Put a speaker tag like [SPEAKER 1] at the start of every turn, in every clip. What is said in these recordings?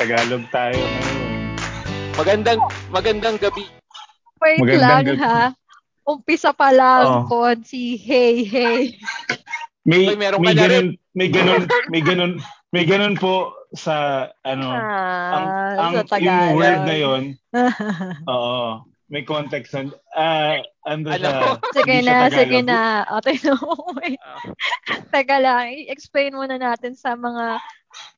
[SPEAKER 1] Tagalog tayo ngayon.
[SPEAKER 2] Magandang magandang gabi.
[SPEAKER 3] Wait lang
[SPEAKER 1] Magandang gabi. Oh.
[SPEAKER 3] ha. Umpisa pa lang,
[SPEAKER 1] Oo.
[SPEAKER 3] Konsi. Hey, hey.
[SPEAKER 1] May,
[SPEAKER 2] Uy, meron
[SPEAKER 1] may,
[SPEAKER 2] ka na
[SPEAKER 1] ganun, may ganun, may ganun, may ganun po sa, ano, ang,
[SPEAKER 3] Ah,
[SPEAKER 1] ang
[SPEAKER 3] sa Tagalog.
[SPEAKER 1] yung word na yon oo, may context. And, ah ando
[SPEAKER 2] Alam
[SPEAKER 1] siya.
[SPEAKER 2] mo.
[SPEAKER 3] sige
[SPEAKER 1] hindi siya
[SPEAKER 3] na, sige
[SPEAKER 1] Tagalog.
[SPEAKER 3] na. O, tinuwi.
[SPEAKER 2] Ah.
[SPEAKER 3] Teka lang, i-explain muna natin sa mga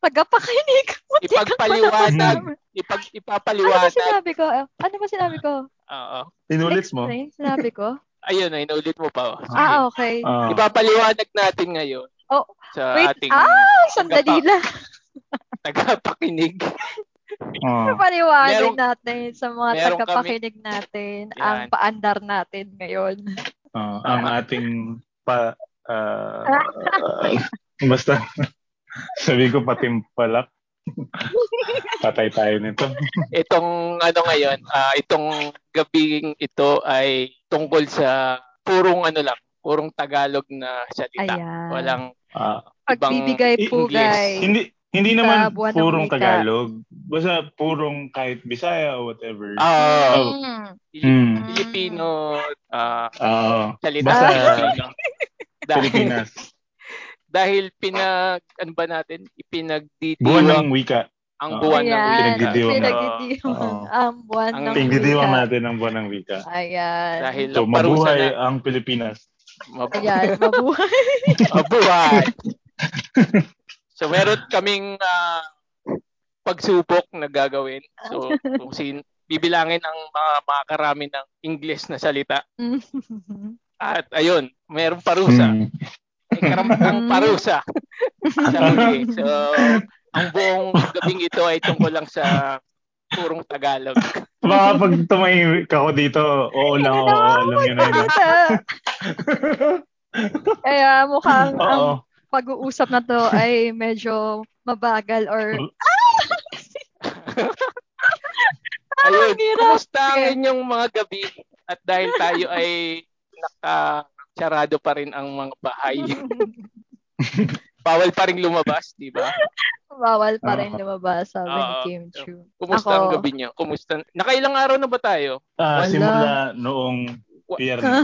[SPEAKER 3] tagapakinig. Muntikan ko na
[SPEAKER 2] Ipagpaliwanag.
[SPEAKER 3] masabi.
[SPEAKER 2] Ipag,
[SPEAKER 3] Ano ba
[SPEAKER 2] ipapaliwanag.
[SPEAKER 3] sinabi ko? Ano ba sinabi ko?
[SPEAKER 2] Oo.
[SPEAKER 1] Inulit mo.
[SPEAKER 3] Explain, sinabi ko?
[SPEAKER 2] Ayun, ay inulit mo pa. oh. Sige.
[SPEAKER 3] ah, okay.
[SPEAKER 1] Oo.
[SPEAKER 2] Ipapaliwanag natin ngayon
[SPEAKER 3] Oh,
[SPEAKER 2] sa
[SPEAKER 3] Wait,
[SPEAKER 2] ating
[SPEAKER 3] ah, sandali
[SPEAKER 2] tagapa-
[SPEAKER 3] lang.
[SPEAKER 2] tagapakinig.
[SPEAKER 1] Oo.
[SPEAKER 3] Paliwanag
[SPEAKER 2] Merong-
[SPEAKER 3] natin sa mga
[SPEAKER 2] merong kami-
[SPEAKER 3] tagapakinig natin
[SPEAKER 2] Yan.
[SPEAKER 3] ang paandar natin ngayon.
[SPEAKER 1] Oo. ang ating pa, ah, ah, basta, sabi ko patimpalak. Patay tayo nito.
[SPEAKER 2] Itong ano ngayon, ah, itong gabing ito ay tungkol sa purong ano lang, purong Tagalog na salita.
[SPEAKER 3] Ayan.
[SPEAKER 2] Walang
[SPEAKER 1] Ah,
[SPEAKER 3] Pagbibigay
[SPEAKER 1] Ibang-
[SPEAKER 3] pugay.
[SPEAKER 1] hindi hindi
[SPEAKER 3] Sa
[SPEAKER 1] naman
[SPEAKER 3] buwan ng
[SPEAKER 1] purong
[SPEAKER 3] wika.
[SPEAKER 1] Tagalog. Basta purong kahit Bisaya o whatever.
[SPEAKER 2] ah
[SPEAKER 3] Mm.
[SPEAKER 1] Mm.
[SPEAKER 2] Filipino ah,
[SPEAKER 1] Oo.
[SPEAKER 2] salita.
[SPEAKER 1] Basta-
[SPEAKER 2] Filipino. dahil,
[SPEAKER 1] Pilipinas.
[SPEAKER 2] dahil pinag, ano ba natin?
[SPEAKER 1] Buwan
[SPEAKER 2] Ipinagdidiwang
[SPEAKER 1] ng wika.
[SPEAKER 2] ang
[SPEAKER 1] Oo.
[SPEAKER 2] buwan ng
[SPEAKER 3] Ayan,
[SPEAKER 2] wika.
[SPEAKER 1] Pinagdidiwang.
[SPEAKER 3] pinagdidiwang
[SPEAKER 1] Oo.
[SPEAKER 3] ang buwan
[SPEAKER 2] Ang
[SPEAKER 3] ng
[SPEAKER 1] Pagdidiwang
[SPEAKER 3] wika.
[SPEAKER 1] natin ang buwan ng wika.
[SPEAKER 3] Ayan.
[SPEAKER 2] Dahil
[SPEAKER 1] So,
[SPEAKER 2] parusa na.
[SPEAKER 1] mabuhay ang Pilipinas.
[SPEAKER 2] Mabuhay.
[SPEAKER 3] Ayan, mabuhay.
[SPEAKER 2] Mabuhay. so meron kaming ah, pagsubok na gagawin. So kung sin bibilangin ang mga makakarami ng English na salita. At ayun, merong parusa.
[SPEAKER 1] Mm.
[SPEAKER 2] May karampang
[SPEAKER 3] Mm.
[SPEAKER 2] parusa. sa huli. So ang buong gabing ito ay tungkol lang sa purong Tagalog.
[SPEAKER 1] Baka pag tumahimik ako dito, oo lang, oo, alam nyo na yun.
[SPEAKER 3] Kaya mukhang ang
[SPEAKER 1] Oo.
[SPEAKER 3] pag-uusap na to ay medyo mabagal or
[SPEAKER 2] Ayun,
[SPEAKER 3] Ang hirap.
[SPEAKER 2] kumusta ang
[SPEAKER 3] Sige.
[SPEAKER 2] inyong mga gabi? At dahil tayo ay nakasarado pa rin ang mga bahay, bawal pa rin lumabas, di ba?
[SPEAKER 3] bawal pa rin
[SPEAKER 1] Oo.
[SPEAKER 3] lumabas sabi ni
[SPEAKER 2] Oo.
[SPEAKER 3] Kim Chu.
[SPEAKER 2] Kumusta
[SPEAKER 3] Ako.
[SPEAKER 2] ang gabi niyo? Kumusta? Nakailang araw na ba tayo?
[SPEAKER 1] Ah,
[SPEAKER 3] Wala.
[SPEAKER 1] simula noong
[SPEAKER 2] Wa-
[SPEAKER 1] Pierre.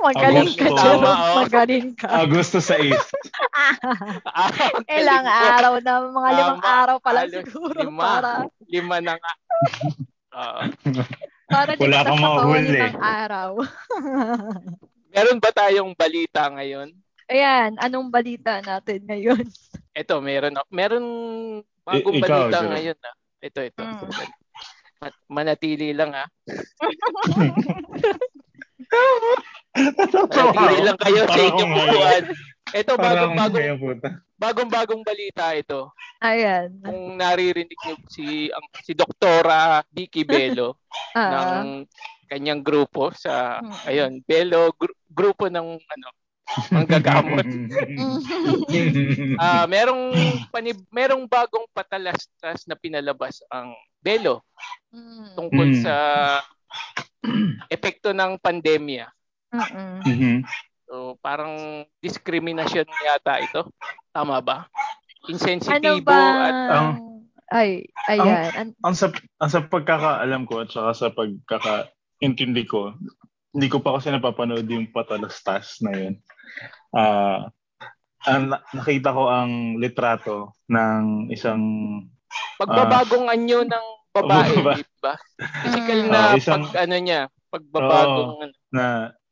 [SPEAKER 3] Magaling
[SPEAKER 1] Agosto.
[SPEAKER 3] ka, Jero.
[SPEAKER 2] Tama, oo.
[SPEAKER 3] Magaling ka.
[SPEAKER 1] Agosto 6.
[SPEAKER 2] Ah, ang galing
[SPEAKER 3] Ilang
[SPEAKER 2] ko.
[SPEAKER 3] araw na, mga limang
[SPEAKER 2] Tama.
[SPEAKER 3] araw pa lang
[SPEAKER 2] Halos
[SPEAKER 3] siguro
[SPEAKER 2] lima.
[SPEAKER 3] para
[SPEAKER 2] Lima na nga. Oo.
[SPEAKER 3] para di
[SPEAKER 1] Wala
[SPEAKER 3] ka
[SPEAKER 1] kang
[SPEAKER 3] nakakawal
[SPEAKER 1] mahuhuli.
[SPEAKER 3] limang araw.
[SPEAKER 2] meron ba tayong balita ngayon?
[SPEAKER 3] Ayan, anong balita natin ngayon?
[SPEAKER 2] Ito, meron. ako- Meron bagong
[SPEAKER 1] I- ikaw,
[SPEAKER 2] balita
[SPEAKER 1] Jero.
[SPEAKER 2] ngayon. Ah. Ito, ito.
[SPEAKER 3] Mm.
[SPEAKER 2] At manatili lang ah. Manatili lang kayo sa
[SPEAKER 1] Parang
[SPEAKER 2] inyong
[SPEAKER 1] ngayon.
[SPEAKER 2] upuan. Ito, bagong,
[SPEAKER 1] Parang
[SPEAKER 2] bagong,
[SPEAKER 1] kaya puta.
[SPEAKER 2] bagong, bagong balita ito.
[SPEAKER 3] Ayan.
[SPEAKER 2] Kung naririnig niyo si, ang, si Doktora Vicky Bello,
[SPEAKER 3] Ah,
[SPEAKER 2] ng kanyang grupo sa
[SPEAKER 3] Mm.
[SPEAKER 2] ayun, Belo gru- grupo ng ano manggagamot.
[SPEAKER 3] Mm-hmm.
[SPEAKER 2] Ah, merong panib- merong bagong patalastas na pinalabas ang Belo
[SPEAKER 3] mm,
[SPEAKER 2] tungkol
[SPEAKER 1] Mm.
[SPEAKER 2] sa epekto ng pandemya.
[SPEAKER 3] mm-mm.
[SPEAKER 1] Mhm.
[SPEAKER 2] So, parang discrimination yata ito. Tama ba?
[SPEAKER 3] Ano
[SPEAKER 2] Insensitibo
[SPEAKER 3] ba?
[SPEAKER 2] at Ah.
[SPEAKER 1] ang-
[SPEAKER 3] Ay, ayan. An-
[SPEAKER 1] ang sa ang sa pagkakaalam ko at saka sa pagkakaintindi ko, hindi ko pa kasi napapanood yung patalastas na yun. Ah, ang na- nakita ko ang litrato ng isang
[SPEAKER 2] pagbabagong anyo ng babae,
[SPEAKER 1] Baba-
[SPEAKER 2] di ba? Physical
[SPEAKER 3] Mm.
[SPEAKER 2] na
[SPEAKER 1] Oh, isang-
[SPEAKER 2] pag ano niya, pagbabagong ano,
[SPEAKER 1] na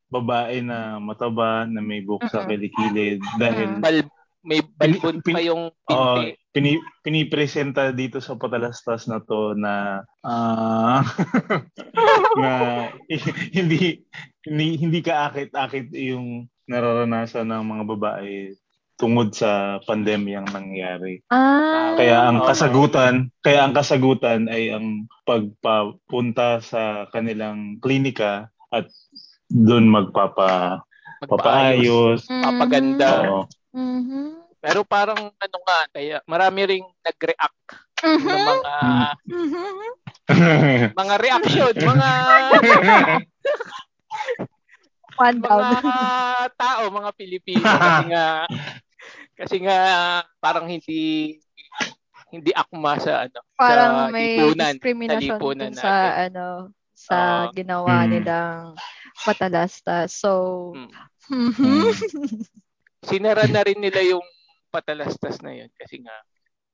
[SPEAKER 1] babae na mataba na may buhok sa
[SPEAKER 3] Mm-mm.
[SPEAKER 1] kilikilid dahil
[SPEAKER 2] bal- may balbon
[SPEAKER 1] Pin- oh,
[SPEAKER 2] pa yung
[SPEAKER 1] Oo,
[SPEAKER 2] pinti.
[SPEAKER 1] Ah, pini, pinipresenta dito sa patalastas na to na ah, na hindi hindi hindi kaakit-akit yung nararanasan ng mga babae tungod sa pandemyang nangyari.
[SPEAKER 3] ah,
[SPEAKER 1] Kaya ang
[SPEAKER 2] Oo.
[SPEAKER 1] kasagutan, kaya ang kasagutan ay ang pagpapunta sa kanilang klinika at doon magpapa
[SPEAKER 2] magpaayos.
[SPEAKER 1] papaayos.
[SPEAKER 3] mhm,
[SPEAKER 2] papaganda.
[SPEAKER 1] Oo.
[SPEAKER 3] mhm,
[SPEAKER 2] Pero parang ano nga, kaya marami ring nag-react ng
[SPEAKER 3] mhm,
[SPEAKER 2] mga
[SPEAKER 3] mhm. Hmm.
[SPEAKER 2] mga reaction, mga
[SPEAKER 3] One down.
[SPEAKER 2] mga tao, mga Pilipino kasi nga kasi nga parang hindi hindi akma sa ano
[SPEAKER 3] Parang
[SPEAKER 2] sa
[SPEAKER 3] may
[SPEAKER 2] lipunan,
[SPEAKER 3] discrimination
[SPEAKER 2] sa lipunan
[SPEAKER 3] dun sa
[SPEAKER 2] natin.
[SPEAKER 3] ano sa
[SPEAKER 2] Oo.
[SPEAKER 3] ginawa
[SPEAKER 1] Mm.
[SPEAKER 3] nilang patalasta. So,
[SPEAKER 2] Mm.
[SPEAKER 3] mhm.
[SPEAKER 2] Sinara na rin nila yung patalastas na yun kasi nga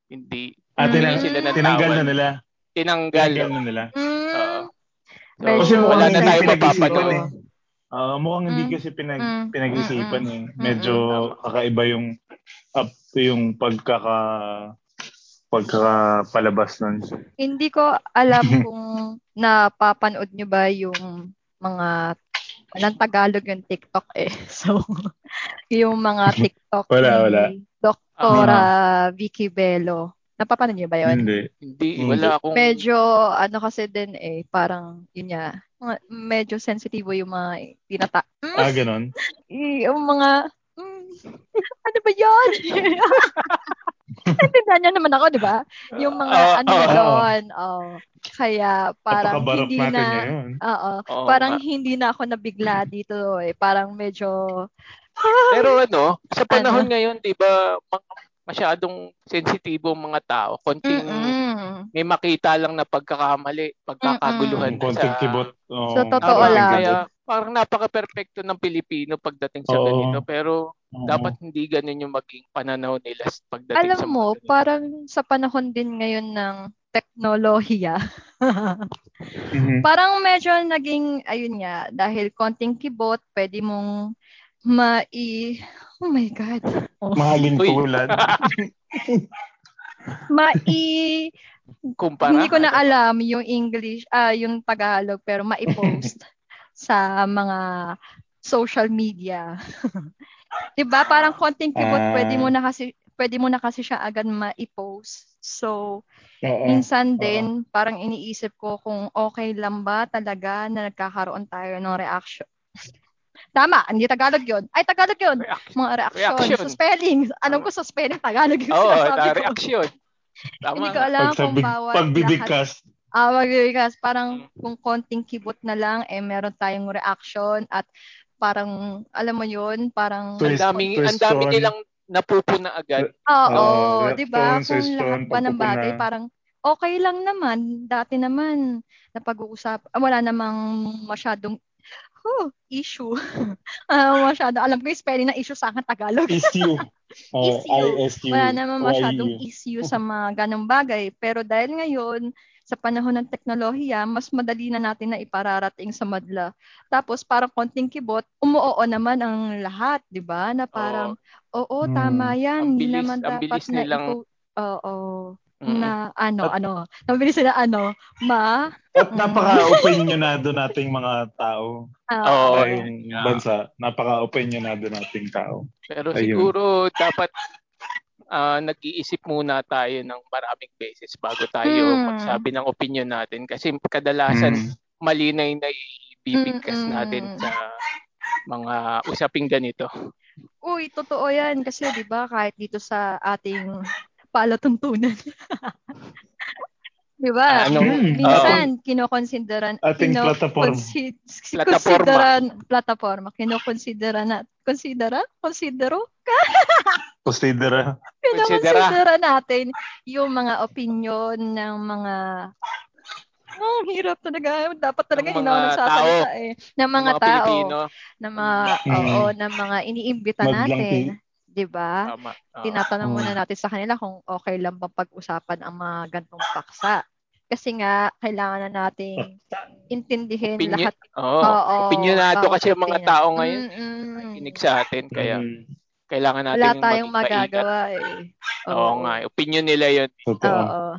[SPEAKER 2] hindi
[SPEAKER 1] Ah, tinang,
[SPEAKER 3] Hindi sila nagtawag.
[SPEAKER 1] tinanggal na nila. Tinanggal
[SPEAKER 2] tinanggal.
[SPEAKER 1] na nila.
[SPEAKER 2] Mm. Oo. So,
[SPEAKER 3] Medyo
[SPEAKER 1] Kasi mukhang
[SPEAKER 2] wala na
[SPEAKER 1] hindi
[SPEAKER 2] tayo
[SPEAKER 1] pinag-isipan
[SPEAKER 2] mapapanood.
[SPEAKER 1] eh. Ah, mukhang hindi
[SPEAKER 3] Mm.
[SPEAKER 1] kasi pinag,
[SPEAKER 3] Mm.
[SPEAKER 1] pinag-isipan eh.
[SPEAKER 3] Mm-mm.
[SPEAKER 1] Medyo kakaiba yung up to yung pagkaka pagkakapalabas nun.
[SPEAKER 3] Hindi ko alam kung napapanood nyo ba yung mga walang Tagalog yung TikTok eh. So, yung mga TikTok
[SPEAKER 1] Wala,
[SPEAKER 3] ni
[SPEAKER 1] wala. Ah.
[SPEAKER 3] Doktora Vicky Bello. Napapanood nyo ba yun?
[SPEAKER 1] Hindi.
[SPEAKER 2] Hindi,
[SPEAKER 1] Hindi.
[SPEAKER 2] wala akong
[SPEAKER 3] Medyo ano kasi din eh, parang yun niya. mga- Medyo sensitibo yung mga tinata. Mm,
[SPEAKER 1] Ah, ganun.
[SPEAKER 3] eh, yung mga mm, ano ba yun? Naintindihan niya naman ako, di ba? Yung mga
[SPEAKER 2] Ah,
[SPEAKER 3] ano
[SPEAKER 2] ah,
[SPEAKER 1] ah.
[SPEAKER 3] doon. Oh. Kaya parang
[SPEAKER 1] Napakabarok
[SPEAKER 3] hindi
[SPEAKER 1] natin
[SPEAKER 3] na
[SPEAKER 1] ngayon.
[SPEAKER 3] Oo.
[SPEAKER 2] Oo,
[SPEAKER 3] parang
[SPEAKER 2] nga.
[SPEAKER 3] hindi na ako nabigla dito eh. Parang medyo
[SPEAKER 2] Pero ano, sa panahon ngayon, 'di ba, ma- masyadong sensitibo ang mga tao. Konting
[SPEAKER 3] Mm-mm.
[SPEAKER 2] may makita lang na pagkakamali, pagkakaguluhan
[SPEAKER 1] Yung
[SPEAKER 2] sa
[SPEAKER 1] konting kibot. Oo.
[SPEAKER 3] So, totoo
[SPEAKER 2] Tama,
[SPEAKER 3] lang.
[SPEAKER 2] Kaya parang napaka-perfecto ng Pilipino pagdating sa
[SPEAKER 1] Oo.
[SPEAKER 2] ganito. Pero
[SPEAKER 1] Oo.
[SPEAKER 2] dapat hindi ganun yung maging pananaw nila s- pagdating
[SPEAKER 3] Alam
[SPEAKER 2] sa mga
[SPEAKER 3] mo,
[SPEAKER 2] ganito.
[SPEAKER 3] parang sa panahon din ngayon ng teknolohiya.
[SPEAKER 1] Mhm.
[SPEAKER 3] parang medyo naging, ayun nga, dahil konting kibot, pwede mong mai... Oh my God. Oh.
[SPEAKER 1] Mahalin
[SPEAKER 2] Uy.
[SPEAKER 1] tulad.
[SPEAKER 3] Mai...
[SPEAKER 2] Kumpara.
[SPEAKER 3] hindi ko
[SPEAKER 1] ano?
[SPEAKER 3] na alam yung English, ah yung Tagalog, pero maipost sa mga social media. 'Di ba? Parang konting kibot,
[SPEAKER 1] Ah.
[SPEAKER 3] pwede mo na kasi pwede mo na kasi siya agad maipost. So,
[SPEAKER 1] Eh, Oo.
[SPEAKER 3] minsan din parang iniisip ko kung okay lang ba talaga na nagkakaroon tayo ng reaction. Tama, hindi Tagalog 'yon. Ay Tagalog 'yon.
[SPEAKER 2] Reaction.
[SPEAKER 3] Mga reaction,
[SPEAKER 2] Reaction.
[SPEAKER 3] sa spelling. Anong ko sa spelling Tagalog 'yung
[SPEAKER 2] Oo,
[SPEAKER 3] sinasabi
[SPEAKER 2] ta-
[SPEAKER 3] ko.
[SPEAKER 2] reaction. Tama.
[SPEAKER 3] Hindi ko
[SPEAKER 2] nga.
[SPEAKER 3] alam kung
[SPEAKER 1] Pagsabig,
[SPEAKER 3] bawal lahat
[SPEAKER 1] pagbibigkas.
[SPEAKER 3] Ah, magbibigkas. Parang kung konting kibot na lang, eh meron tayong reaction at parang, alam mo yun, parang,
[SPEAKER 1] Twist.
[SPEAKER 2] Ang daming, ang
[SPEAKER 1] Question.
[SPEAKER 2] dami nilang napupuna agad.
[SPEAKER 3] Ah, oo,
[SPEAKER 1] Oo,
[SPEAKER 3] di ba?
[SPEAKER 1] reaction,
[SPEAKER 3] Kung lahat
[SPEAKER 1] session,
[SPEAKER 3] ba ng bagay,
[SPEAKER 1] pagpupuna.
[SPEAKER 3] parang okay lang naman. Dati naman, napag-uusap, ah, wala namang masyadong huh, issue. Ah, masyado, alam ko yung spelling ng issue sa akin Tagalog.
[SPEAKER 1] Issue. Oh,
[SPEAKER 3] Issue.
[SPEAKER 1] ISU.
[SPEAKER 3] wala naman masyadong
[SPEAKER 1] YU.
[SPEAKER 3] issue sa mga ganong bagay. Pero dahil ngayon, sa panahon ng teknolohiya, mas madali na natin na ipararating sa madla. Tapos parang konting kibot, umuoo naman ang lahat, di ba? Na parang, oo,
[SPEAKER 1] Hmm.
[SPEAKER 3] tama yan.
[SPEAKER 2] Ang
[SPEAKER 3] Hindi
[SPEAKER 2] bilis-
[SPEAKER 3] naman
[SPEAKER 2] ang
[SPEAKER 3] dapat
[SPEAKER 2] bilis nilang-
[SPEAKER 3] na ipo- Oo.
[SPEAKER 2] Mm.
[SPEAKER 3] Na ano,
[SPEAKER 1] At-
[SPEAKER 3] ano. Nabilis sila ano, ma.
[SPEAKER 1] At
[SPEAKER 3] Mm.
[SPEAKER 1] napaka-opinionado nating mga tao.
[SPEAKER 3] ah,
[SPEAKER 2] Oo.
[SPEAKER 1] Oh,
[SPEAKER 2] Okay.
[SPEAKER 1] yung bansa. Napaka-opinionado nating tao.
[SPEAKER 2] Pero
[SPEAKER 1] Ayun.
[SPEAKER 2] siguro dapat ah, nag-iisip muna tayo ng maraming beses bago tayo
[SPEAKER 3] Hmm.
[SPEAKER 2] magsabi ng opinion natin. Kasi kadalasan
[SPEAKER 1] Mm.
[SPEAKER 2] mali na yung naibibigkas
[SPEAKER 3] Mm-mm.
[SPEAKER 2] natin sa mga usaping ganito.
[SPEAKER 3] Uy, totoo yan. Kasi di ba kahit dito sa ating palatuntunan. di ba?
[SPEAKER 2] Ano,
[SPEAKER 1] Hmm.
[SPEAKER 3] Minsan, kinokonsideran,
[SPEAKER 1] Ating
[SPEAKER 3] kino-
[SPEAKER 1] plataforma.
[SPEAKER 3] konsi-
[SPEAKER 2] Plataforma.
[SPEAKER 3] Konsideran, plataforma. Kinokonsidera na, konsidera? Konsidero?
[SPEAKER 1] Considera.
[SPEAKER 2] Konsidera.
[SPEAKER 3] Kinokonsidera natin yung mga opinion ng mga Oh, hirap talaga. Dapat talaga
[SPEAKER 2] Ng
[SPEAKER 3] hindi na
[SPEAKER 2] mga
[SPEAKER 3] ako nagsasalita eh. Ng
[SPEAKER 2] mga,
[SPEAKER 3] mga, tao.
[SPEAKER 2] Pilipino.
[SPEAKER 3] Ng mga,
[SPEAKER 1] Mm.
[SPEAKER 3] oo, ng mga iniimbita
[SPEAKER 1] Madlang
[SPEAKER 3] natin.
[SPEAKER 1] Pil-
[SPEAKER 3] Di ba?
[SPEAKER 2] Tama. Ah, Oo.
[SPEAKER 3] tinatanong
[SPEAKER 1] Oo.
[SPEAKER 3] muna natin sa kanila kung okay lang bang pag-usapan ang mga gantong paksa. Kasi nga, kailangan na nating intindihin
[SPEAKER 2] Opinion-
[SPEAKER 3] lahat.
[SPEAKER 2] Oo.
[SPEAKER 3] Oo,
[SPEAKER 2] Opinionado
[SPEAKER 3] bawat
[SPEAKER 2] kasi ang mga
[SPEAKER 3] opinion.
[SPEAKER 2] tao ngayon.
[SPEAKER 3] Mm-mm.
[SPEAKER 2] Kinig sa atin. Kaya
[SPEAKER 1] Mm.
[SPEAKER 2] kailangan natin
[SPEAKER 3] Wala tayong
[SPEAKER 2] maging maingat.
[SPEAKER 3] magagawa eh.
[SPEAKER 2] Oo, nga. Opinion nila yun.
[SPEAKER 1] Totoo.
[SPEAKER 3] Oo.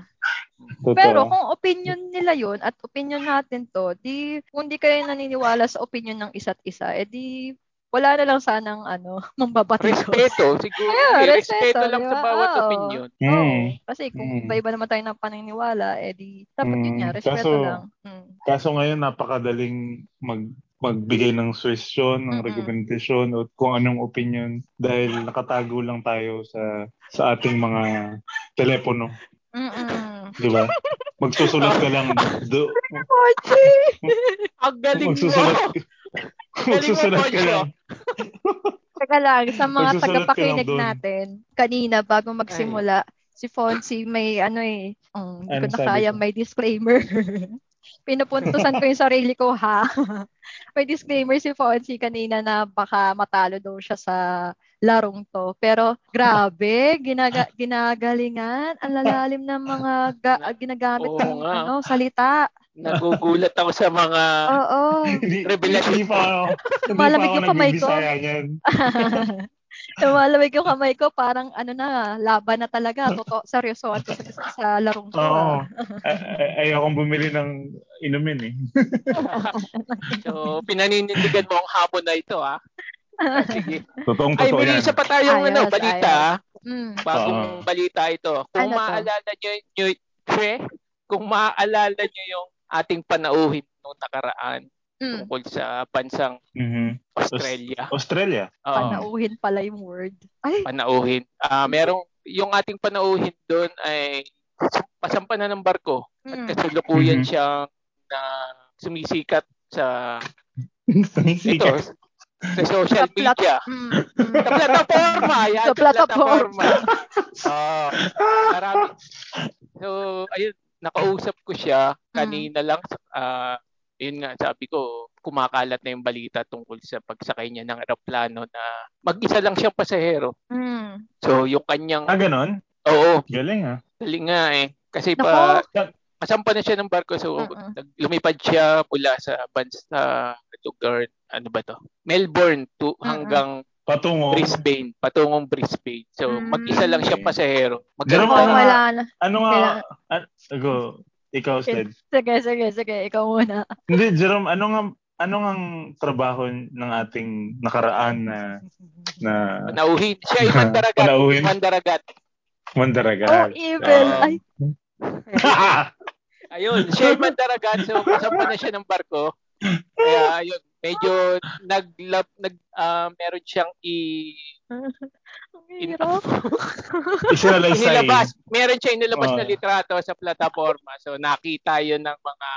[SPEAKER 1] Totoo.
[SPEAKER 3] Pero kung opinion nila yon at opinion natin to, di, kung di kayo naniniwala sa opinion ng isa't isa, eh di, wala na lang sanang ano, mambabatikos.
[SPEAKER 2] Respeto. Siguro.
[SPEAKER 3] Ayun,
[SPEAKER 2] eh,
[SPEAKER 3] respeto,
[SPEAKER 2] respeto lang sa
[SPEAKER 3] diba?
[SPEAKER 2] bawat
[SPEAKER 3] Oo.
[SPEAKER 2] opinion.
[SPEAKER 1] Mm.
[SPEAKER 3] Oo. Kasi kung
[SPEAKER 1] Mm.
[SPEAKER 3] iba-iba naman tayo ng paniniwala, eh di, dapat yun
[SPEAKER 1] Mm.
[SPEAKER 3] nga, respeto
[SPEAKER 1] Kaso-
[SPEAKER 3] lang. Mm.
[SPEAKER 1] Kaso ngayon, napakadaling mag magbigay ng suggestion, ng
[SPEAKER 3] Mm-mm.
[SPEAKER 1] recommendation, o kung anong opinion dahil nakatago lang tayo sa sa ating mga telepono,
[SPEAKER 3] Mm-mm.
[SPEAKER 1] di ba? Magsusulat ka lang do,
[SPEAKER 3] Kotse!
[SPEAKER 2] Ang galing
[SPEAKER 1] magsusulat
[SPEAKER 2] mo.
[SPEAKER 1] magsusulat ka
[SPEAKER 2] Poncho.
[SPEAKER 1] lang.
[SPEAKER 3] Teka lang, sa mga
[SPEAKER 1] Magsusulat ka lang
[SPEAKER 3] tagapakinig
[SPEAKER 1] doon.
[SPEAKER 3] natin, kanina bago magsimula, Si Fonzie may ano eh, um, hindi
[SPEAKER 1] Ano
[SPEAKER 3] ko na
[SPEAKER 1] sabi
[SPEAKER 3] kaya,
[SPEAKER 1] ko?
[SPEAKER 3] may disclaimer. Pinupuntusan ko yung sarili ko ha. may disclaimer si Fonzie kanina na baka matalo daw siya sa larong to. Pero grabe, ginaga- ginagalingan. Ang lalalim ng mga ga- ginagamit
[SPEAKER 2] Oo
[SPEAKER 3] ng
[SPEAKER 2] nga.
[SPEAKER 3] ano, salita.
[SPEAKER 2] Nagugulat ako sa mga
[SPEAKER 3] Oo.
[SPEAKER 1] Hindi,
[SPEAKER 2] Revelation.
[SPEAKER 1] Hindi pa ako, hindi
[SPEAKER 3] Malamig
[SPEAKER 1] pa ako
[SPEAKER 3] yung kamay ko.
[SPEAKER 1] nagbibisaya niyan.
[SPEAKER 3] Tumalamig yung kamay ko, parang ano na, laban na talaga. Totoo, seryoso ako sa, sa larong to.
[SPEAKER 1] Oo.
[SPEAKER 3] ah.
[SPEAKER 1] A- a- ayokong bumili ng inumin eh.
[SPEAKER 2] so, pinaninindigan mo ang hapon na ito, ah. Ah, Sige.
[SPEAKER 1] Totoong
[SPEAKER 2] Ay, may isa pa tayong ano,
[SPEAKER 3] Ayos,
[SPEAKER 2] balita, ah.
[SPEAKER 3] ayos. Mm.
[SPEAKER 2] Bagong
[SPEAKER 1] Oo.
[SPEAKER 2] balita ito. Kung
[SPEAKER 3] Ano to?
[SPEAKER 2] maaalala nyo, nyo pre, kung maaalala nyo yung ating panauhin noong nakaraan
[SPEAKER 3] Mm.
[SPEAKER 2] tungkol sa bansang
[SPEAKER 1] Mhm.
[SPEAKER 2] Australia.
[SPEAKER 1] Australia.
[SPEAKER 2] Oo.
[SPEAKER 3] Panauhin pala yung word. Ay,
[SPEAKER 2] panauhin. Ah, merong yung ating panauhin doon ay pasampa na ng barko at
[SPEAKER 3] mm.
[SPEAKER 2] kasalukuyan
[SPEAKER 1] Mhm.
[SPEAKER 2] siyang na sumisikat sa ito
[SPEAKER 1] Ito.
[SPEAKER 2] sa social
[SPEAKER 3] Sa plat-
[SPEAKER 2] media.
[SPEAKER 3] Mm.
[SPEAKER 2] Sa plataforma, yan,
[SPEAKER 3] Sa
[SPEAKER 2] sa
[SPEAKER 3] plataforma.
[SPEAKER 2] plataforma. Oo. marami. So, ayun, nakausap ko siya kanina lang. Ah, yun nga, sabi ko, kumakalat na yung balita tungkol sa pagsakay niya ng aeroplano na mag-isa lang siyang pasahero.
[SPEAKER 3] Mm.
[SPEAKER 2] So, yung kanyang,
[SPEAKER 1] Ah, ganun?
[SPEAKER 2] oo,
[SPEAKER 1] Galing ah.
[SPEAKER 2] Galing nga eh. Kasi pa,
[SPEAKER 1] Nako!
[SPEAKER 2] kasampa na siya ng barko. So,
[SPEAKER 3] Mm-mm.
[SPEAKER 2] nag- lumipad siya mula sa bansa ah, lugar, ano ba to? Melbourne to hanggang
[SPEAKER 1] Patungo.
[SPEAKER 2] Brisbane, patungong Brisbane. So,
[SPEAKER 3] Mm.
[SPEAKER 2] mag-isa lang siya
[SPEAKER 1] Okay. Pero
[SPEAKER 2] pasahero.
[SPEAKER 3] Oo,
[SPEAKER 2] Magkaroon
[SPEAKER 1] Ganun
[SPEAKER 2] ng-
[SPEAKER 1] ba?
[SPEAKER 3] wala na.
[SPEAKER 1] Ano nga?
[SPEAKER 3] Kailangan-
[SPEAKER 1] ah, go. Ikaw, Sled.
[SPEAKER 3] Sige, sige, sige. Ikaw muna.
[SPEAKER 1] Hindi, Jerome, ano nga ano ang trabaho ng ating nakaraan na na
[SPEAKER 2] panauhin. Siya ay mandaragat.
[SPEAKER 1] Panauhin.
[SPEAKER 2] mandaragat.
[SPEAKER 3] Oh,
[SPEAKER 1] mandaragat?
[SPEAKER 3] evil.
[SPEAKER 2] Oo.
[SPEAKER 3] Ay,
[SPEAKER 2] Ayun, siya ay mandaragat. So, kasampa na siya ng barko. Kaya, ayun, medyo naglap, nag, ah, meron siyang i...
[SPEAKER 3] ang hirap.
[SPEAKER 1] Isinalay sa
[SPEAKER 2] inilabas, meron siya inilabas
[SPEAKER 1] Oo.
[SPEAKER 2] na litrato sa plataforma. So nakita 'yon ng mga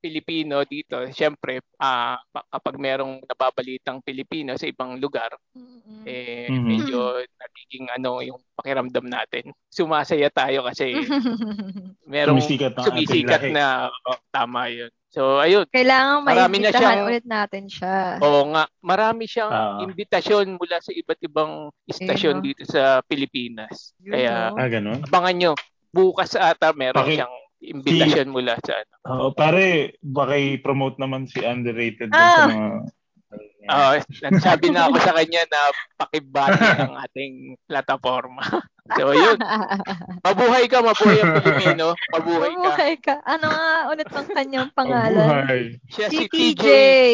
[SPEAKER 2] Pilipino dito. Siyempre, ah, pa- kapag merong nababalitang Pilipino sa ibang lugar,
[SPEAKER 3] Mm.
[SPEAKER 2] eh
[SPEAKER 1] Mhm.
[SPEAKER 2] medyo nagiging ano yung pakiramdam natin. Sumasaya tayo kasi
[SPEAKER 3] Mm-hmm.
[SPEAKER 2] merong
[SPEAKER 1] Sumisikat ang
[SPEAKER 2] sumisikat
[SPEAKER 1] ating lahi.
[SPEAKER 2] na oh, tama 'yun. So ayun,
[SPEAKER 3] Kailangan
[SPEAKER 2] Marami na
[SPEAKER 3] maimbitahan
[SPEAKER 2] siyang-
[SPEAKER 3] ulit natin siya.
[SPEAKER 2] oo nga, marami siyang
[SPEAKER 1] Ah.
[SPEAKER 2] imbitasyon mula sa iba't ibang istasyon
[SPEAKER 3] Ayun, no?
[SPEAKER 2] dito sa Pilipinas.
[SPEAKER 3] Yun,
[SPEAKER 2] Kaya
[SPEAKER 3] no?
[SPEAKER 1] Ah, ganun?
[SPEAKER 2] abangan nyo. Bukas ata meron
[SPEAKER 1] Paki-
[SPEAKER 2] siyang imbitasyon mula sa ano.
[SPEAKER 1] Oo, pare, baka i-promote naman si underrated dun
[SPEAKER 3] Ah!
[SPEAKER 1] sa mga...
[SPEAKER 2] Oo, nagsabi na ako sa kanya na pakibati ang ating plataforma. So Oh, yun, mabuhay ka, mabuhay ang Pilipino, mabuhay ka.
[SPEAKER 3] Mabuhay ka. Ano nga ulit ang kanyang pangalan?
[SPEAKER 1] Mabuhay.
[SPEAKER 2] Siya si
[SPEAKER 3] Si TJ.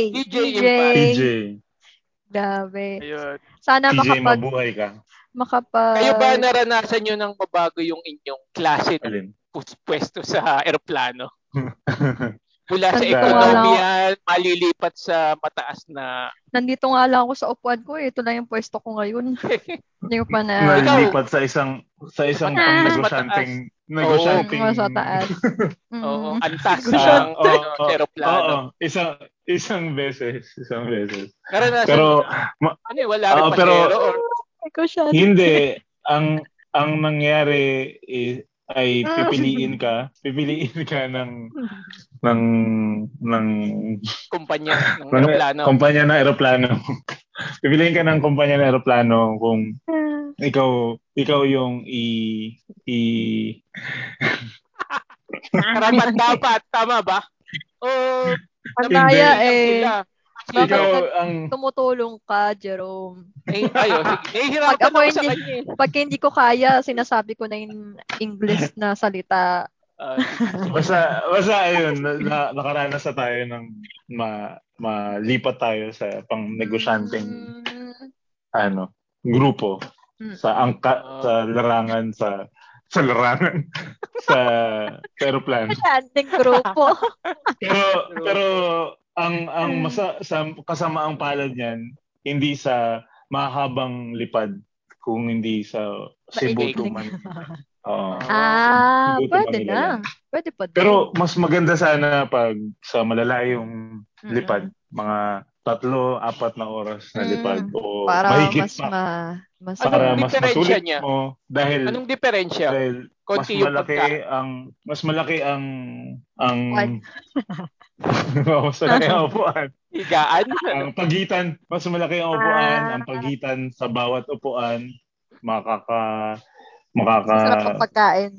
[SPEAKER 2] TJ.
[SPEAKER 3] TJ.
[SPEAKER 2] TJ.
[SPEAKER 1] TJ.
[SPEAKER 3] Grabe.
[SPEAKER 2] Ayun.
[SPEAKER 3] Sana
[SPEAKER 1] TJ,
[SPEAKER 3] makapag...
[SPEAKER 1] mabuhay ka.
[SPEAKER 3] makapag
[SPEAKER 2] Kayo ba naranasan nyo ng mabago yung inyong klase ng
[SPEAKER 1] Alin?
[SPEAKER 2] pus- pwesto sa aeroplano? Mula sa
[SPEAKER 3] Saan
[SPEAKER 1] ko wala
[SPEAKER 2] ekonomiya, malilipat sa mataas na...
[SPEAKER 3] Nandito nga lang ako sa upuan ko. eh. Ito lang yung pwesto ko ngayon. Hindi ko pa na...
[SPEAKER 1] Nalilipat sa isang sa isang
[SPEAKER 2] Mas
[SPEAKER 1] pang
[SPEAKER 2] mataas.
[SPEAKER 1] negosyanteng negosyanteng
[SPEAKER 3] Mas sa Ah. taas. Mm.
[SPEAKER 2] Oo, antas
[SPEAKER 1] Ah,
[SPEAKER 2] ng
[SPEAKER 1] oo,
[SPEAKER 2] ano,
[SPEAKER 1] oo,
[SPEAKER 2] aeroplano.
[SPEAKER 1] oo, isang isang beses, isang beses.
[SPEAKER 3] Ah,
[SPEAKER 2] Karanasan
[SPEAKER 1] Pero
[SPEAKER 2] nyo na. Ano eh, wala rin
[SPEAKER 1] Oo, pero-
[SPEAKER 2] pasero or
[SPEAKER 3] Negosyante.
[SPEAKER 1] hindi ang ang nangyari i- ay
[SPEAKER 3] Ah,
[SPEAKER 1] pipiliin ka, pipiliin ka ng ng ng
[SPEAKER 2] kumpanya ng
[SPEAKER 1] ng
[SPEAKER 2] aeroplano.
[SPEAKER 1] kumpanya ng eroplano. pipiliin ka ng kumpanya ng eroplano kung ikaw ikaw yung i i
[SPEAKER 2] Karapat dapat, tama ba? O
[SPEAKER 3] Kaya
[SPEAKER 1] Hindi.
[SPEAKER 3] eh,
[SPEAKER 2] sila.
[SPEAKER 3] Bakit?
[SPEAKER 1] ikaw
[SPEAKER 2] Sino?
[SPEAKER 1] ang
[SPEAKER 3] tumutulong ka, Jerome.
[SPEAKER 2] Eh, ayo, sige. Nahihirapan
[SPEAKER 3] Pag ako
[SPEAKER 2] ako sa
[SPEAKER 3] hindi-
[SPEAKER 2] kanya. eh.
[SPEAKER 3] Pag hindi ko kaya, sinasabi ko na yung English na salita.
[SPEAKER 2] Ah,
[SPEAKER 1] Basta, basta ayun, na, na, nakaranas na tayo ng ma, malipat tayo sa pang negosyanteng ano, grupo
[SPEAKER 3] Mm.
[SPEAKER 1] sa angka,
[SPEAKER 2] Oo.
[SPEAKER 1] sa larangan, sa sa larangan, sa sa aeroplano.
[SPEAKER 3] Standing grupo.
[SPEAKER 1] Pero,
[SPEAKER 2] True.
[SPEAKER 1] pero ang ang masa, sa kasamaang palad niyan, hindi sa mahabang lipad kung hindi sa Cebu
[SPEAKER 2] Maikling.
[SPEAKER 1] to Man- Oo.
[SPEAKER 3] Ah,
[SPEAKER 1] Siguro
[SPEAKER 3] pwede
[SPEAKER 1] pamilya
[SPEAKER 3] na. Pwede pa din.
[SPEAKER 1] Pero mas maganda sana pag sa malalayong
[SPEAKER 3] Mm-mm.
[SPEAKER 1] lipad, mga tatlo, apat na oras na
[SPEAKER 3] Mm.
[SPEAKER 1] lipad o
[SPEAKER 3] Para
[SPEAKER 1] mahigit
[SPEAKER 3] mas
[SPEAKER 1] pa
[SPEAKER 3] ma... Mas
[SPEAKER 1] para
[SPEAKER 2] Anong
[SPEAKER 1] mas
[SPEAKER 2] diferensya
[SPEAKER 1] masulit
[SPEAKER 2] niya?
[SPEAKER 1] mo dahil,
[SPEAKER 2] Anong diferensya?
[SPEAKER 1] dahil mas
[SPEAKER 2] Konti yung
[SPEAKER 1] malaki
[SPEAKER 2] pagka.
[SPEAKER 1] ang mas malaki ang ang
[SPEAKER 3] Upuan.
[SPEAKER 1] mas malaki ang upuan.
[SPEAKER 2] Higaan?
[SPEAKER 1] Ang pagitan, mas malaki ang upuan,
[SPEAKER 3] Ah.
[SPEAKER 1] ang pagitan sa bawat upuan makaka makaka
[SPEAKER 4] Sarap ang pagkain.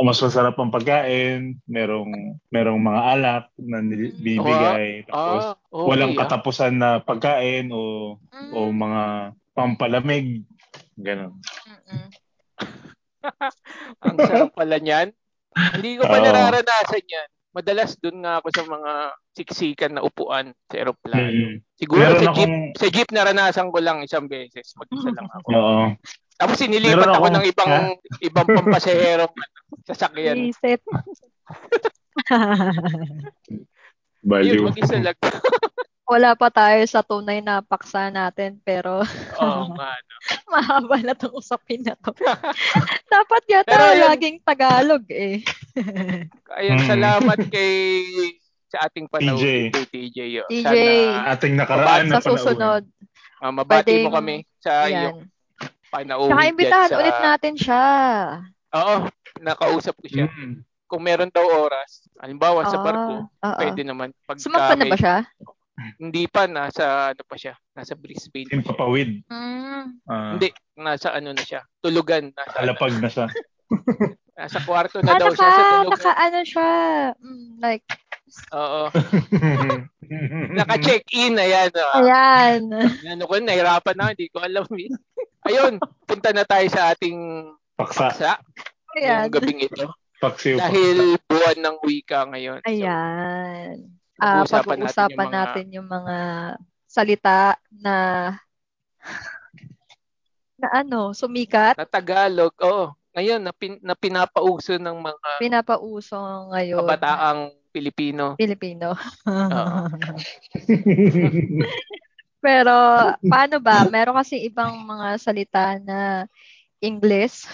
[SPEAKER 1] mas masarap ang pagkain, merong merong mga alak na nil- binibigay tapos
[SPEAKER 2] Ah, okay,
[SPEAKER 1] walang
[SPEAKER 2] ah.
[SPEAKER 1] katapusan na pagkain o o
[SPEAKER 2] Um,
[SPEAKER 1] mga pampalamig ganun.
[SPEAKER 4] Mm-mm.
[SPEAKER 2] Ang sarap pala niyan. Hindi ko pa
[SPEAKER 1] Oo.
[SPEAKER 2] nararanasan yan. Madalas doon nga ako sa mga siksikan na upuan sa aeroplano.
[SPEAKER 1] Mm.
[SPEAKER 2] Siguro
[SPEAKER 1] Meron
[SPEAKER 2] sa jeep,
[SPEAKER 1] akong
[SPEAKER 2] sa jeep naranasan ko lang isang beses. Mag-isa lang ako.
[SPEAKER 1] oo.
[SPEAKER 2] Tapos sinilipat
[SPEAKER 1] Meron
[SPEAKER 2] ako
[SPEAKER 1] akong-
[SPEAKER 2] ng ibang
[SPEAKER 1] Ha?
[SPEAKER 2] ibang pampasahero sasakyan.
[SPEAKER 3] Reset.
[SPEAKER 2] Yun,
[SPEAKER 1] Value.
[SPEAKER 2] mag-isa lang.
[SPEAKER 3] Wala pa tayo sa tunay na paksa natin, pero
[SPEAKER 2] Oo nga. no.
[SPEAKER 3] mahaba na itong usapin na to. Dapat yata
[SPEAKER 2] Pero yun-
[SPEAKER 3] laging Tagalog eh.
[SPEAKER 2] Ayun,
[SPEAKER 1] Mm.
[SPEAKER 2] salamat kay sa ating panahon.
[SPEAKER 1] TJ.
[SPEAKER 2] kay TJ. oh.
[SPEAKER 3] TJ.
[SPEAKER 2] Sana
[SPEAKER 1] Ating nakaraan na
[SPEAKER 3] Sa
[SPEAKER 1] panahon.
[SPEAKER 3] susunod.
[SPEAKER 2] ah, mabati mo
[SPEAKER 3] Pwedeng-
[SPEAKER 2] kami sa iyong
[SPEAKER 3] Yan.
[SPEAKER 2] panahon.
[SPEAKER 3] Saka
[SPEAKER 2] dyan
[SPEAKER 3] imbitahan
[SPEAKER 2] sa-
[SPEAKER 3] ulit natin siya.
[SPEAKER 2] Oo, nakausap ko siya.
[SPEAKER 1] Mm.
[SPEAKER 2] Kung meron daw oras, halimbawa sa
[SPEAKER 3] Oo,
[SPEAKER 2] barko,
[SPEAKER 3] oo.
[SPEAKER 2] pwede naman. Pag
[SPEAKER 3] Sumampa Ah, na ba siya?
[SPEAKER 2] Hindi pa, nasa ano pa siya, nasa Brisbane.
[SPEAKER 1] Yung papawid.
[SPEAKER 4] Mm.
[SPEAKER 1] Ah,
[SPEAKER 2] Hindi, nasa ano na siya, tulugan. Nasa,
[SPEAKER 1] alapag na siya.
[SPEAKER 2] nasa kwarto na
[SPEAKER 3] Ah,
[SPEAKER 2] daw
[SPEAKER 3] naka,
[SPEAKER 2] siya sa tulugan.
[SPEAKER 3] naka ano siya. Mm, like,
[SPEAKER 2] Oo, naka-check-in, ayan.
[SPEAKER 3] Oh.
[SPEAKER 2] ah.
[SPEAKER 3] ayan.
[SPEAKER 2] Ano ko, nahirapan na, hindi ko alam. Eh. Ayun, punta na tayo sa ating
[SPEAKER 1] Paksa.
[SPEAKER 2] paksa
[SPEAKER 3] Ayan.
[SPEAKER 2] ngayong gabing ito.
[SPEAKER 1] Paksiw.
[SPEAKER 2] Dahil buwan ng wika ngayon. So,
[SPEAKER 3] Ayan. Ah,
[SPEAKER 2] pag-uusapan natin yung
[SPEAKER 3] pag-uusapan
[SPEAKER 2] mga-
[SPEAKER 3] natin yung mga salita na na ano, sumikat,
[SPEAKER 2] na Tagalog, oo. Ngayon, na, pin, na pinapauso ng mga
[SPEAKER 3] pinapauso ngayon.
[SPEAKER 2] kabataang Pilipino.
[SPEAKER 3] Filipino.
[SPEAKER 2] Oo.
[SPEAKER 3] Pero paano ba? Meron kasi ibang mga salita na English.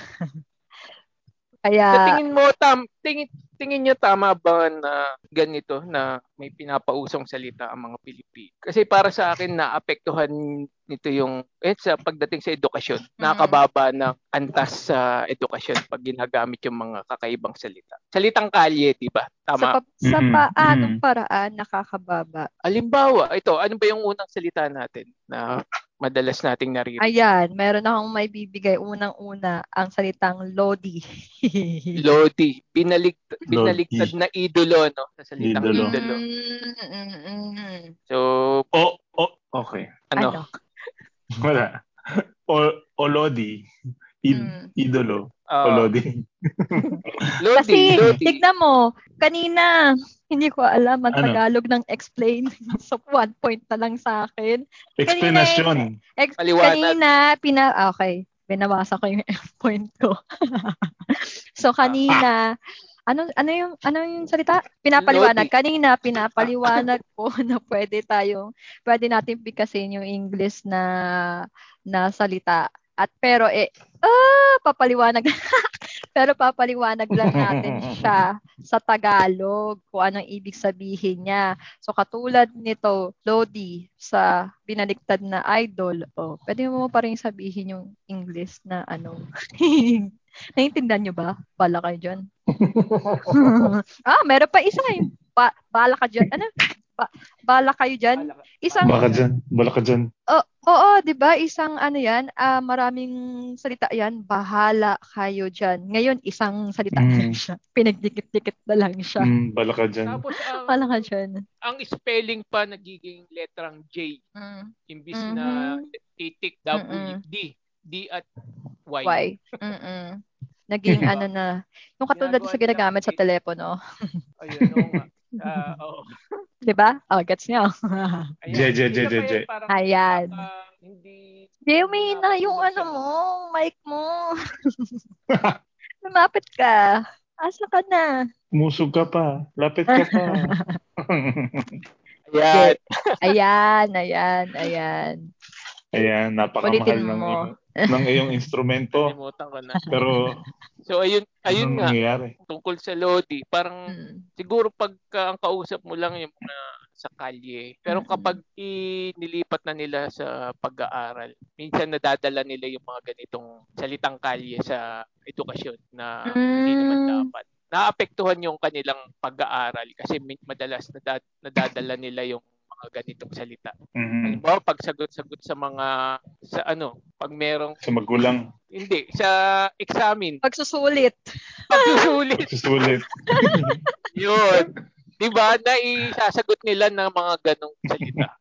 [SPEAKER 2] Sa
[SPEAKER 3] Kaya
[SPEAKER 2] tingin mo, tam, tingin, tingin nyo tama ba na ganito na may pinapausong salita ang mga Pilipino? Kasi para sa akin, naapektuhan nito yung, eh, sa pagdating sa edukasyon,
[SPEAKER 3] Mm-hmm.
[SPEAKER 2] nakababa ng antas sa edukasyon pag ginagamit yung mga kakaibang salita. Salitang kalye, di ba?
[SPEAKER 3] sa,
[SPEAKER 2] Tama.
[SPEAKER 3] pa- sa
[SPEAKER 1] Mm-mm,
[SPEAKER 3] paanong
[SPEAKER 1] mm.
[SPEAKER 3] paraan nakakababa?
[SPEAKER 2] Alimbawa, ito, ano ba yung unang salita natin na madalas nating naririnig?
[SPEAKER 3] Ayan, meron akong may bibigay unang-una ang salitang Lodi.
[SPEAKER 2] Lodi, binalik binaligtad
[SPEAKER 1] Lodi.
[SPEAKER 2] na idolo no sa salitang
[SPEAKER 1] Idolo.
[SPEAKER 2] idolo.
[SPEAKER 3] Mm, mm, mm.
[SPEAKER 2] So
[SPEAKER 1] O, o, okay.
[SPEAKER 2] ano,
[SPEAKER 3] Ano?
[SPEAKER 1] Wala. O, Olodi. Id,
[SPEAKER 3] Mm.
[SPEAKER 1] Idolo.
[SPEAKER 2] Hmm. ah,
[SPEAKER 1] Olodi.
[SPEAKER 2] Lodi,
[SPEAKER 3] Kasi,
[SPEAKER 2] Lodi.
[SPEAKER 3] tignan mo, kanina, hindi ko alam ang
[SPEAKER 1] Ano?
[SPEAKER 3] Tagalog ng explain. so, one point na lang sa akin.
[SPEAKER 1] Explanation.
[SPEAKER 3] Ex-
[SPEAKER 2] Paliwanag.
[SPEAKER 3] Kanina, pina... ah, Okay, binawasan ko yung point ko. so, kanina, ano ano yung ano yung salita? Pinapaliwanag
[SPEAKER 2] Lodi.
[SPEAKER 3] kanina pinapaliwanag ko na pwede tayong pwede natin bigkasin yung English na na salita. At pero eh ah, papaliwanag pero papaliwanag lang natin siya sa Tagalog kung anong ibig sabihin niya. So katulad nito, Lodi sa binaliktad na idol, oh, pwede mo pa rin sabihin yung English na ano. Naiintindihan niyo ba? Bala kayo dyan. ah, meron pa isa eh. Ba- bala ka dyan. Ano? Ba- bala kayo dyan. Isang,
[SPEAKER 1] Baka dyan. Bala ka dyan.
[SPEAKER 3] oh, oo, di ba? Isang ano yan, ah, maraming salita yan. Bahala kayo dyan. Ngayon, isang salita na lang
[SPEAKER 1] Mm.
[SPEAKER 3] siya. Pinagdikit-dikit na lang siya.
[SPEAKER 1] Mm, bala ka dyan.
[SPEAKER 2] Tapos ang,
[SPEAKER 3] Bala ka dyan.
[SPEAKER 2] ang spelling pa nagiging letrang J
[SPEAKER 3] Mm.
[SPEAKER 2] imbis na titik W
[SPEAKER 3] Mm-hmm. Mm-mm.
[SPEAKER 2] D D at Y.
[SPEAKER 3] Why? Mm-mm. Naging ano na. Yung katulad sa
[SPEAKER 2] Ginagawa
[SPEAKER 3] ginagamit
[SPEAKER 2] nila-
[SPEAKER 3] sa telepono.
[SPEAKER 2] Ayun, oo nga. Ah, oo.
[SPEAKER 3] Di ba? Oh, gets niyo.
[SPEAKER 2] Ayan.
[SPEAKER 1] J, J, J,
[SPEAKER 2] Isa pa
[SPEAKER 1] J,
[SPEAKER 2] yun, parang
[SPEAKER 3] Ayan.
[SPEAKER 2] nakaka- hindi
[SPEAKER 3] Jimmy, na yung ano mo, mic mo. Lumapit ka. Asa ka na?
[SPEAKER 1] Musog ka pa. Lapit ka pa.
[SPEAKER 2] Ayan.
[SPEAKER 3] Ayan, ayan, ayan.
[SPEAKER 1] Ayan, napakamahal
[SPEAKER 3] Ulitin
[SPEAKER 1] ng
[SPEAKER 3] mo.
[SPEAKER 1] ng iyong instrumento.
[SPEAKER 2] Kalimutan ko na.
[SPEAKER 1] Pero
[SPEAKER 2] So, ayun,
[SPEAKER 1] Oh. anong
[SPEAKER 2] ayun nga,
[SPEAKER 1] nangyayari?
[SPEAKER 2] tungkol sa Lodi, parang
[SPEAKER 3] Mm.
[SPEAKER 2] siguro pag ang kausap mo lang yung mga sa kalye. Pero
[SPEAKER 3] Mm-mm.
[SPEAKER 2] kapag inilipat na nila sa pag-aaral, minsan nadadala nila yung mga ganitong salitang kalye sa edukasyon na hindi naman
[SPEAKER 3] Mm.
[SPEAKER 2] dapat. Naapektuhan yung kanilang pag-aaral kasi min- madalas nada- nadadala nila yung mga ganitong salita.
[SPEAKER 3] Mm.
[SPEAKER 1] Mhm.
[SPEAKER 2] Halimbawa, pagsagot-sagot sa mga, sa ano, pag merong,
[SPEAKER 1] Sa magulang,
[SPEAKER 2] hindi, sa examin,
[SPEAKER 3] Pagsusulit.
[SPEAKER 2] pagsusulit,
[SPEAKER 1] susulit.
[SPEAKER 2] Yun. Di ba? Na isasagot nila ng mga ganong salita.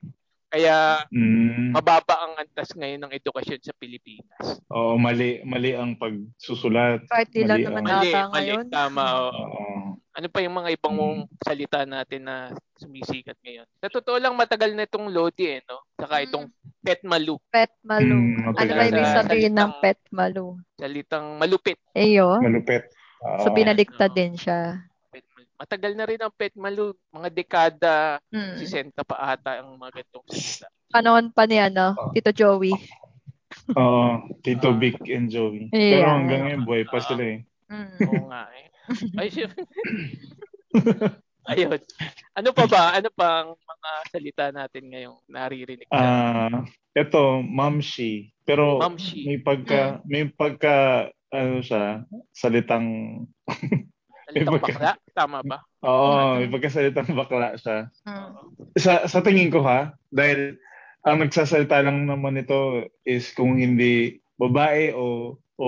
[SPEAKER 2] Kaya
[SPEAKER 1] Mm.
[SPEAKER 2] mababa ang antas ngayon ng edukasyon sa Pilipinas.
[SPEAKER 1] Oo, mali, mali ang pagsusulat.
[SPEAKER 3] Kahit di lang
[SPEAKER 1] Mali oh.
[SPEAKER 3] naman
[SPEAKER 1] ang-
[SPEAKER 2] Mali,
[SPEAKER 3] ata
[SPEAKER 2] mali.
[SPEAKER 3] ngayon.
[SPEAKER 2] Tama. oo.
[SPEAKER 1] Oo.
[SPEAKER 2] Ano pa yung mga ibang mong salita natin na sumisikat ngayon? Sa totoo lang, matagal na itong Lodi eh, no? Saka itong pet malu.
[SPEAKER 3] Pet malu.
[SPEAKER 1] Mm,
[SPEAKER 3] ano
[SPEAKER 1] matagal
[SPEAKER 3] ba ibig
[SPEAKER 1] na.
[SPEAKER 3] sabihin ng
[SPEAKER 2] Salitang-
[SPEAKER 3] pet malu?
[SPEAKER 2] Salitang malupit.
[SPEAKER 3] Eyo.
[SPEAKER 1] Malupit. Oo.
[SPEAKER 3] So, binaliktad
[SPEAKER 2] Oo.
[SPEAKER 3] din siya.
[SPEAKER 2] Pet malu. Matagal na rin ang pet malu. Mga dekada,
[SPEAKER 3] Mm.
[SPEAKER 2] 60 pa ata ang mga ganitong salita.
[SPEAKER 3] Panahon pa ni ano,
[SPEAKER 1] Oo.
[SPEAKER 3] Tito Joey.
[SPEAKER 1] Oo, Tito
[SPEAKER 2] Ah.
[SPEAKER 1] Vic and Joey.
[SPEAKER 3] Yeah.
[SPEAKER 1] Pero hanggang ngayon buhay pa
[SPEAKER 2] Ah.
[SPEAKER 1] sila eh.
[SPEAKER 3] Mm.
[SPEAKER 2] Oo nga eh. Ay, sure. Ayun. Ano pa ba? Ano pa ang mga salita natin ngayong naririnig na?
[SPEAKER 1] Ah, eto, Mamshi. Pero
[SPEAKER 2] Mamshi.
[SPEAKER 1] may
[SPEAKER 2] Mm.
[SPEAKER 1] pagka may pagka ano siya, salitang iba
[SPEAKER 2] Salitang
[SPEAKER 1] ka.
[SPEAKER 2] bakla? Tama ba?
[SPEAKER 1] Oo,
[SPEAKER 3] Mm.
[SPEAKER 1] may pagkasalitang bakla siya.
[SPEAKER 3] Mm.
[SPEAKER 1] sa sa tingin ko ha, dahil ang nagsasalita lang naman nito is kung hindi babae o o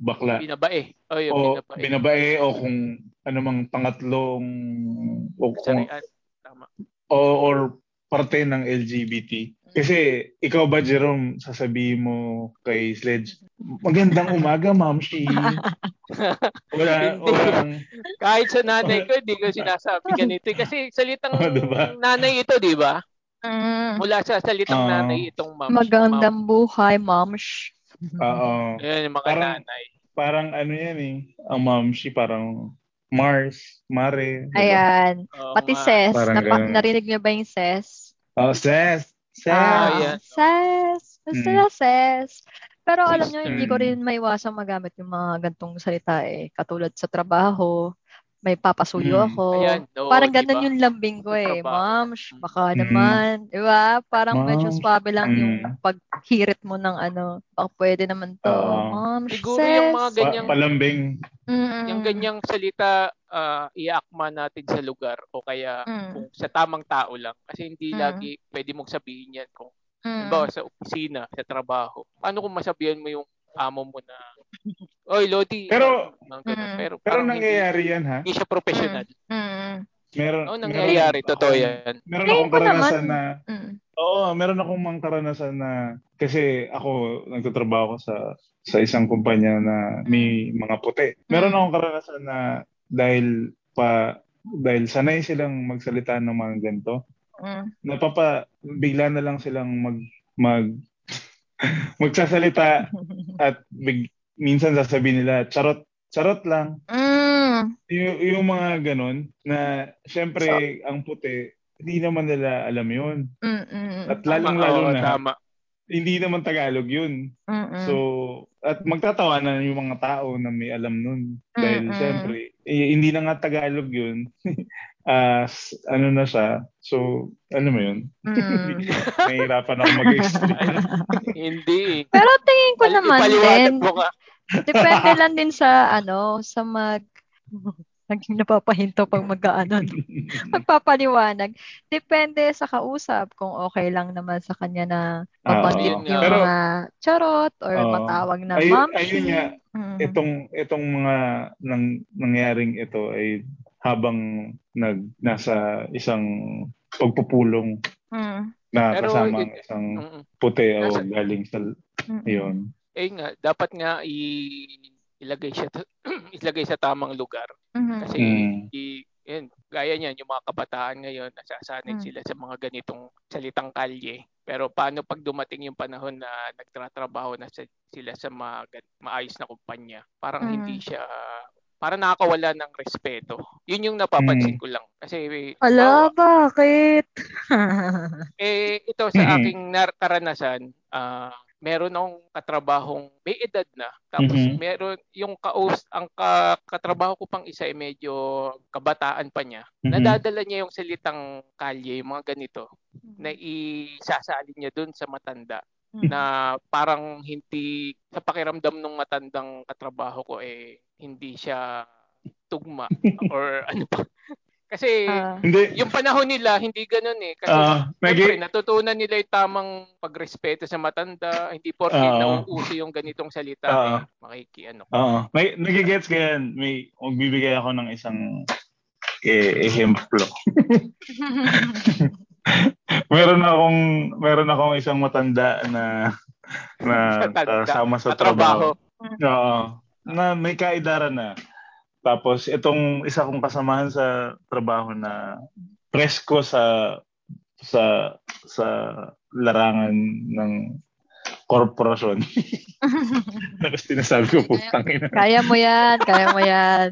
[SPEAKER 1] bakla
[SPEAKER 2] Binabae. O yun,
[SPEAKER 1] o
[SPEAKER 2] binabae.
[SPEAKER 1] binabae o kung anumang pangatlong o kung
[SPEAKER 2] Kasarian. Tama.
[SPEAKER 1] o or parte ng LGBT. Kasi ikaw ba Jerome sasabihin mo kay Sledge, magandang umaga ma'am she. Wala
[SPEAKER 2] Hindi.
[SPEAKER 1] wala ang
[SPEAKER 2] Kahit sa nanay ko, hindi ko sinasabi ganito. eh. Kasi salitang
[SPEAKER 1] Oh, diba?
[SPEAKER 2] nanay ito, di ba?
[SPEAKER 3] Mm.
[SPEAKER 2] Mula sa salitang
[SPEAKER 1] Ah.
[SPEAKER 2] nanay itong mamshi. Mam-
[SPEAKER 3] Magandang buhay, moms.
[SPEAKER 1] oo.
[SPEAKER 2] Ayun, yung mga
[SPEAKER 1] Parang-
[SPEAKER 2] nanay.
[SPEAKER 1] Parang ano yan eh, ang ma'am she parang Mars, Mare. diba?
[SPEAKER 3] Ayan.
[SPEAKER 2] Oo
[SPEAKER 3] Pati
[SPEAKER 2] nga.
[SPEAKER 3] ses.
[SPEAKER 1] Parang
[SPEAKER 3] Napa-
[SPEAKER 1] ganun.
[SPEAKER 3] narinig niyo ba yung ses?
[SPEAKER 1] Oh, Seth. Seth.
[SPEAKER 3] Ah,
[SPEAKER 2] ayan.
[SPEAKER 3] ses. Gusto
[SPEAKER 1] Hmm.
[SPEAKER 3] na ses. Pero alam nyo, hindi ko
[SPEAKER 1] Mm.
[SPEAKER 3] rin maiwasang magamit yung mga gantong salita eh. Katulad sa trabaho, may papasuyo
[SPEAKER 1] Mm.
[SPEAKER 3] ako.
[SPEAKER 2] Ayan. Oo,
[SPEAKER 3] Parang
[SPEAKER 2] di ba? Mm.
[SPEAKER 3] ganun yung lambing ko
[SPEAKER 2] Sa
[SPEAKER 3] eh.
[SPEAKER 2] trabaho.
[SPEAKER 3] Ma'am, sh- baka
[SPEAKER 1] Mhm.
[SPEAKER 3] naman. Diba? Parang medyo
[SPEAKER 1] Ma'am,
[SPEAKER 3] swabe lang yung
[SPEAKER 1] mm.
[SPEAKER 3] paghirit mo ng ano. Baka pwede naman to.
[SPEAKER 1] Oo.
[SPEAKER 3] Ma'am, sh-
[SPEAKER 2] Siguro yung
[SPEAKER 3] sis. Mm,
[SPEAKER 2] mga
[SPEAKER 1] Pa-
[SPEAKER 2] Ganyang-
[SPEAKER 1] palambing.
[SPEAKER 3] Mm-mm.
[SPEAKER 2] Yung ganyang salita, ah, iakma natin sa lugar o kaya
[SPEAKER 3] Mm.
[SPEAKER 2] kung sa tamang tao lang. Kasi hindi
[SPEAKER 3] Mm.
[SPEAKER 2] lagi pwede mong sabihin yan kung
[SPEAKER 3] Mm.
[SPEAKER 2] halimbawa sa opisina, sa trabaho. Paano kung masabihan mo yung amo mo na Oy, Lodi.
[SPEAKER 1] Pero-
[SPEAKER 2] Mga ganun.
[SPEAKER 3] Mm.
[SPEAKER 2] pero,
[SPEAKER 1] Pero
[SPEAKER 2] parang
[SPEAKER 1] nangyayari yan, ha?
[SPEAKER 2] Hindi, hindi siya professional.
[SPEAKER 3] Mm.
[SPEAKER 1] Meron,
[SPEAKER 2] Oo,
[SPEAKER 1] meron
[SPEAKER 2] nangyayari.
[SPEAKER 1] akong-
[SPEAKER 2] Totoo yan.
[SPEAKER 1] Meron
[SPEAKER 3] Ngayon
[SPEAKER 1] akong
[SPEAKER 3] pa naman.
[SPEAKER 1] karanasan na,
[SPEAKER 3] Mm.
[SPEAKER 1] oo, meron akong mga karanasan na, kasi ako, nagtatrabaho ko sa, sa isang kumpanya na may mga puti. Meron
[SPEAKER 3] Mm.
[SPEAKER 1] akong karanasan na, dahil pa, dahil sanay silang magsalita ng mga ganito,
[SPEAKER 3] Mm.
[SPEAKER 1] napapa bigla na lang silang mag mag magsasalita at big, minsan sasabihin nila charot charot lang
[SPEAKER 3] Mm.
[SPEAKER 1] y- yung mga ganun na syempre ang puti hindi naman nila alam yun
[SPEAKER 3] Mm-mm.
[SPEAKER 1] at
[SPEAKER 2] Tama,
[SPEAKER 1] lalong lalo
[SPEAKER 2] oo,
[SPEAKER 1] na
[SPEAKER 2] tama. Mm.
[SPEAKER 1] hindi naman Tagalog yun
[SPEAKER 3] Mm-mm.
[SPEAKER 1] so at magtatawa na yung mga tao na may alam nun
[SPEAKER 2] Mm,
[SPEAKER 1] dahil
[SPEAKER 3] Mm-mm.
[SPEAKER 1] syempre eh, hindi na nga Tagalog yun as ano na siya so ano mo yun
[SPEAKER 3] Mm.
[SPEAKER 1] nahihirapan ako mag-explain
[SPEAKER 2] Hindi. eh.
[SPEAKER 3] Pero tingin ko
[SPEAKER 2] Pal-
[SPEAKER 3] naman
[SPEAKER 2] ipaliwanag
[SPEAKER 3] din,
[SPEAKER 2] mo ka.
[SPEAKER 3] depende lang din sa ano, sa mag naging napapahinto pag mag-ano, no? magpapaliwanag. Depende sa kausap kung okay lang naman sa kanya na mabanggit
[SPEAKER 2] Oo.
[SPEAKER 3] yung
[SPEAKER 2] Pero-
[SPEAKER 3] mga charot or
[SPEAKER 1] Oo.
[SPEAKER 3] matawag na
[SPEAKER 1] Ayun-
[SPEAKER 3] mamshi.
[SPEAKER 1] ayun nga,
[SPEAKER 3] Mm.
[SPEAKER 1] itong itong mga nang, nangyaring ito ay habang nag nasa isang pagpupulong
[SPEAKER 3] Mm.
[SPEAKER 1] na
[SPEAKER 2] Pero
[SPEAKER 1] kasama ang
[SPEAKER 2] it-
[SPEAKER 1] isang
[SPEAKER 2] Mm-mm.
[SPEAKER 1] puti o
[SPEAKER 2] Nasa-
[SPEAKER 1] galing sa
[SPEAKER 3] Mm-mm.
[SPEAKER 1] yun.
[SPEAKER 2] Eh nga, dapat nga i- ilagay siya ilagay sa tamang lugar.
[SPEAKER 3] Mhm.
[SPEAKER 2] Kasi
[SPEAKER 1] Mm.
[SPEAKER 2] i, yun, gaya niyan, yung mga kabataan ngayon, nasasanay
[SPEAKER 3] Mm.
[SPEAKER 2] sila sa mga ganitong salitang kalye. Pero paano pag dumating yung panahon na nagtratrabaho na sa- sila sa mga gan- maayos na kumpanya, parang
[SPEAKER 3] Mm.
[SPEAKER 2] hindi siya parang nakakawala ng respeto. Yun yung napapansin ko lang. Kasi eh,
[SPEAKER 3] Ala, bakit?
[SPEAKER 2] eh, ito sa aking nar- karanasan, ah, meron akong katrabahong may edad na. Tapos
[SPEAKER 1] Mhm.
[SPEAKER 2] meron yung kaus ang ka, katrabaho ko pang isa ay medyo kabataan pa niya.
[SPEAKER 1] Mhm.
[SPEAKER 2] Nadadala niya yung salitang kalye, yung mga ganito na isasalin niya doon sa matanda
[SPEAKER 1] Mm-hmm.
[SPEAKER 2] na parang hindi sa pakiramdam ng matandang katrabaho ko eh hindi siya tugma or ano pa. Kasi
[SPEAKER 3] Ah,
[SPEAKER 1] Hindi.
[SPEAKER 2] yung panahon nila hindi ganoon eh kasi
[SPEAKER 1] Ah,
[SPEAKER 2] Siyempre,
[SPEAKER 1] nag-
[SPEAKER 2] natutunan nila yung tamang pagrespeto sa matanda. Hindi porke
[SPEAKER 1] Oo.
[SPEAKER 2] nauuso yung ganitong salita.
[SPEAKER 1] Oo.
[SPEAKER 2] eh, makiki, ano.
[SPEAKER 1] Oo. May nagigets ka yan. May magbibigay ako ng isang eh, ehemplo. Meron akong meron akong isang matanda na na
[SPEAKER 2] Matanda.
[SPEAKER 1] kasama sa trabaho.
[SPEAKER 2] Katrabaho.
[SPEAKER 1] Oo. Na may kaedara na. Tapos itong isa kong kasamahan sa trabaho na presko sa sa sa larangan ng korporasyon. Tapos tinasabi ko, putang ina.
[SPEAKER 3] kaya mo yan, kaya mo yan.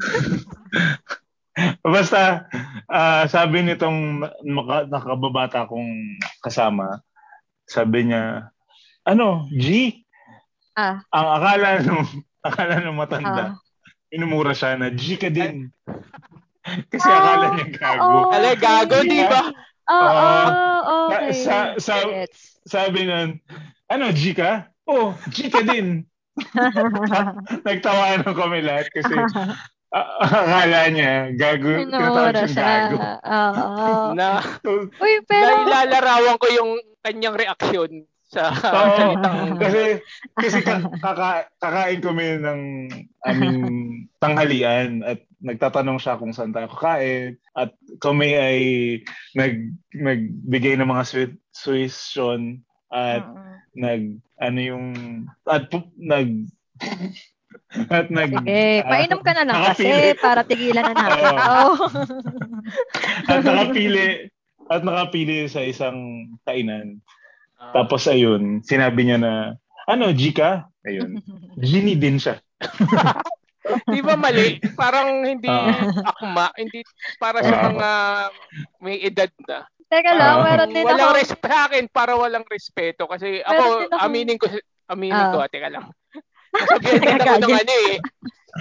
[SPEAKER 1] Basta, ah, sabi nitong maka- nakababata kong kasama, sabi niya, ano, G?
[SPEAKER 3] Ah.
[SPEAKER 1] Ang akala nung, akala nung
[SPEAKER 3] Ah.
[SPEAKER 1] matanda, inumura siya na, G ka din. Kasi
[SPEAKER 3] Ah,
[SPEAKER 1] akala niya gago.
[SPEAKER 3] oo.
[SPEAKER 2] Alay, gago,
[SPEAKER 1] Hindi
[SPEAKER 2] di
[SPEAKER 1] ba?
[SPEAKER 2] ba?
[SPEAKER 3] Oo,
[SPEAKER 1] Sa-
[SPEAKER 3] Oh, okay.
[SPEAKER 1] Ah. sa- sa-
[SPEAKER 3] Gets.
[SPEAKER 1] Sabi nun, ano, G ka? Oh, G ka din. Nagtawanan kami lahat kasi a- akala niya, gago, tinatawag
[SPEAKER 3] Inumura
[SPEAKER 1] siyang
[SPEAKER 3] siya.
[SPEAKER 1] gago.
[SPEAKER 3] Oo.
[SPEAKER 1] Ah.
[SPEAKER 2] Na,
[SPEAKER 3] Uy, pero...
[SPEAKER 2] nailalarawan ko yung kanyang reaksyon sa
[SPEAKER 1] Oo.
[SPEAKER 2] salitang...
[SPEAKER 1] Kasi kasi ka- kaka- kakain kami ng aming tanghalian at nagtatanong siya kung saan tayo kakain at kami ay nag nagbigay ng mga sweet suggestion at
[SPEAKER 3] Mm-mm.
[SPEAKER 1] nag ano yung at pu- nag at nag ah,
[SPEAKER 3] Sige, painom ka na
[SPEAKER 2] Ah,
[SPEAKER 3] lang kasi
[SPEAKER 1] nakapili.
[SPEAKER 3] para tigilan na natin.
[SPEAKER 1] Oo.
[SPEAKER 3] Oo.
[SPEAKER 1] at nakapili at nakapili sa isang kainan
[SPEAKER 2] Ah,
[SPEAKER 1] tapos ayun sinabi niya na ano G ka ayun Genie din siya
[SPEAKER 2] di ba mali? Parang hindi
[SPEAKER 1] Oo.
[SPEAKER 2] akma. Hindi para
[SPEAKER 1] Oo.
[SPEAKER 2] sa mga may edad na.
[SPEAKER 3] Teka lang,
[SPEAKER 1] Oo.
[SPEAKER 3] meron din
[SPEAKER 2] walang
[SPEAKER 3] ako.
[SPEAKER 2] respeto sa akin para walang respeto kasi
[SPEAKER 3] Meron
[SPEAKER 2] ako
[SPEAKER 3] din ako-
[SPEAKER 2] aminin ko aminin
[SPEAKER 3] Ah.
[SPEAKER 2] ko ate ka lang. Nasabihan din ako ng
[SPEAKER 3] Gagawin.
[SPEAKER 2] ano eh.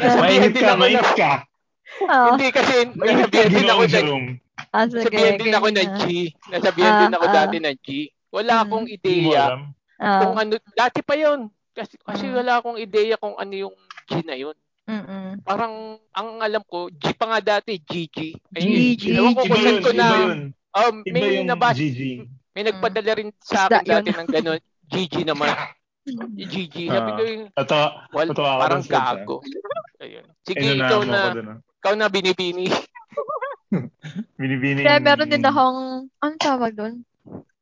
[SPEAKER 2] Nasabihan
[SPEAKER 1] Mainit
[SPEAKER 2] din
[SPEAKER 1] ka,
[SPEAKER 2] ako
[SPEAKER 1] mainit
[SPEAKER 2] ng
[SPEAKER 1] ka.
[SPEAKER 3] Oo.
[SPEAKER 2] hindi kasi
[SPEAKER 1] Mainit ka
[SPEAKER 2] nasabihan din ako
[SPEAKER 1] ginawa sa
[SPEAKER 2] ng
[SPEAKER 1] room.
[SPEAKER 3] Ah, sige,
[SPEAKER 2] nasabihan din ako ng G.
[SPEAKER 3] ganyan.
[SPEAKER 2] Nasabihan din ako
[SPEAKER 3] Ah, ah.
[SPEAKER 2] dati ng G. Wala
[SPEAKER 3] Hmm.
[SPEAKER 2] akong
[SPEAKER 1] Hindi mo
[SPEAKER 2] ideya
[SPEAKER 1] alam.
[SPEAKER 3] Oo.
[SPEAKER 2] kung ano dati pa 'yon. Kasi kasi
[SPEAKER 3] Hmm.
[SPEAKER 2] wala akong ideya kung ano yung G na 'yon.
[SPEAKER 3] Mm-mm.
[SPEAKER 2] Parang ang alam ko, G pa nga dati, GG. Ayun.
[SPEAKER 3] GG.
[SPEAKER 2] Ewan ko
[SPEAKER 1] Iba
[SPEAKER 2] kung saan
[SPEAKER 1] yun,
[SPEAKER 2] ko
[SPEAKER 1] iba
[SPEAKER 2] na,
[SPEAKER 1] yun.
[SPEAKER 2] um,
[SPEAKER 1] Iba
[SPEAKER 2] may
[SPEAKER 1] yung
[SPEAKER 2] nabasa
[SPEAKER 1] GG.
[SPEAKER 2] May nagpadala rin sa
[SPEAKER 3] Isda
[SPEAKER 2] akin dati
[SPEAKER 3] yun.
[SPEAKER 2] ng gano'n. GG naman. GG. Sabi
[SPEAKER 1] Ah.
[SPEAKER 2] ko yung,
[SPEAKER 1] Ito,
[SPEAKER 2] well,
[SPEAKER 1] Totoo ako
[SPEAKER 2] parang
[SPEAKER 1] dun, Seth, ah.
[SPEAKER 2] gago. Ayun. Sige, ikaw
[SPEAKER 1] inunahan mo
[SPEAKER 2] na,
[SPEAKER 1] ako dun. ah.
[SPEAKER 2] ikaw na binibini.
[SPEAKER 1] Binibining.
[SPEAKER 3] Kaya meron din akong, ano tawag doon?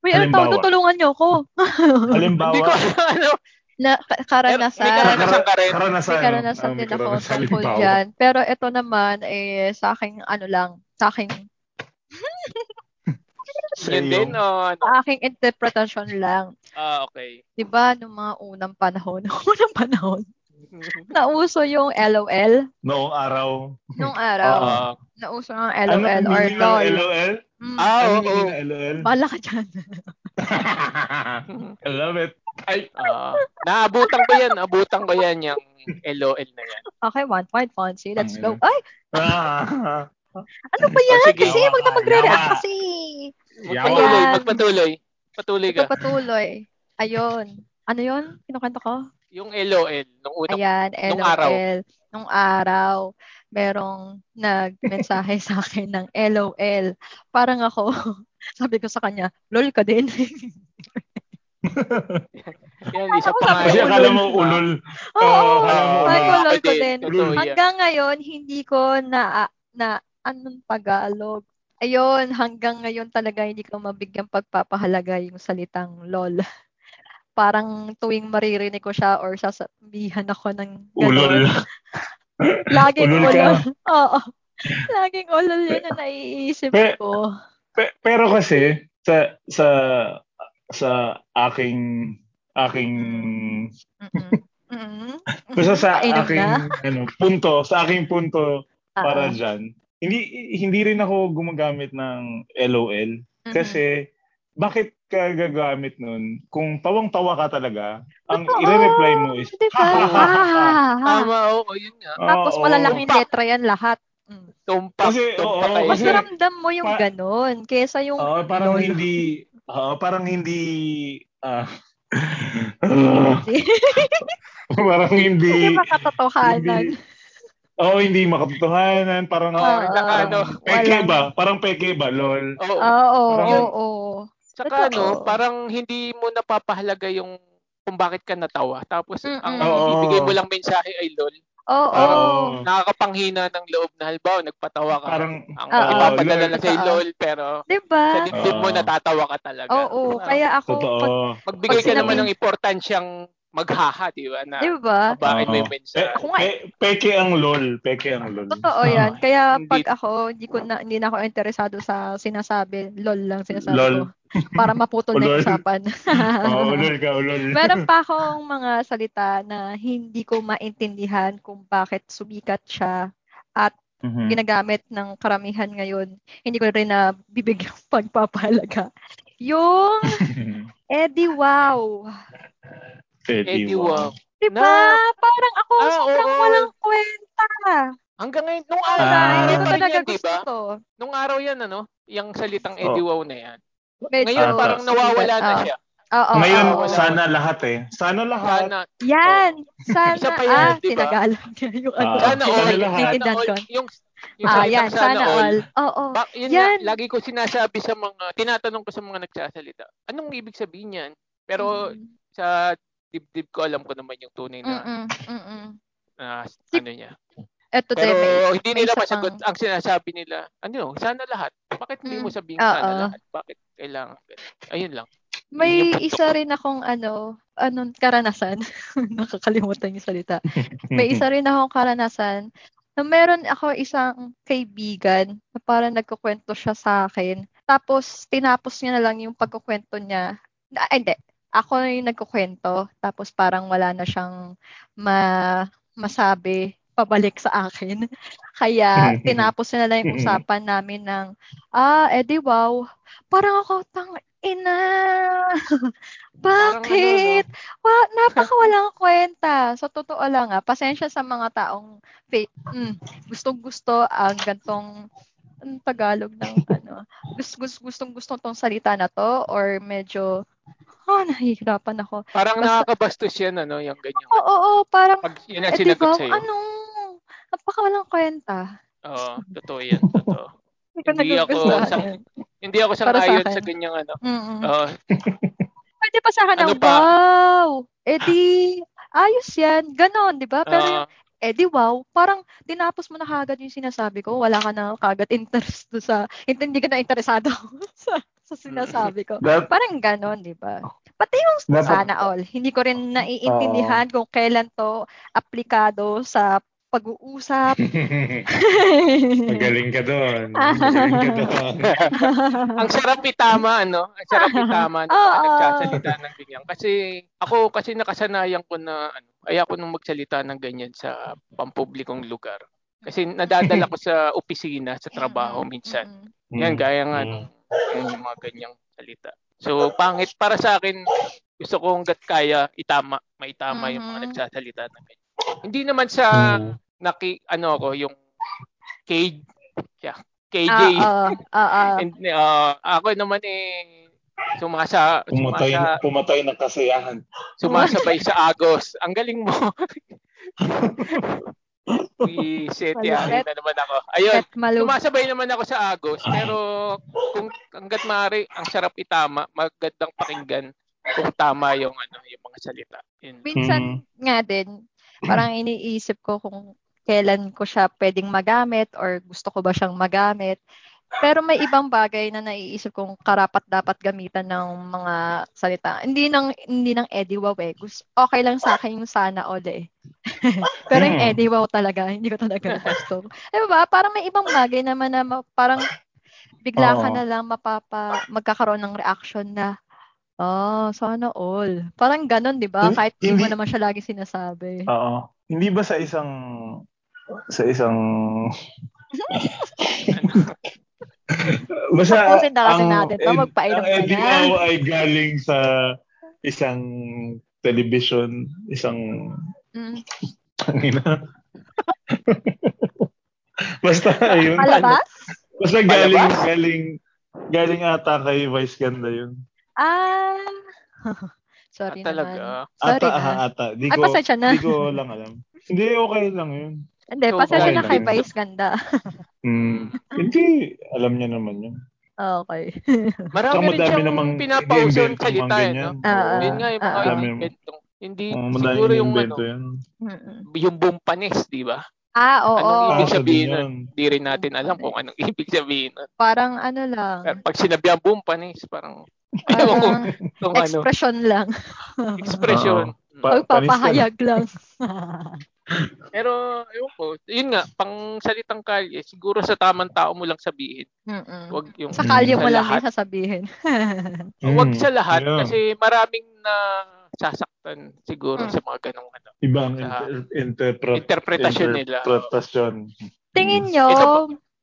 [SPEAKER 3] Uy, ano
[SPEAKER 1] Halimbawa.
[SPEAKER 3] tawag doon? Tulungan niyo ako.
[SPEAKER 2] Hindi ko
[SPEAKER 1] Halimbawa,
[SPEAKER 2] ano. er,
[SPEAKER 3] Na, ka-
[SPEAKER 2] May
[SPEAKER 3] karanasan.
[SPEAKER 2] karanasan ka rin.
[SPEAKER 1] karanasan.
[SPEAKER 3] May karanasan
[SPEAKER 1] Ah, may
[SPEAKER 3] din ako
[SPEAKER 1] karanasan.
[SPEAKER 3] tungkol
[SPEAKER 1] Halimbawa.
[SPEAKER 3] dyan. Pero ito naman, eh, sa aking, ano lang, sa aking,
[SPEAKER 1] Sa
[SPEAKER 2] Yun
[SPEAKER 1] iyo.
[SPEAKER 2] din o ano.
[SPEAKER 3] sa aking interpretation lang.
[SPEAKER 2] Ah, okay.
[SPEAKER 3] Diba, nung mga unang panahon, unang panahon, nauso yung LOL
[SPEAKER 1] Noong araw.
[SPEAKER 3] nung araw.
[SPEAKER 1] Oo.
[SPEAKER 2] Ah,
[SPEAKER 3] Nauso ang
[SPEAKER 1] Ano
[SPEAKER 3] LOL
[SPEAKER 1] ang
[SPEAKER 3] or
[SPEAKER 1] meaning ng
[SPEAKER 3] LOL.
[SPEAKER 1] LOL?
[SPEAKER 3] Mm,
[SPEAKER 2] ah,
[SPEAKER 1] Ano
[SPEAKER 2] oo.
[SPEAKER 1] ang meaning ng LOL?
[SPEAKER 3] Bala ka dyan.
[SPEAKER 1] I love it. Ay,
[SPEAKER 2] Ah, naabutan ko yan. Naabutan ko yan yung LOL na yan.
[SPEAKER 3] Okay, one point, Fonzie. Let's go.
[SPEAKER 1] Tangina.
[SPEAKER 3] Ay,
[SPEAKER 1] ah,
[SPEAKER 3] ano ba yan?
[SPEAKER 2] Oh, sige.
[SPEAKER 3] Kasi wag na
[SPEAKER 1] Yawa,
[SPEAKER 3] magre-react
[SPEAKER 1] yawa.
[SPEAKER 3] kasi.
[SPEAKER 1] yawa.
[SPEAKER 2] Magpatuloy,
[SPEAKER 3] Ayan.
[SPEAKER 2] magpatuloy. Patuloy
[SPEAKER 3] Ito
[SPEAKER 2] ka.
[SPEAKER 3] patuloy. Ayun. Ano yun? Kinukanta ko?
[SPEAKER 2] Yung LOL, nung unang
[SPEAKER 3] Ayan,
[SPEAKER 2] Nung
[SPEAKER 3] LOL.
[SPEAKER 2] araw.
[SPEAKER 3] Nung araw, merong nagmensahe sa akin ng LOL. Parang ako, sabi ko sa kanya, lol ka din.
[SPEAKER 2] Yan, isa
[SPEAKER 3] Ako
[SPEAKER 2] pa nga
[SPEAKER 1] Kasi
[SPEAKER 2] yun.
[SPEAKER 1] akala mo ulol.
[SPEAKER 3] Oo,
[SPEAKER 1] Oo,
[SPEAKER 3] oh,
[SPEAKER 1] oo,
[SPEAKER 3] sabi ko,
[SPEAKER 1] oo.
[SPEAKER 3] lol ko
[SPEAKER 2] Ako
[SPEAKER 3] din.
[SPEAKER 2] Totoo
[SPEAKER 1] Oh,
[SPEAKER 2] yan.
[SPEAKER 3] Hanggang ngayon, hindi ko na, na anong Tagalog. Ayun, hanggang ngayon talaga hindi ko mabigyang pagpapahalaga yung salitang lol. Parang tuwing maririnig ko siya or sasabihan ako ng ganun.
[SPEAKER 1] Ulol.
[SPEAKER 3] Laging
[SPEAKER 1] Ulol
[SPEAKER 3] ulol.
[SPEAKER 1] ka.
[SPEAKER 3] Oo. Laging ulol yun ang naiisip
[SPEAKER 1] Pe-
[SPEAKER 3] ko.
[SPEAKER 1] Pe- pero kasi sa sa sa aking aking
[SPEAKER 3] Mm-mm. Mm-mm.
[SPEAKER 1] basta sa
[SPEAKER 3] Painom
[SPEAKER 1] aking
[SPEAKER 3] Mm. na.
[SPEAKER 1] ano punto sa aking punto
[SPEAKER 3] Ah,
[SPEAKER 1] para diyan hindi hindi rin ako gumagamit ng LOL
[SPEAKER 3] Mm. mm-mm.
[SPEAKER 1] kasi bakit ka gagamit nun? Kung tawang-tawa ka talaga, ang i-reply mo is,
[SPEAKER 3] Di ba?
[SPEAKER 1] ha, ha, ha, ha, ha.
[SPEAKER 3] Ah,
[SPEAKER 2] Tama, oo, yun nga.
[SPEAKER 3] Tapos
[SPEAKER 1] Oo.
[SPEAKER 3] malalaking letra yan lahat. Mm.
[SPEAKER 2] Tumpak,
[SPEAKER 1] Kasi,
[SPEAKER 2] tumpak
[SPEAKER 1] oo,
[SPEAKER 2] kayo.
[SPEAKER 1] kasi-
[SPEAKER 3] Pakiramdam mo yung
[SPEAKER 1] pa- Ah.
[SPEAKER 3] ganun kesa yung
[SPEAKER 1] Oo, parang
[SPEAKER 3] Lolo.
[SPEAKER 1] hindi, oo, parang hindi, ah, parang
[SPEAKER 3] Hindi
[SPEAKER 1] hindi,
[SPEAKER 3] makatotohanan.
[SPEAKER 1] hindi, oo, hindi makatotohanan, parang,
[SPEAKER 2] Oo,
[SPEAKER 3] Ah,
[SPEAKER 2] saka
[SPEAKER 3] ah,
[SPEAKER 2] ano,
[SPEAKER 1] peke
[SPEAKER 3] walang-
[SPEAKER 1] ba? Parang peke ba, lol?
[SPEAKER 2] oo.
[SPEAKER 3] Oo,
[SPEAKER 1] Parang-
[SPEAKER 3] oo, oo.
[SPEAKER 2] saka
[SPEAKER 3] Ah, totoo.
[SPEAKER 2] ano, parang hindi mo napapahalaga yung kung bakit ka natawa. Tapos
[SPEAKER 3] Mm-mm.
[SPEAKER 2] ang
[SPEAKER 1] Oo.
[SPEAKER 2] ibigay mo lang mensahe ay lol.
[SPEAKER 3] Oo, oo.
[SPEAKER 1] Oo.
[SPEAKER 2] Nakakapanghina ng loob na halimbawa nagpatawa ka.
[SPEAKER 1] Parang,
[SPEAKER 2] ang
[SPEAKER 3] Oo.
[SPEAKER 2] ipapadala na
[SPEAKER 1] Lol. Ah.
[SPEAKER 2] sa'yo
[SPEAKER 3] Oo.
[SPEAKER 2] lol pero sa
[SPEAKER 3] Diba?
[SPEAKER 2] dibdib mo
[SPEAKER 1] Oo.
[SPEAKER 2] natatawa ka talaga.
[SPEAKER 3] Oo,
[SPEAKER 2] Ah,
[SPEAKER 3] kaya ako, pag,
[SPEAKER 1] totoo.
[SPEAKER 2] magbigay
[SPEAKER 3] pag
[SPEAKER 2] ka naman
[SPEAKER 3] sinabi-
[SPEAKER 2] ng importansyang maghaha, di ba? Na
[SPEAKER 3] diba?
[SPEAKER 2] babain mo
[SPEAKER 1] Oo.
[SPEAKER 2] yung mensahe.
[SPEAKER 3] Ako nga eh.
[SPEAKER 1] Pe- peke ang lol, peke ang lol.
[SPEAKER 3] Totoo yan. Kaya
[SPEAKER 2] Hindi-
[SPEAKER 3] pag ako, hindi, ko na, hindi na ako interesado sa sinasabi. LOL lang sinasabi
[SPEAKER 1] Lol.
[SPEAKER 3] ko. Para maputol na yung
[SPEAKER 1] Lol.
[SPEAKER 3] usapan.
[SPEAKER 1] Oo, lol ka, lol.
[SPEAKER 3] Meron pa akong mga salita na hindi ko maintindihan kung bakit sumikat siya
[SPEAKER 1] Hmm.
[SPEAKER 3] at
[SPEAKER 1] Mhm.
[SPEAKER 3] ginagamit ng karamihan ngayon. Hindi ko rin na bibigyang pagpapahalaga. Yung Eddie Eh, Wow.
[SPEAKER 1] Eddie
[SPEAKER 2] Eddie Wong.
[SPEAKER 3] Diba?
[SPEAKER 2] Na-
[SPEAKER 3] Parang ako
[SPEAKER 2] Ah,
[SPEAKER 3] sobrang
[SPEAKER 2] oo.
[SPEAKER 3] walang kwenta.
[SPEAKER 2] Hanggang ngayon, nung araw,
[SPEAKER 3] Wala,
[SPEAKER 1] Ah.
[SPEAKER 3] hindi ko
[SPEAKER 2] pa rin
[SPEAKER 3] talaga
[SPEAKER 2] yan,
[SPEAKER 3] gusto
[SPEAKER 2] diba?
[SPEAKER 3] ko.
[SPEAKER 2] Nung araw yan, ano? Yung salitang Eddie Wow na yan.
[SPEAKER 3] Medyo,
[SPEAKER 2] Ngayon,
[SPEAKER 1] Ah,
[SPEAKER 2] parang
[SPEAKER 1] tama.
[SPEAKER 2] nawawala na
[SPEAKER 3] Ah.
[SPEAKER 2] siya.
[SPEAKER 3] Oo,
[SPEAKER 1] Ngayon,
[SPEAKER 3] oo.
[SPEAKER 1] sana lahat eh. Sana lahat.
[SPEAKER 2] Sana,
[SPEAKER 3] Yan! Sana,
[SPEAKER 2] Isa pa yan,
[SPEAKER 3] ah,
[SPEAKER 2] diba?
[SPEAKER 3] tinagalan niya yung ano.
[SPEAKER 1] Ah,
[SPEAKER 2] sana
[SPEAKER 1] sana lahat.
[SPEAKER 2] all. Sana
[SPEAKER 3] Naintindihan
[SPEAKER 2] all.
[SPEAKER 3] ko.
[SPEAKER 2] Yung, yung
[SPEAKER 3] Ah,
[SPEAKER 2] salitang
[SPEAKER 3] yan, sana all. Oo,
[SPEAKER 2] Ba- yun
[SPEAKER 3] Yan.
[SPEAKER 2] nga, lagi ko sinasabi sa mga, tinatanong ko sa mga nagsasalita, anong ibig sabihin yan? Pero
[SPEAKER 3] Mm.
[SPEAKER 2] sa dibdib ko, alam ko naman yung tunay na,
[SPEAKER 3] Mm-mm, mm-mm.
[SPEAKER 2] na ano niya.
[SPEAKER 3] Eto
[SPEAKER 2] Pero
[SPEAKER 3] din, may,
[SPEAKER 2] hindi nila
[SPEAKER 3] isa
[SPEAKER 2] masagot
[SPEAKER 3] pang-
[SPEAKER 2] ang sinasabi nila. Ano, sana lahat. Bakit hindi mo
[SPEAKER 3] Mm,
[SPEAKER 2] sabihin
[SPEAKER 3] oo.
[SPEAKER 2] sana lahat? Bakit kailangan? ganun? Ayun lang.
[SPEAKER 3] may
[SPEAKER 2] yun yung punto
[SPEAKER 3] isa
[SPEAKER 2] ko.
[SPEAKER 3] rin akong ano, anong karanasan. Nakakalimutan yung salita. May isa rin akong karanasan na meron ako isang kaibigan na parang nagkukwento siya sa akin. Tapos, tinapos niya na lang yung pagkukwento niya. Na, ay, hindi. Ako na yung nagkukwento. Tapos, parang wala na siyang ma- masabi pabalik sa akin. Kaya, tinapos niya na lang yung usapan namin ng, ah, edi wow. Parang ako, tang ina.
[SPEAKER 2] ano, Parang ano,
[SPEAKER 3] Bakit?
[SPEAKER 2] no?
[SPEAKER 3] Wa, napakawalang kwenta. Sa totoo lang ah, pasensya sa mga taong fa- mm, gustong-gusto ang ah, gantong ang Tagalog ng ano. Gusto, gusto, gustong-gusto tong salita na to or medyo ah, nahihirapan ako.
[SPEAKER 2] Parang
[SPEAKER 3] Basta-
[SPEAKER 2] nakakabastos yan, ano, yung ganyan.
[SPEAKER 3] Oo, oo, parang
[SPEAKER 2] Pag yun ang
[SPEAKER 3] eh, di
[SPEAKER 2] sinagot
[SPEAKER 3] ba,
[SPEAKER 2] sa'yo.
[SPEAKER 3] ano? Napakawalang kwenta.
[SPEAKER 2] Oo, totoo yan. Totoo.
[SPEAKER 3] Hindi ko
[SPEAKER 2] Hindi ako
[SPEAKER 3] nagugustuhan.
[SPEAKER 2] sang- Hindi ako
[SPEAKER 3] Para sa
[SPEAKER 2] sangayon
[SPEAKER 3] akin. Mm.
[SPEAKER 2] sa ganyang ano.
[SPEAKER 3] Mm-mm.
[SPEAKER 2] Oo,
[SPEAKER 3] Pwede pa sa akin
[SPEAKER 2] Ano
[SPEAKER 3] ng,
[SPEAKER 2] pa?
[SPEAKER 3] wow, edi, ayos yan. Ganon, Eh, di ba? Pero
[SPEAKER 2] oo.
[SPEAKER 3] yung, edi, wow, parang tinapos mo na kagad yung sinasabi ko. Wala ka na kagad interest do sa, hindi ka na interesado sa, sa sinasabi ko.
[SPEAKER 1] Dat-
[SPEAKER 3] Parang ganon, di ba? Pati yung
[SPEAKER 1] Dapat-
[SPEAKER 3] sana all, hindi ko rin naiintindihan kung kailan to aplikado sa pag-uusap.
[SPEAKER 1] Magaling ka doon. Magaling ka doon.
[SPEAKER 2] Ang sarap itama, ano? Ang sarap itama ng mga
[SPEAKER 3] Oo.
[SPEAKER 2] nagsasalita ng ganyan. Kasi ako kasi nakasanayan ko na ano, ayaw ko nung magsalita ng ganyan sa pampublikong lugar. Kasi nadadala ko sa opisina, sa
[SPEAKER 3] Mm. Mm-hmm.
[SPEAKER 2] trabaho minsan.
[SPEAKER 3] Mm-mm.
[SPEAKER 1] Hmm. Mm.
[SPEAKER 2] Yan, gaya nga nung- yung mga ganyang salita. So, pangit para sa akin, gusto ko hanggat kaya itama, maitama yung mga
[SPEAKER 3] Mhm.
[SPEAKER 2] nagsasalita ng ganyan. Hindi naman sa
[SPEAKER 1] Mhm.
[SPEAKER 2] naki ano ako yung K yeah, KJ.
[SPEAKER 3] Ah, ah, ah, ah.
[SPEAKER 2] And uh, ako naman eh sumasa
[SPEAKER 1] Pumatay,
[SPEAKER 2] sumasa
[SPEAKER 1] pumatay ng kasiyahan.
[SPEAKER 2] sumasabay sa Agos. Ang galing mo. We set ah,
[SPEAKER 3] Malupit.
[SPEAKER 2] na naman ako. Ayun.
[SPEAKER 3] Pet malu-
[SPEAKER 2] Sumasabay naman ako sa Agos, pero kung hanggat maaari, ang sarap itama, magandang pakinggan kung tama yung ano yung mga salita. Yun. Ah,
[SPEAKER 3] Minsan
[SPEAKER 1] Mm-hmm.
[SPEAKER 3] nga din, parang iniisip ko kung kailan ko siya pwedeng magamit or gusto ko ba siyang magamit. Pero may ibang bagay na naiisip kong karapat dapat gamitan ng mga salita. Hindi ng hindi ng Eddie Wow eh. Gusto, okay lang sa akin yung sana all eh. Pero yung
[SPEAKER 1] Mm.
[SPEAKER 3] Eddie Wow talaga, hindi ko talaga gusto. Eh ba, parang may ibang bagay naman na ma- parang bigla ka
[SPEAKER 1] Oo.
[SPEAKER 3] na lang mapapa magkakaroon ng reaction na Ah, sana all. Parang ganun, di
[SPEAKER 1] Hin-
[SPEAKER 3] ba? Kahit hindi mo
[SPEAKER 1] hindi-
[SPEAKER 3] naman siya lagi sinasabi.
[SPEAKER 1] Oo. Hindi ba sa isang sa isang Basta
[SPEAKER 4] Tapusin na kasi natin to,
[SPEAKER 1] ed-
[SPEAKER 4] magpainom
[SPEAKER 1] ang
[SPEAKER 4] ka
[SPEAKER 1] ending
[SPEAKER 4] na.
[SPEAKER 1] hour ay galing sa isang television, isang
[SPEAKER 3] Mm.
[SPEAKER 1] tangina. basta ayun.
[SPEAKER 3] Palabas?
[SPEAKER 1] Basta galing
[SPEAKER 2] Palabas?
[SPEAKER 1] galing galing ata kay Vice Ganda yun.
[SPEAKER 3] Ah.
[SPEAKER 2] Ah,
[SPEAKER 3] Sorry naman.
[SPEAKER 2] talaga.
[SPEAKER 3] Sorry
[SPEAKER 1] Ata
[SPEAKER 3] na.
[SPEAKER 1] aha,
[SPEAKER 4] ah.
[SPEAKER 1] ata. Di
[SPEAKER 3] Ay,
[SPEAKER 1] ko
[SPEAKER 3] pasensya na.
[SPEAKER 1] di ko lang alam. Hindi okay lang yun.
[SPEAKER 3] Hindi,
[SPEAKER 2] So,
[SPEAKER 3] pasensya na
[SPEAKER 1] galing.
[SPEAKER 3] kay Vice Ganda.
[SPEAKER 1] Hmm. Hindi alam niya naman yun.
[SPEAKER 3] Ah, Okay.
[SPEAKER 1] Tsaka
[SPEAKER 2] Marami rin
[SPEAKER 1] madami
[SPEAKER 2] siyang
[SPEAKER 1] namang
[SPEAKER 2] pinapausong
[SPEAKER 1] ini-invento ng
[SPEAKER 2] salita, eh, no?
[SPEAKER 1] ganyan.
[SPEAKER 3] Ah,
[SPEAKER 1] Oo.
[SPEAKER 3] ah.
[SPEAKER 2] Yun nga yung mga
[SPEAKER 1] Ah, ah.
[SPEAKER 2] inventong- Hindi,
[SPEAKER 1] Oo, Ah, madaming
[SPEAKER 2] siguro yung ano,
[SPEAKER 1] invento yan.
[SPEAKER 3] Mm-mm.
[SPEAKER 1] eh.
[SPEAKER 2] yung bumpanis, di ba?
[SPEAKER 3] Ah, oo.
[SPEAKER 2] Anong ibig
[SPEAKER 1] Ah,
[SPEAKER 2] sabihin
[SPEAKER 1] sabihin
[SPEAKER 2] nun?
[SPEAKER 1] yun.
[SPEAKER 2] Hindi rin natin alam kung anong ibig sabihin nun.
[SPEAKER 3] Parang ano lang.
[SPEAKER 2] Pero pag sinabi ang bumpanis, parang, ewan ko,
[SPEAKER 3] Parang
[SPEAKER 2] kung ano,
[SPEAKER 3] expression lang.
[SPEAKER 2] expression.
[SPEAKER 1] Pa- panis ka na.
[SPEAKER 3] Pagpapahayag lang.
[SPEAKER 2] Pero, ewan ko, yun nga, pang salitang kalye, siguro sa tamang tao mo lang sabihin.
[SPEAKER 3] Mm-mm.
[SPEAKER 2] Huwag yung
[SPEAKER 3] Sa
[SPEAKER 2] sa
[SPEAKER 3] kalye mo lang
[SPEAKER 2] lahat.
[SPEAKER 3] din sasabihin.
[SPEAKER 1] Mm,
[SPEAKER 2] Huwag sa lahat
[SPEAKER 1] yeah.
[SPEAKER 2] kasi maraming na sasaktan siguro
[SPEAKER 3] Mm.
[SPEAKER 2] sa mga ganong ano,
[SPEAKER 1] iba ang
[SPEAKER 2] sa
[SPEAKER 1] inter- interpre-
[SPEAKER 2] interpretasyon nila.
[SPEAKER 1] interpretasyon.
[SPEAKER 2] Ito
[SPEAKER 3] Tingin nyo,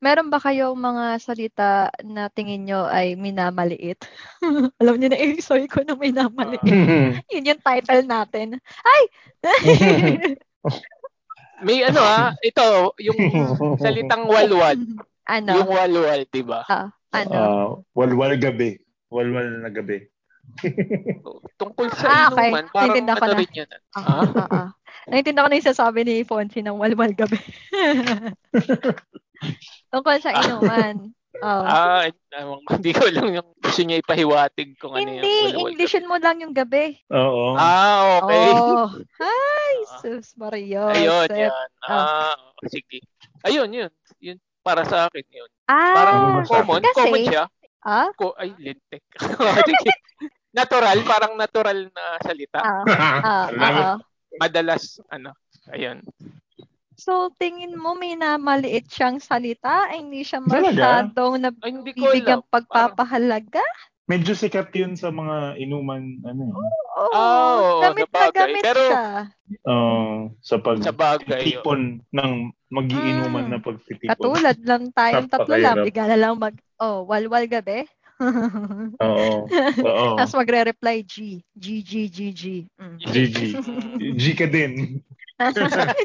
[SPEAKER 3] meron ba kayong mga salita na tingin nyo ay minamaliit? Alam nyo na, i-sorry ko na minamaliit.
[SPEAKER 1] Hmm.
[SPEAKER 2] Ah.
[SPEAKER 3] Yun yung title natin. Ay!
[SPEAKER 2] May ano ah, ito,
[SPEAKER 1] Mm.
[SPEAKER 2] yung salitang walwal.
[SPEAKER 3] ano?
[SPEAKER 2] Yung walwal, di ba?
[SPEAKER 3] ano?
[SPEAKER 1] Ah, walwal gabi. Walwal na gabi.
[SPEAKER 2] Tungkol sa
[SPEAKER 3] Ah, okay.
[SPEAKER 2] inuman, parang
[SPEAKER 3] Naintindihan ko
[SPEAKER 2] ano
[SPEAKER 3] na.
[SPEAKER 2] rin yan.
[SPEAKER 3] ah, ah, ah. Naintindihan ko na yung sasabi ni Fonzie ng walwal gabi. Tungkol sa inuman. Oh.
[SPEAKER 2] Ah, ewan ko, hindi ko lang yung gusto niya ipahiwatig kung ano yung
[SPEAKER 3] Hindi,
[SPEAKER 2] walwal.
[SPEAKER 3] Englishin mo lang yung gabi.
[SPEAKER 1] Oo.
[SPEAKER 2] Ah, okay.
[SPEAKER 3] Oh. Hi, sus Mario.
[SPEAKER 2] Ayun,
[SPEAKER 3] Sep.
[SPEAKER 2] yan. Ah, sige. Ayun, yun. Yun, para sa akin yun.
[SPEAKER 3] Ah,
[SPEAKER 2] Parang
[SPEAKER 1] Ah,
[SPEAKER 2] common,
[SPEAKER 3] kasi-
[SPEAKER 2] common siya.
[SPEAKER 3] ah,
[SPEAKER 2] Ko, ay, lintik. Oh, Sige. natural, parang natural na salita.
[SPEAKER 3] ah, ah, ah,
[SPEAKER 1] Alam.
[SPEAKER 3] ah.
[SPEAKER 2] Madalas, ano, ayun.
[SPEAKER 3] So, tingin mo may namaliit siyang salita? Ay, hindi siya
[SPEAKER 1] Talaga?
[SPEAKER 3] masyadong
[SPEAKER 2] Ay, hindi ko alam.
[SPEAKER 3] nabibigyang pagpapahalaga?
[SPEAKER 1] Medyo sikat yun sa mga inuman, ano eh.
[SPEAKER 3] Oo,
[SPEAKER 2] Ah, oo,
[SPEAKER 3] damit na
[SPEAKER 2] sabagay.
[SPEAKER 3] gamit
[SPEAKER 2] Pero-
[SPEAKER 3] siya.
[SPEAKER 1] Oo, ah, sa pag
[SPEAKER 2] Sa bagay yun.
[SPEAKER 1] tipon ng magiinuman
[SPEAKER 3] Mm.
[SPEAKER 1] na pagtitipon.
[SPEAKER 3] Katulad lang tayong tatlo lang.
[SPEAKER 1] Napakahirap.
[SPEAKER 3] Bigla na lang mag, oh, walwal gabi.
[SPEAKER 1] Oo. Oo.
[SPEAKER 3] Tapos magre-reply G. G, G, G, G. Mm.
[SPEAKER 1] GG. G ka din.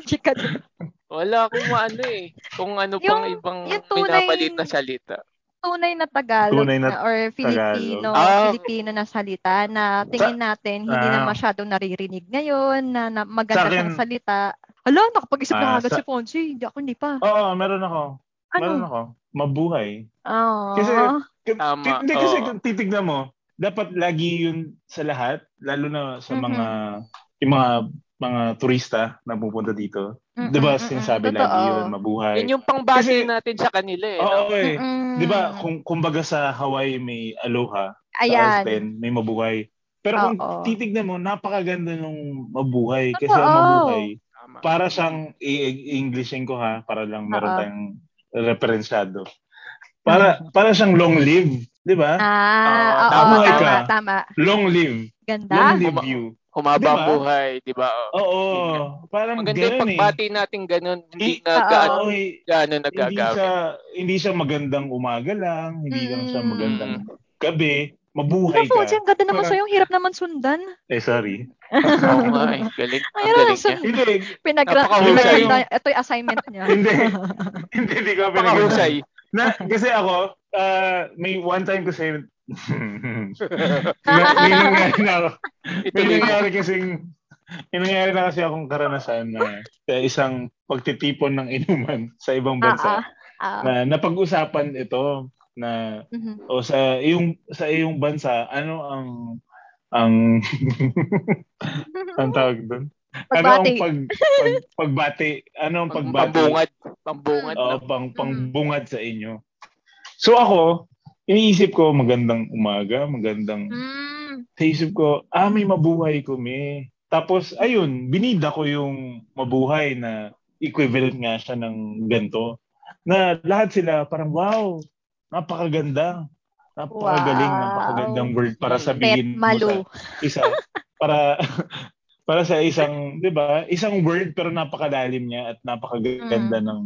[SPEAKER 3] Chika din.
[SPEAKER 2] Wala akong maano eh. Kung ano
[SPEAKER 3] Yung-
[SPEAKER 2] pang ibang
[SPEAKER 3] yung tunay-
[SPEAKER 2] minamalit na salita.
[SPEAKER 3] tunay na Tagalog
[SPEAKER 1] Tunay na
[SPEAKER 3] na- or Filipino,
[SPEAKER 2] Ah.
[SPEAKER 3] Filipino na salita na tingin natin hindi na
[SPEAKER 1] Ah.
[SPEAKER 3] masyadong naririnig ngayon, na, na
[SPEAKER 1] Sa
[SPEAKER 3] maganda
[SPEAKER 1] akin-
[SPEAKER 3] siyang salita. Hala, nakapag-isip na
[SPEAKER 1] Ah,
[SPEAKER 3] agad
[SPEAKER 1] sa-
[SPEAKER 3] si Ponce. Hindi ako, hindi pa.
[SPEAKER 1] Oo, meron ako. Meron
[SPEAKER 3] Ano?
[SPEAKER 1] ako. Mabuhay.
[SPEAKER 3] Oo.
[SPEAKER 1] Kasi- K-
[SPEAKER 2] Tama,
[SPEAKER 1] ti- Hindi kasi
[SPEAKER 2] oo.
[SPEAKER 1] kung titignan mo, dapat lagi yun sa lahat, lalo na sa
[SPEAKER 3] Mhm.
[SPEAKER 1] mga yung mga mga turista na pupunta dito.
[SPEAKER 3] Mm-mm,
[SPEAKER 1] 'Di ba
[SPEAKER 3] mm-mm,
[SPEAKER 1] sinasabi
[SPEAKER 3] totoo.
[SPEAKER 1] lagi yun, mabuhay.
[SPEAKER 2] Yun yung pangbase
[SPEAKER 1] Kasi-
[SPEAKER 2] natin sa kanila eh.
[SPEAKER 1] Oo,
[SPEAKER 2] no?
[SPEAKER 1] eh.
[SPEAKER 3] Mm-mm.
[SPEAKER 1] 'Di ba kung kumbaga sa Hawaii may aloha, sa
[SPEAKER 3] Ayan.
[SPEAKER 1] Aspen may mabuhay. Pero kung
[SPEAKER 3] Oo.
[SPEAKER 1] titignan mo, napakaganda nung mabuhay kasi
[SPEAKER 3] Totoo.
[SPEAKER 1] ang mabuhay
[SPEAKER 2] Tama.
[SPEAKER 1] para siyang i-Englishin ko ha para lang meron
[SPEAKER 3] Oo.
[SPEAKER 1] tayong referensyado. Para para siyang long live, 'di ba?
[SPEAKER 3] Ah,
[SPEAKER 2] Oo,
[SPEAKER 3] oo,
[SPEAKER 2] tama
[SPEAKER 3] tama,
[SPEAKER 1] ka.
[SPEAKER 3] tama, tama.
[SPEAKER 1] Long live. Long
[SPEAKER 3] Ganda.
[SPEAKER 1] live
[SPEAKER 2] Uma-
[SPEAKER 1] you.
[SPEAKER 2] Humaba ang
[SPEAKER 1] Diba?
[SPEAKER 2] buhay, di ba? Oh.
[SPEAKER 1] Oo. Parang
[SPEAKER 2] Maganda
[SPEAKER 1] ganun
[SPEAKER 2] yung
[SPEAKER 1] eh.
[SPEAKER 2] pagbati natin ganun. Hindi
[SPEAKER 1] Eh,
[SPEAKER 2] na
[SPEAKER 3] oo.
[SPEAKER 2] gaano,
[SPEAKER 1] Oo, eh,
[SPEAKER 2] gaano
[SPEAKER 1] hindi
[SPEAKER 2] nagagamit.
[SPEAKER 1] siya hindi siya magandang umaga lang, hindi lang siya
[SPEAKER 3] Mm.
[SPEAKER 1] magandang gabi, mabuhay
[SPEAKER 3] Naku,
[SPEAKER 1] ka.
[SPEAKER 3] Jay, ang ganda naman
[SPEAKER 1] Parang-
[SPEAKER 3] sa'yo. Ang hirap naman sundan.
[SPEAKER 1] Eh sorry.
[SPEAKER 2] Oo nga eh. Galing.
[SPEAKER 3] Ang
[SPEAKER 2] Ang
[SPEAKER 3] hirap
[SPEAKER 2] galing niya.
[SPEAKER 3] sundan.
[SPEAKER 1] Hindi,
[SPEAKER 3] Pinagra-
[SPEAKER 2] Napakahusay.
[SPEAKER 3] pinagranda- Ito yung assignment niya.
[SPEAKER 1] hindi. Hindi, hindi ko
[SPEAKER 2] Napakahusay.
[SPEAKER 1] Na, kasi ako, ah, may one time kasi, na, may nangyari na ako. May
[SPEAKER 2] Ituloy mo.
[SPEAKER 1] nangyari kasing, may nangyari na kasi akong karanasan na sa isang pagtitipon ng inuman sa ibang bansa
[SPEAKER 3] Ah, ah.
[SPEAKER 1] na napag-usapan ito na
[SPEAKER 3] Mhm.
[SPEAKER 1] o sa iyong sa iyong bansa ano ang ang ang tawag doon? Ano ang
[SPEAKER 3] Pagbati.
[SPEAKER 1] pag, pag pagbati? Ano ang
[SPEAKER 2] Pag-
[SPEAKER 1] pagbati?
[SPEAKER 2] Pambungad. Pambungad.
[SPEAKER 1] Oo,
[SPEAKER 2] no?
[SPEAKER 1] pang
[SPEAKER 3] Mm.
[SPEAKER 1] pangbungad sa inyo. So ako, iniisip ko magandang umaga, magandang
[SPEAKER 3] Mm.
[SPEAKER 1] sa isip ko, ah may mabuhay kami. Tapos ayun, binida ko yung mabuhay na equivalent nga siya ng ganto. Na lahat sila parang wow, napakaganda. Napakagaling,
[SPEAKER 3] Wow.
[SPEAKER 1] napakagandang word para
[SPEAKER 3] Pet
[SPEAKER 1] sabihin mo sa
[SPEAKER 3] malu.
[SPEAKER 1] isa para para sa isang, 'di ba? Isang word pero napakalalim niya at napakaganda ng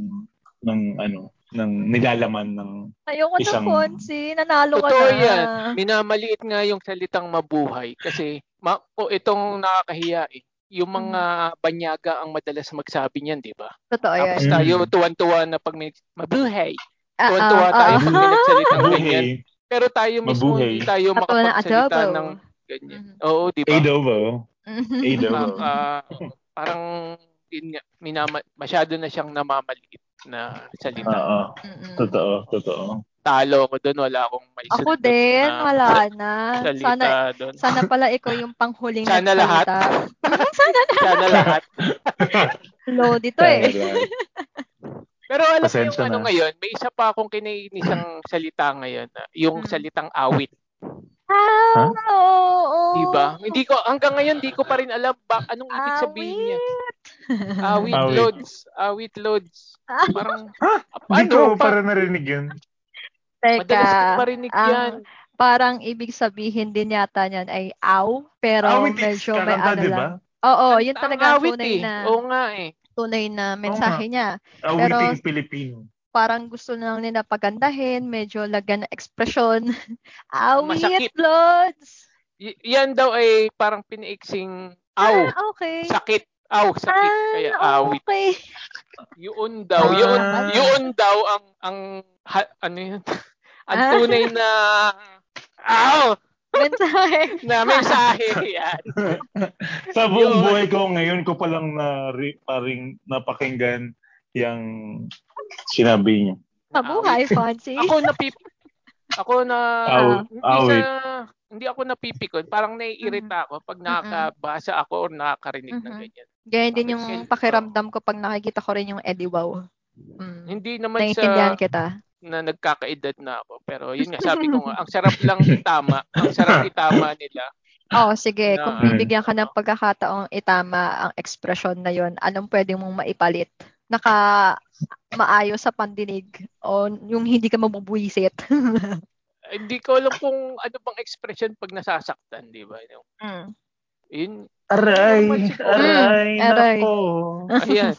[SPEAKER 1] ng ano, ng nilalaman ng
[SPEAKER 3] Ayoko
[SPEAKER 1] Isang-
[SPEAKER 3] na, Fonsi. Nanalo ka
[SPEAKER 2] Totoo
[SPEAKER 3] na.
[SPEAKER 2] yan. Minamaliit nga yung salitang mabuhay kasi ma- o itong nakakahiya eh. Yung
[SPEAKER 3] Mm.
[SPEAKER 2] mga banyaga ang madalas magsabi niyan, di ba?
[SPEAKER 3] Totoo yan.
[SPEAKER 2] Tapos
[SPEAKER 1] Mm.
[SPEAKER 2] tayo tuwan-tuwa na pag may mabuhay.
[SPEAKER 3] Ah,
[SPEAKER 2] Tuwan-tuwa
[SPEAKER 3] ah,
[SPEAKER 2] tayo
[SPEAKER 3] ah.
[SPEAKER 2] pag may nagsalitang ganyan.
[SPEAKER 1] buhay.
[SPEAKER 2] Pero tayo mismo
[SPEAKER 1] Mabuhay.
[SPEAKER 2] hindi tayo
[SPEAKER 3] At wala na
[SPEAKER 2] makapagsalita
[SPEAKER 3] adobo.
[SPEAKER 2] ng ganyan.
[SPEAKER 3] Mhm.
[SPEAKER 2] Oo, di ba?
[SPEAKER 1] Adobo. Adobo.
[SPEAKER 2] Ah, ah, parang yun nga, minama- masyado na siyang namamaliit na salita.
[SPEAKER 1] Oo.
[SPEAKER 3] Mm-mm.
[SPEAKER 1] Totoo, totoo.
[SPEAKER 2] Talo ako doon, wala akong may
[SPEAKER 3] Ako din, wala na.
[SPEAKER 2] Ah. salita
[SPEAKER 3] Sana
[SPEAKER 2] doon.
[SPEAKER 3] sana pala ikaw yung panghuling
[SPEAKER 2] Sana lahat.
[SPEAKER 3] nagsalita.
[SPEAKER 2] Sana lahat.
[SPEAKER 3] Low dito eh.
[SPEAKER 2] Pero alam mo yung
[SPEAKER 1] Pasensya
[SPEAKER 2] ano
[SPEAKER 1] na.
[SPEAKER 2] ngayon, may isa pa akong kinainisang salita ngayon, ah, yung
[SPEAKER 3] Hmm.
[SPEAKER 2] salitang awit,
[SPEAKER 3] Ah, oo.
[SPEAKER 2] 'di ba? Hindi ko hanggang ngayon hindi ko pa rin alam ba anong ibig sabihin niya. Awit,
[SPEAKER 1] Awit.
[SPEAKER 2] loads, awit loads.
[SPEAKER 3] Ah.
[SPEAKER 2] Parang
[SPEAKER 1] Ha? Hindi ko
[SPEAKER 2] ano, pa,
[SPEAKER 1] para narinig yun.
[SPEAKER 2] madalas ko
[SPEAKER 3] Teka, Ah,
[SPEAKER 2] marinig
[SPEAKER 3] ang-
[SPEAKER 2] 'yan.
[SPEAKER 3] parang ibig sabihin din yata niyan ay aw, pero
[SPEAKER 1] Awit is
[SPEAKER 3] medyo may
[SPEAKER 1] kakanta,
[SPEAKER 3] ano
[SPEAKER 1] di
[SPEAKER 3] lang.
[SPEAKER 1] ba?
[SPEAKER 3] Oo, yun
[SPEAKER 2] Ang
[SPEAKER 3] talaga ang
[SPEAKER 2] awit
[SPEAKER 3] tunay
[SPEAKER 2] eh.
[SPEAKER 3] na
[SPEAKER 2] Oo nga eh.
[SPEAKER 3] tunay na mensahe niya.
[SPEAKER 1] Awiting Pilipino.
[SPEAKER 3] Parang gusto na lang nila pagandahin, medyo lagyan ng ekspresyon. Awit,
[SPEAKER 2] Masakit.
[SPEAKER 3] Lods!
[SPEAKER 2] Y- yan daw ay parang pinaiksing aw,
[SPEAKER 3] Ah, okay.
[SPEAKER 2] sakit, aw, sakit,
[SPEAKER 3] Ah,
[SPEAKER 2] kaya awit.
[SPEAKER 3] okay.
[SPEAKER 2] Yun daw, yun,
[SPEAKER 1] Ah.
[SPEAKER 2] yun daw ang ang ha, ano yun? ang
[SPEAKER 3] Ah.
[SPEAKER 2] tunay na aw
[SPEAKER 3] Mensahe.
[SPEAKER 2] na mensahe yan.
[SPEAKER 1] Sa buong
[SPEAKER 2] Yun.
[SPEAKER 1] buhay ko ngayon ko palang na paring napakinggan yung sinabi niya.
[SPEAKER 3] Mabuhay, Fonzie.
[SPEAKER 2] Ako napip ako na
[SPEAKER 1] Aw-
[SPEAKER 2] hindi
[SPEAKER 1] awit.
[SPEAKER 2] sa hindi ako napipikon, parang
[SPEAKER 3] Mm-hmm.
[SPEAKER 2] naiirita ako pag nakabasa ako o nakakarinig ng
[SPEAKER 3] Mhm.
[SPEAKER 2] ganyan.
[SPEAKER 3] Ganyan din yung
[SPEAKER 2] Bakit kayo-
[SPEAKER 3] pakiramdam ko pag nakikita ko rin yung Eddie Wow. Mm.
[SPEAKER 2] Hindi naman
[SPEAKER 3] Naiintindihan
[SPEAKER 2] sa
[SPEAKER 3] kita.
[SPEAKER 2] na nagkakaedad na ako, pero yun nga sabi ko nga, ang sarap lang itama, ang sarap itama nila.
[SPEAKER 3] Oo, sige.
[SPEAKER 2] Na-
[SPEAKER 3] Kung bibigyan ka ng pagkakataong itama ang ekspresyon na yon, anong pwede mong maipalit? Naka maayos sa pandinig o yung hindi ka mabubuisit.
[SPEAKER 2] Hindi ko alam kung ano bang expression pag nasasaktan, di ba? Yung-
[SPEAKER 3] Mm.
[SPEAKER 2] Yun,
[SPEAKER 1] Aray, aray,
[SPEAKER 3] aray, Hmm, aray.
[SPEAKER 1] nako.
[SPEAKER 2] Ayan.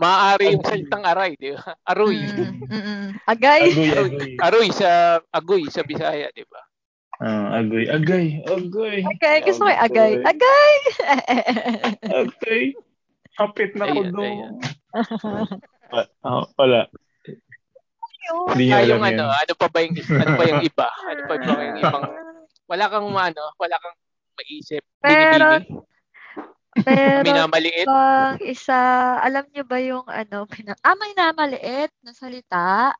[SPEAKER 2] Maaari yung salitang aray, di ba? Aroy.
[SPEAKER 1] Hmm.
[SPEAKER 3] Mm, mm, mm. Agay.
[SPEAKER 1] Agoy,
[SPEAKER 2] Aroy.
[SPEAKER 1] agoy.
[SPEAKER 2] Aroy sa agoy sa Bisaya, di ba?
[SPEAKER 1] Ah, agoy, agoy, agoy,
[SPEAKER 3] Agay. Gusto ko yung agay. Agay!
[SPEAKER 1] agoy. Kapit na ko
[SPEAKER 2] Ayan,
[SPEAKER 1] doon. Ah, wala. Hindi niya
[SPEAKER 2] Ah,
[SPEAKER 1] alam
[SPEAKER 2] yung
[SPEAKER 1] yun.
[SPEAKER 2] ano, ano pa ba yung ano pa yung iba? Ano pa ba yung ibang wala kang ano, wala kang maisip.
[SPEAKER 3] Pero-
[SPEAKER 2] Binibini.
[SPEAKER 3] Pero
[SPEAKER 2] Minamaliit.
[SPEAKER 3] bang isa, alam niyo ba yung ano, pina- ah, may namaliit na salita?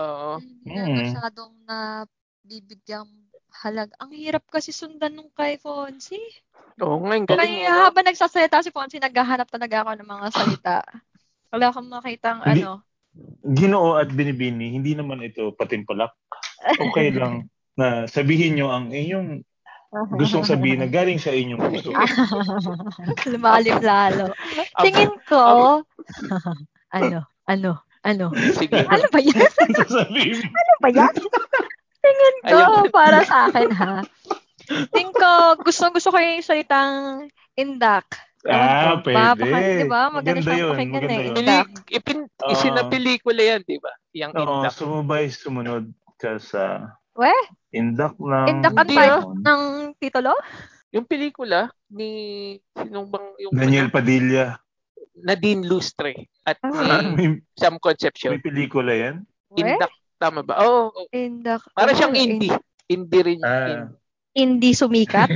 [SPEAKER 2] Oo.
[SPEAKER 3] Hindi na
[SPEAKER 1] Mm.
[SPEAKER 3] masyadong na bibigyang halag. Ang hirap kasi sundan nung kay Fonzie.
[SPEAKER 2] Oo nga, ang galing.
[SPEAKER 3] Kaya
[SPEAKER 2] ano.
[SPEAKER 3] habang nagsasalita si Fonzie, naghahanap talaga ako ng mga salita. Wala akong makitang
[SPEAKER 1] Hindi-
[SPEAKER 3] ano.
[SPEAKER 1] Ginoo at binibini, hindi naman ito patimpalak. Okay lang na sabihin nyo ang inyong gustong sabihin na galing sa inyong puso.
[SPEAKER 3] Lumalim lalo.
[SPEAKER 2] Ab-
[SPEAKER 3] Tingin ko, ano, ano, ano.
[SPEAKER 2] Sige.
[SPEAKER 3] Ano ba yan?
[SPEAKER 1] Sasabihin mo.
[SPEAKER 3] Ano ba yan? Tingin ko,
[SPEAKER 2] Ayun.
[SPEAKER 3] para sa akin ha. Tingin ko, gustong gusto ko yung salitang indak.
[SPEAKER 1] Ah,
[SPEAKER 3] Ano to?
[SPEAKER 1] pwede.
[SPEAKER 3] Mapaka- di ba? Maganda
[SPEAKER 1] Maganda
[SPEAKER 3] siyang
[SPEAKER 1] yun.
[SPEAKER 3] pakinggan
[SPEAKER 1] Maganda
[SPEAKER 3] eh.
[SPEAKER 1] yun.
[SPEAKER 2] Pili, ipin,
[SPEAKER 1] Oo.
[SPEAKER 2] isinapelikula yan, di ba? Yung
[SPEAKER 1] Oo,
[SPEAKER 2] indak.
[SPEAKER 1] sumubay, sumunod ka sa
[SPEAKER 3] Weh?
[SPEAKER 1] indak ng...
[SPEAKER 3] Indak ang
[SPEAKER 2] Hindi,
[SPEAKER 3] part
[SPEAKER 1] panahon.
[SPEAKER 3] ng titulo?
[SPEAKER 2] Yung pelikula ni sinong bang yung
[SPEAKER 1] Daniel Padilla.
[SPEAKER 2] Nadine Lustre at
[SPEAKER 1] Ah,
[SPEAKER 2] ni
[SPEAKER 1] may,
[SPEAKER 2] Sam
[SPEAKER 1] may
[SPEAKER 2] Concepcion.
[SPEAKER 1] pelikula yan?
[SPEAKER 3] Weh?
[SPEAKER 2] Indak, tama ba? Oo, oo.
[SPEAKER 3] Indak.
[SPEAKER 2] Para
[SPEAKER 3] Ano
[SPEAKER 2] siyang
[SPEAKER 3] yun?
[SPEAKER 2] indie. Indie rin.
[SPEAKER 1] Ah.
[SPEAKER 2] in-
[SPEAKER 3] Hindi sumikat.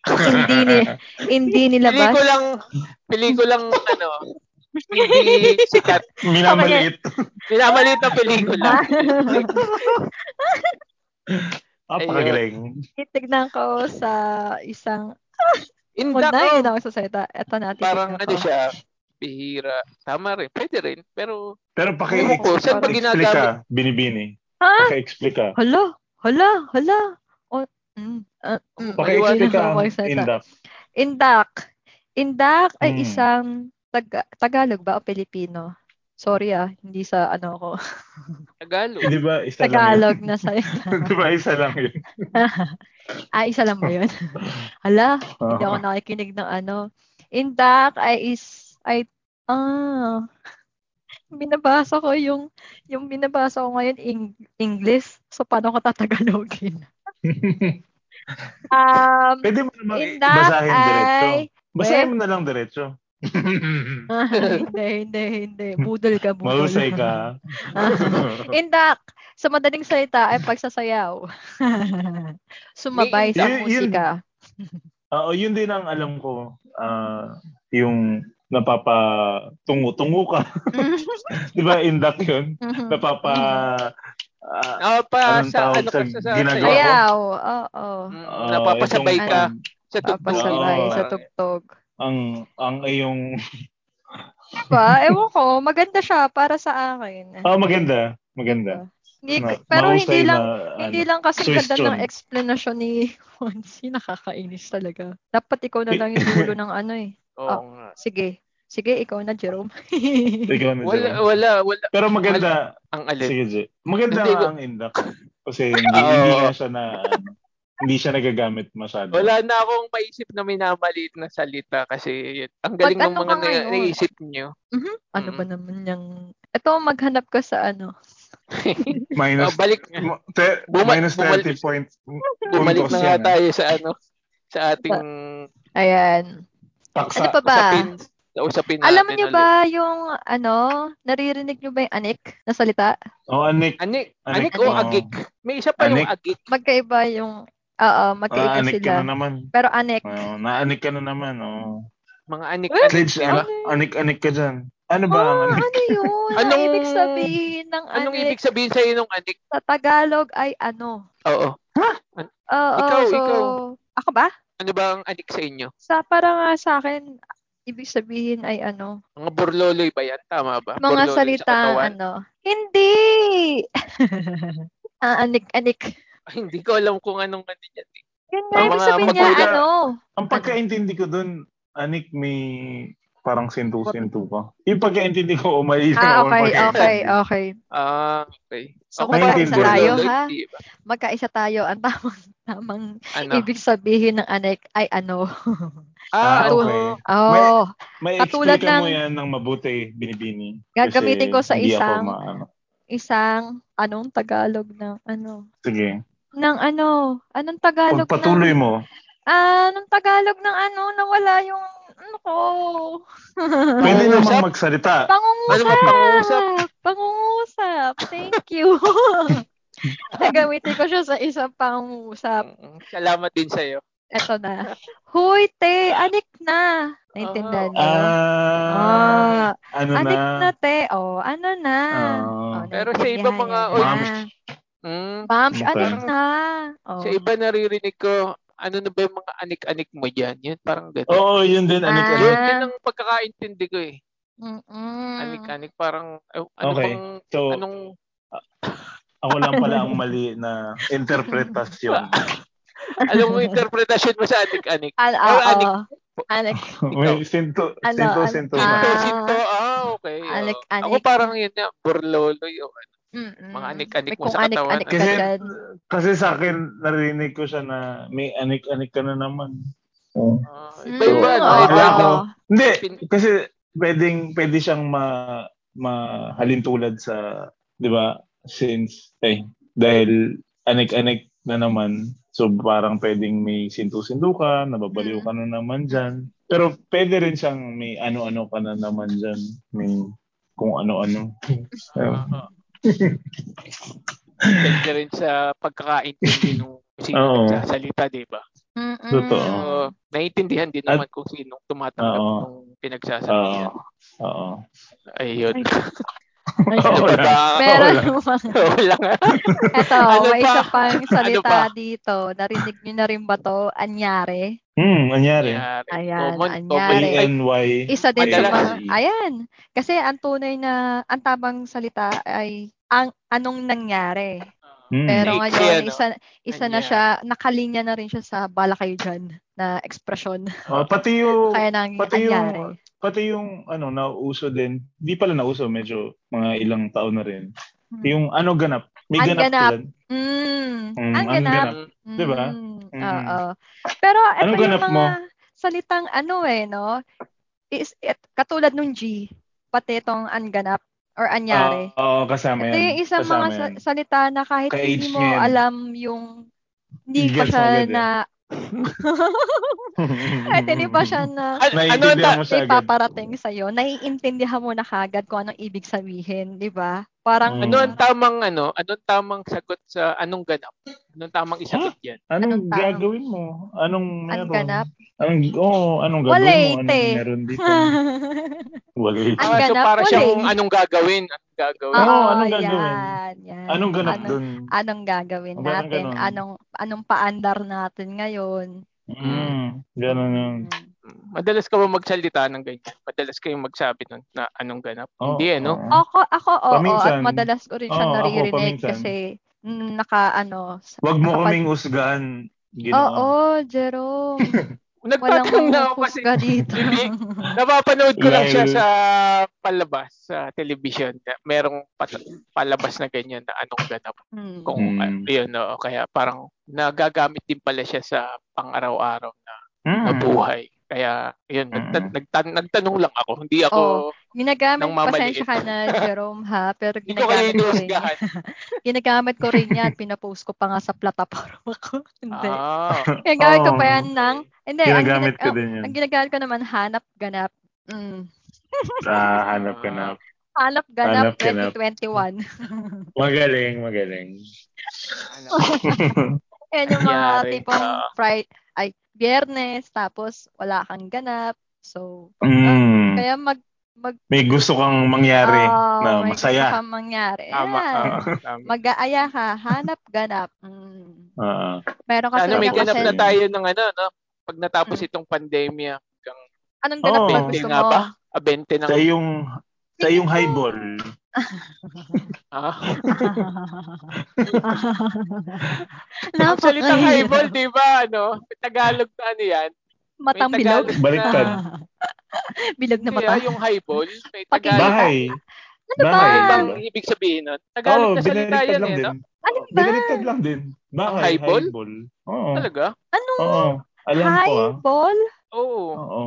[SPEAKER 3] hindi ni hindi nilabas.
[SPEAKER 2] Pelikulang, pelikulang ano, hindi sikat.
[SPEAKER 1] Minamaliit.
[SPEAKER 2] Minamalit na pelikula.
[SPEAKER 3] Ah.
[SPEAKER 1] Napakagaling.
[SPEAKER 3] Titignan ko sa isang
[SPEAKER 2] Indak,
[SPEAKER 3] online
[SPEAKER 2] oh,
[SPEAKER 3] eh, ako sa salita. Ito na, titignan
[SPEAKER 2] parang
[SPEAKER 3] ko.
[SPEAKER 2] ano siya, bihira. Tama rin, pwede rin. Pero,
[SPEAKER 1] Pero
[SPEAKER 2] ewan
[SPEAKER 1] paki-explain
[SPEAKER 2] ko, saan ba ginagamit?
[SPEAKER 1] ka, binibini.
[SPEAKER 3] Ha?
[SPEAKER 1] Paki-explain ka.
[SPEAKER 3] Hala, hala, hala. O, mm, ah,
[SPEAKER 2] Hmm,
[SPEAKER 3] mm,
[SPEAKER 1] Paki-explain
[SPEAKER 3] maliwanag
[SPEAKER 1] ka
[SPEAKER 3] ako
[SPEAKER 1] ang
[SPEAKER 3] sa salita.
[SPEAKER 1] indak.
[SPEAKER 3] Indak. Indak ay
[SPEAKER 1] Hmm.
[SPEAKER 3] isang Taga- Tagalog ba o Pilipino? Sorry ah, hindi sa ano ko.
[SPEAKER 2] Tagalog.
[SPEAKER 1] Di ba isa lang
[SPEAKER 3] Tagalog
[SPEAKER 1] yun?
[SPEAKER 3] na salita.
[SPEAKER 1] Di ba isa lang yun?
[SPEAKER 3] ah, isa lang ba yun? Hala, hindi ako
[SPEAKER 1] Oo.
[SPEAKER 3] nakikinig ng ano. Indak ay is, ay, ah, binabasa ko yung, yung binabasa ko ngayon, Eng- English. So, paano ko tatagalogin? Um,
[SPEAKER 1] Pwede mo naman
[SPEAKER 3] in that
[SPEAKER 1] basahin diretso.
[SPEAKER 3] ay...
[SPEAKER 1] Basahin mo na lang diretso.
[SPEAKER 3] Ah, hindi, hindi, hindi. Budol ka, budol.
[SPEAKER 1] Mahusay ka.
[SPEAKER 3] Indak, sa madaling salita ay pagsasayaw. Sumabay sa
[SPEAKER 1] Yun- yun-
[SPEAKER 3] musika.
[SPEAKER 1] Oo, yun din ang alam ko. Ah, yung napapatungo-tungo ka. Di ba, induct yun?
[SPEAKER 3] Mhm.
[SPEAKER 1] Napapa... ah,
[SPEAKER 2] Ah, pa
[SPEAKER 1] Anong
[SPEAKER 2] sa
[SPEAKER 1] tawag
[SPEAKER 2] ano
[SPEAKER 1] sa
[SPEAKER 2] pa siya sa
[SPEAKER 1] ginagawa ko?
[SPEAKER 2] sayo?
[SPEAKER 3] Sayaw, oo.
[SPEAKER 2] Mm,
[SPEAKER 1] ah,
[SPEAKER 2] napapasabay
[SPEAKER 1] itong- ano? Ah.
[SPEAKER 2] ka
[SPEAKER 1] Ang,
[SPEAKER 2] sa tugtog.
[SPEAKER 3] Papasabay
[SPEAKER 1] Oo.
[SPEAKER 3] sa tugtog.
[SPEAKER 1] ang, ang iyong...
[SPEAKER 3] Diba? Ewan ko, maganda siya para sa akin.
[SPEAKER 1] Ah, maganda. Maganda.
[SPEAKER 3] Hindi,
[SPEAKER 1] Ma-
[SPEAKER 3] pero hindi
[SPEAKER 1] mahusay
[SPEAKER 3] lang,
[SPEAKER 1] na,
[SPEAKER 3] hindi
[SPEAKER 1] ano.
[SPEAKER 3] lang kasi
[SPEAKER 1] Swiss
[SPEAKER 3] ganda ng
[SPEAKER 1] tune.
[SPEAKER 3] explanation ni Fonzie. Nakakainis talaga. Dapat ikaw na lang yung dulo ng ano eh.
[SPEAKER 2] Oo nga.
[SPEAKER 3] Sige. Sige, ikaw na, Jerome.
[SPEAKER 1] Ikaw na
[SPEAKER 2] Wala,
[SPEAKER 1] Jerome.
[SPEAKER 2] wala, wala.
[SPEAKER 1] Pero maganda.
[SPEAKER 2] Ang alin.
[SPEAKER 1] Sige, Jay. Maganda nga
[SPEAKER 2] Hindi ko-
[SPEAKER 1] ang induct. Kasi hindi, hindi nga siya na... ano, hindi siya nagagamit masyado.
[SPEAKER 2] Wala na akong maisip na minamaliit na salita kasi yun. ang galing ng mga
[SPEAKER 3] Mag-ano ka
[SPEAKER 2] na-
[SPEAKER 3] ngayon?
[SPEAKER 2] naisip niyo.
[SPEAKER 3] Mhm. Ano
[SPEAKER 2] Mm.
[SPEAKER 3] ba naman yung... Ito, maghanap ka sa ano.
[SPEAKER 2] Ah,
[SPEAKER 1] Minus,
[SPEAKER 2] Oh, balik
[SPEAKER 1] mo- te-
[SPEAKER 2] Ah, Buma-
[SPEAKER 1] minus 30
[SPEAKER 2] bumalik-
[SPEAKER 1] points.
[SPEAKER 2] bumalik
[SPEAKER 1] puntos
[SPEAKER 2] na nga
[SPEAKER 1] yan, ah.
[SPEAKER 2] tayo sa ano sa ating
[SPEAKER 3] Ayan.
[SPEAKER 1] Paksa.
[SPEAKER 3] Ano pa ba?
[SPEAKER 2] usapin sa usapin natin.
[SPEAKER 3] Alam niyo
[SPEAKER 2] ulit.
[SPEAKER 3] ba yung ano, naririnig niyo ba yung anik na salita?
[SPEAKER 1] Oo, Nick.
[SPEAKER 2] Anik,
[SPEAKER 1] Oh, Anik, ano? oh.
[SPEAKER 2] anik, o
[SPEAKER 1] oo.
[SPEAKER 2] agik? May isa pa yung agik.
[SPEAKER 3] Magkaiba yung, oo, magkaiba
[SPEAKER 1] Ah, anik
[SPEAKER 3] sila.
[SPEAKER 1] ka na naman.
[SPEAKER 3] Pero anik.
[SPEAKER 1] Oh, naanik ka na naman. Oh.
[SPEAKER 2] Mga anik.
[SPEAKER 3] Well,
[SPEAKER 2] anik
[SPEAKER 1] Sledge,
[SPEAKER 2] yan.
[SPEAKER 1] ano? anik-anik ka dyan. Ano ba ang
[SPEAKER 3] Ah,
[SPEAKER 1] anik?
[SPEAKER 3] ano yun? Anong,
[SPEAKER 2] Anong-
[SPEAKER 3] ibig sabihin ng
[SPEAKER 2] Anong
[SPEAKER 3] anik?
[SPEAKER 2] ibig sabihin sa'yo nung anik?
[SPEAKER 3] Sa Tagalog ay ano?
[SPEAKER 2] Oo.
[SPEAKER 3] Oo,
[SPEAKER 2] Ikaw,
[SPEAKER 3] so,
[SPEAKER 2] ikaw.
[SPEAKER 3] Ako ba?
[SPEAKER 2] Ano ba ang anik sa inyo?
[SPEAKER 3] Sa para nga sa akin, ibig sabihin ay ano?
[SPEAKER 2] Mga burloloy ba yan? Tama ba?
[SPEAKER 3] Mga
[SPEAKER 2] Burloloy sa
[SPEAKER 3] salita,
[SPEAKER 2] katawan?
[SPEAKER 3] ano? Hindi! ah, anik-anik.
[SPEAKER 2] Ay, Hindi ko alam kung anong ano yan. eh.
[SPEAKER 3] Yun nga,
[SPEAKER 2] Ang
[SPEAKER 3] ibig
[SPEAKER 2] mga
[SPEAKER 3] sabihin niya,
[SPEAKER 1] magulang-
[SPEAKER 3] ano?
[SPEAKER 1] Ang pagkaintindi ko dun, anik may parang sintu-sintu ka. Yung pagkaintindi ko, umali lang
[SPEAKER 3] Ah,
[SPEAKER 1] ako ng
[SPEAKER 3] okay,
[SPEAKER 1] pagkaintindi.
[SPEAKER 3] okay, okay.
[SPEAKER 2] Ah, okay.
[SPEAKER 3] So,
[SPEAKER 2] Ako
[SPEAKER 1] kung
[SPEAKER 2] parang
[SPEAKER 1] magkaisa
[SPEAKER 2] burloloy,
[SPEAKER 1] tayo,
[SPEAKER 3] ha?
[SPEAKER 2] di ba?
[SPEAKER 3] Magkaisa tayo. Ang tamang, tamang
[SPEAKER 2] Ano?
[SPEAKER 3] ibig sabihin ng anik ay ano.
[SPEAKER 2] Ah,
[SPEAKER 1] Ah,
[SPEAKER 2] ano?
[SPEAKER 1] okay.
[SPEAKER 3] Oh,
[SPEAKER 1] May
[SPEAKER 3] Katulad
[SPEAKER 1] explain ka mo
[SPEAKER 3] ng-
[SPEAKER 1] yan ng mabuti, binibini.
[SPEAKER 3] Gagamitin
[SPEAKER 1] Kasi
[SPEAKER 3] ko sa
[SPEAKER 1] hindi ako
[SPEAKER 3] isang-
[SPEAKER 1] maano.
[SPEAKER 3] isang anong Tagalog ng ano?
[SPEAKER 1] Sige.
[SPEAKER 3] Ng ano? Anong Tagalog
[SPEAKER 1] Pagpatuloy
[SPEAKER 3] ng...
[SPEAKER 1] mo.
[SPEAKER 3] Ah, anong Tagalog ng ano? Nawala yung ano ko.
[SPEAKER 1] Pwede
[SPEAKER 2] Pangungusap?
[SPEAKER 1] namang magsalita.
[SPEAKER 2] Ano ba,
[SPEAKER 3] Pangungusap!
[SPEAKER 2] pangungusap?
[SPEAKER 3] Pangungusap! Thank you! Nagamitin ko siya sa isang pangungusap.
[SPEAKER 2] Mm, Salamat din sa'yo.
[SPEAKER 3] Eto na. Huy, te! Anik na! Naintindihan niyo?
[SPEAKER 1] Ah,
[SPEAKER 3] Ah,
[SPEAKER 1] ano na?
[SPEAKER 3] anik na, te. Oh, ano na?
[SPEAKER 1] Ah.
[SPEAKER 3] Oh,
[SPEAKER 2] Pero sa ibang
[SPEAKER 3] naintindihan
[SPEAKER 2] mga
[SPEAKER 3] niyo
[SPEAKER 1] audience-
[SPEAKER 3] na.
[SPEAKER 2] Mm.
[SPEAKER 3] Mams,
[SPEAKER 1] Okay.
[SPEAKER 3] anik na. Oh.
[SPEAKER 2] Sa iba naririnig ko, ano na ba yung mga anik-anik mo dyan? Yun, parang gano'n.
[SPEAKER 1] Oo, yun din. Anik,
[SPEAKER 3] Ah.
[SPEAKER 1] anik.
[SPEAKER 2] Yun, yun ang pagkakaintindi ko eh.
[SPEAKER 3] Oh, Mm-mm.
[SPEAKER 2] Anik-anik, parang, eh, ano
[SPEAKER 1] Okay.
[SPEAKER 2] bang,
[SPEAKER 1] So,
[SPEAKER 2] anong,
[SPEAKER 1] ako lang pala ang mali na interpretasyon.
[SPEAKER 2] anong ano interpretasyon mo sa anik-anik?
[SPEAKER 3] Al-
[SPEAKER 2] Or
[SPEAKER 3] ah,
[SPEAKER 2] anik.
[SPEAKER 3] oo. Anik.
[SPEAKER 1] May sinto,
[SPEAKER 3] Ano,
[SPEAKER 1] sinto,
[SPEAKER 3] ano-
[SPEAKER 1] sinto.
[SPEAKER 2] Sinto,
[SPEAKER 1] na.
[SPEAKER 3] Ah.
[SPEAKER 2] sinto, ah, okay. oo.
[SPEAKER 3] Anik-anik.
[SPEAKER 2] Ako parang yun na, burloloy. o ano.
[SPEAKER 3] Mm-mm.
[SPEAKER 2] Mga anik-anik
[SPEAKER 3] May
[SPEAKER 2] mo
[SPEAKER 3] kung
[SPEAKER 2] sa katawan.
[SPEAKER 3] anik-anik ka
[SPEAKER 1] Kasi,
[SPEAKER 3] dyan.
[SPEAKER 1] kasi sa akin, narinig ko siya na may anik-anik ka na naman. Oo.
[SPEAKER 2] Ah,
[SPEAKER 3] Mm,
[SPEAKER 1] So,
[SPEAKER 2] iba-iba, no?
[SPEAKER 3] oo.
[SPEAKER 1] akala
[SPEAKER 2] Iba-iba.
[SPEAKER 1] ko, hindi,
[SPEAKER 2] Pin-
[SPEAKER 1] kasi pwedeng, pwede siyang ma, mahalin tulad sa, di ba, since, eh, dahil anik-anik na naman, so parang pwedeng may sintu-sintu ka, nababaliw ka na naman dyan. Pero pwede rin siyang may ano-ano ka na naman dyan, may kung ano-ano.
[SPEAKER 2] Ah, ah. Depende rin sa pagkakaintindi nung
[SPEAKER 1] Oo.
[SPEAKER 2] sino sa salita, di ba?
[SPEAKER 3] Mm-mm.
[SPEAKER 1] Totoo.
[SPEAKER 2] So, naiintindihan din
[SPEAKER 1] At-
[SPEAKER 2] naman kung sinong tumatanggap
[SPEAKER 1] Oo.
[SPEAKER 2] ng
[SPEAKER 1] Oo.
[SPEAKER 2] pinagsasabihan.
[SPEAKER 1] Oo.
[SPEAKER 2] Ayun.
[SPEAKER 3] Ay,
[SPEAKER 2] Ano
[SPEAKER 1] wala.
[SPEAKER 2] pa ba?
[SPEAKER 3] Meron
[SPEAKER 1] wala.
[SPEAKER 3] mga...
[SPEAKER 2] Wala nga.
[SPEAKER 3] Eto,
[SPEAKER 2] Ano
[SPEAKER 3] may
[SPEAKER 2] pa?
[SPEAKER 3] isa pang salita
[SPEAKER 2] pa?
[SPEAKER 3] dito. Narinig nyo na rin ba to? Anyari?
[SPEAKER 1] Hmm, nangyari.
[SPEAKER 2] Ayan.
[SPEAKER 3] Ayan,
[SPEAKER 2] Common,
[SPEAKER 3] anyari.
[SPEAKER 2] common.
[SPEAKER 1] A-N-Y.
[SPEAKER 3] Isa din sa
[SPEAKER 2] Madalas.
[SPEAKER 3] mga... Ayan. Kasi ang tunay na... Ang tamang salita ay ang anong nangyari.
[SPEAKER 1] Hmm.
[SPEAKER 3] Pero
[SPEAKER 2] Ay, kaya, no?
[SPEAKER 3] ngayon, isa, isa na
[SPEAKER 2] Anyari.
[SPEAKER 3] siya, nakalinya na rin siya sa balakay dyan na ekspresyon.
[SPEAKER 1] Oh, pati yung,
[SPEAKER 3] Kaya nang
[SPEAKER 1] pati yung-
[SPEAKER 3] anyari.
[SPEAKER 1] pati yung ano, nauso din. Di pala nauso, medyo mga ilang taon na rin.
[SPEAKER 3] Hmm.
[SPEAKER 1] Yung ano ganap. May
[SPEAKER 3] Ang
[SPEAKER 1] ganap,
[SPEAKER 3] ganap.
[SPEAKER 1] tulad.
[SPEAKER 3] Mm,
[SPEAKER 1] Mm,
[SPEAKER 3] ang
[SPEAKER 1] ang
[SPEAKER 2] Um, ano
[SPEAKER 3] ganap.
[SPEAKER 1] ganap. Di ba?
[SPEAKER 3] Mm,
[SPEAKER 1] Mm.
[SPEAKER 3] Oo. Pero ito
[SPEAKER 1] Anong
[SPEAKER 3] yung
[SPEAKER 1] ganap
[SPEAKER 3] mga
[SPEAKER 1] mo?
[SPEAKER 3] salitang ano eh, no? Is, it, katulad nung G, pati itong ang ganap or anyari.
[SPEAKER 1] Oo, Ah, kasama yan.
[SPEAKER 3] Ito yung isang
[SPEAKER 1] kasama
[SPEAKER 3] mga
[SPEAKER 1] yan.
[SPEAKER 3] sa- salita na kahit
[SPEAKER 1] Ka-age
[SPEAKER 3] hindi mo
[SPEAKER 1] niya yan.
[SPEAKER 3] alam yung hindi
[SPEAKER 1] Gets
[SPEAKER 3] pa
[SPEAKER 1] mo
[SPEAKER 3] siya
[SPEAKER 1] agad eh.
[SPEAKER 3] na kahit hindi pa siya na
[SPEAKER 2] An- ano
[SPEAKER 1] Naiintindihan
[SPEAKER 2] na?
[SPEAKER 1] mo Mm. siya
[SPEAKER 3] may
[SPEAKER 1] agad.
[SPEAKER 3] paparating sa'yo, naiintindihan mo na kagad kung anong ibig sabihin, di ba? Parang,
[SPEAKER 1] Mm.
[SPEAKER 2] Ano ang tamang ano? Anong tamang sagot sa anong ganap? Anong tamang isagot yan?
[SPEAKER 3] Anong
[SPEAKER 1] Anong
[SPEAKER 3] tawag?
[SPEAKER 1] gagawin mo? Anong
[SPEAKER 3] Ang
[SPEAKER 1] meron?
[SPEAKER 3] ganap.
[SPEAKER 1] Anong, oo, anong gagawin mo?
[SPEAKER 3] Walete.
[SPEAKER 1] Anong meron dito? eh. Walete.
[SPEAKER 2] Ah,
[SPEAKER 3] Ang
[SPEAKER 2] so
[SPEAKER 3] ganap Ah.
[SPEAKER 2] para
[SPEAKER 3] ulit.
[SPEAKER 2] siya kung anong gagawin, anong gagawin.
[SPEAKER 1] Oo,
[SPEAKER 3] Oo,
[SPEAKER 1] anong gagawin?
[SPEAKER 3] yan, yan.
[SPEAKER 1] Anong ganap
[SPEAKER 3] Ano-
[SPEAKER 1] dun?
[SPEAKER 3] Anong gagawin
[SPEAKER 1] Parang
[SPEAKER 3] natin?
[SPEAKER 1] ganun.
[SPEAKER 3] Anong anong paandar natin ngayon?
[SPEAKER 1] Mm, ganun yun.
[SPEAKER 3] Mm.
[SPEAKER 2] Hmm. Madalas ka ba magsalita ng ganyan? Madalas kayong magsabi nun na anong ganap?
[SPEAKER 1] Oo,
[SPEAKER 2] Hindi eh, no?
[SPEAKER 1] oo.
[SPEAKER 3] Ako, ako, oo,
[SPEAKER 1] Paminsan.
[SPEAKER 3] at madalas ko rin siya
[SPEAKER 1] Oo, ako,
[SPEAKER 3] naririnig
[SPEAKER 1] paminsan.
[SPEAKER 3] kasi mm, naka, ano, sa-
[SPEAKER 1] Wag mo
[SPEAKER 3] nakapag-
[SPEAKER 1] kaming usgaan.
[SPEAKER 3] Oo,
[SPEAKER 1] Ginoon.
[SPEAKER 3] Jerome. Walang
[SPEAKER 2] Nagtatanong na ako kasi
[SPEAKER 3] huhusga dito.
[SPEAKER 1] Eh,
[SPEAKER 2] Hindi. napapanood ko lang siya
[SPEAKER 1] Dahil-
[SPEAKER 2] sa palabas, sa television. Na merong pat- palabas na ganyan na anong ganap.
[SPEAKER 3] Hmm.
[SPEAKER 1] Mm.
[SPEAKER 2] Kung ah, yun, oo. kaya parang nagagamit din pala siya sa pang-araw-araw na,
[SPEAKER 1] Mm.
[SPEAKER 2] na buhay. Kaya yun, nagta-
[SPEAKER 1] Mm.
[SPEAKER 2] nagtan- nagtanong lang ako. Hindi ako,
[SPEAKER 3] Oh, Ginagamit,
[SPEAKER 2] Nang mamaliit.
[SPEAKER 3] pasensya ka na, Jerome, ha? Pero
[SPEAKER 2] hindi ko kayo
[SPEAKER 3] ginagamit ko rin yan.
[SPEAKER 2] inuusgahan.
[SPEAKER 3] Ginagamit ko rin yan. Pinapost ko pa nga sa platform ako. Hindi.
[SPEAKER 2] Ah,
[SPEAKER 3] Ginagamit ko
[SPEAKER 1] Oh.
[SPEAKER 3] pa yan ng... Hindi, ang,
[SPEAKER 1] Ginagamit
[SPEAKER 3] ginag-
[SPEAKER 1] ko
[SPEAKER 3] ang-
[SPEAKER 1] din yun.
[SPEAKER 3] ang ginagamit ko naman, hanap, ganap. Mm.
[SPEAKER 1] Ah, hanap ka na.
[SPEAKER 3] Hanap, ganap,
[SPEAKER 1] Hanap, ganap.
[SPEAKER 3] 2021.
[SPEAKER 1] Magaling, magaling.
[SPEAKER 2] ano.
[SPEAKER 3] Yan yung mga
[SPEAKER 2] Nangyari.
[SPEAKER 3] tipong
[SPEAKER 2] Ah.
[SPEAKER 3] Friday, ay, biyernes, tapos wala kang ganap. So,
[SPEAKER 1] Mm.
[SPEAKER 3] kaya mag, mag,
[SPEAKER 1] May gusto kang mangyari
[SPEAKER 3] Oo,
[SPEAKER 1] na
[SPEAKER 3] may gusto
[SPEAKER 1] masaya.
[SPEAKER 3] kang mangyari.
[SPEAKER 2] Tama. ah.
[SPEAKER 3] Ayan.
[SPEAKER 2] oo, tama.
[SPEAKER 3] Mag-aaya ka, hanap, ganap. Mm.
[SPEAKER 2] Ah.
[SPEAKER 1] Oo.
[SPEAKER 3] Meron kasi
[SPEAKER 2] Sana Ano, may
[SPEAKER 3] na
[SPEAKER 1] Sarap
[SPEAKER 2] ganap
[SPEAKER 3] kasi,
[SPEAKER 2] na
[SPEAKER 1] yun.
[SPEAKER 2] tayo ng ano, no? Pag natapos
[SPEAKER 3] Mm.
[SPEAKER 2] itong pandemya, hanggang
[SPEAKER 3] anong ganap
[SPEAKER 1] Oo.
[SPEAKER 3] na
[SPEAKER 2] 20
[SPEAKER 3] gusto
[SPEAKER 2] nga
[SPEAKER 3] mo?
[SPEAKER 2] ba? Ah, 20 ng...
[SPEAKER 1] Sa yung sa yung highball.
[SPEAKER 2] Ah. Ang salitang highball,
[SPEAKER 3] Napakahirap.
[SPEAKER 2] di ba? Ano? May Tagalog na ano yan? May
[SPEAKER 3] Matang bilog.
[SPEAKER 2] Tagalog na-
[SPEAKER 1] Baliktad.
[SPEAKER 3] Bilog na
[SPEAKER 2] Hindi,
[SPEAKER 3] mata.
[SPEAKER 2] ah, yung highball. May
[SPEAKER 3] Pakita.
[SPEAKER 2] Tagalog.
[SPEAKER 1] Bahay.
[SPEAKER 3] Ano ba?
[SPEAKER 1] Bahay.
[SPEAKER 2] Ibang ibig sabihin nun. Tagalog
[SPEAKER 1] Oo,
[SPEAKER 2] na salita
[SPEAKER 1] binaliktad
[SPEAKER 2] yan
[SPEAKER 1] lang
[SPEAKER 2] eh,
[SPEAKER 1] din.
[SPEAKER 2] no?
[SPEAKER 3] Ano ba?
[SPEAKER 1] Binaliktad lang din. Bahay,
[SPEAKER 2] highball?
[SPEAKER 1] highball? Oo.
[SPEAKER 2] Talaga?
[SPEAKER 3] Ano?
[SPEAKER 1] Oo. Alam ko ah.
[SPEAKER 3] Highball?
[SPEAKER 2] Oo.
[SPEAKER 1] Oo.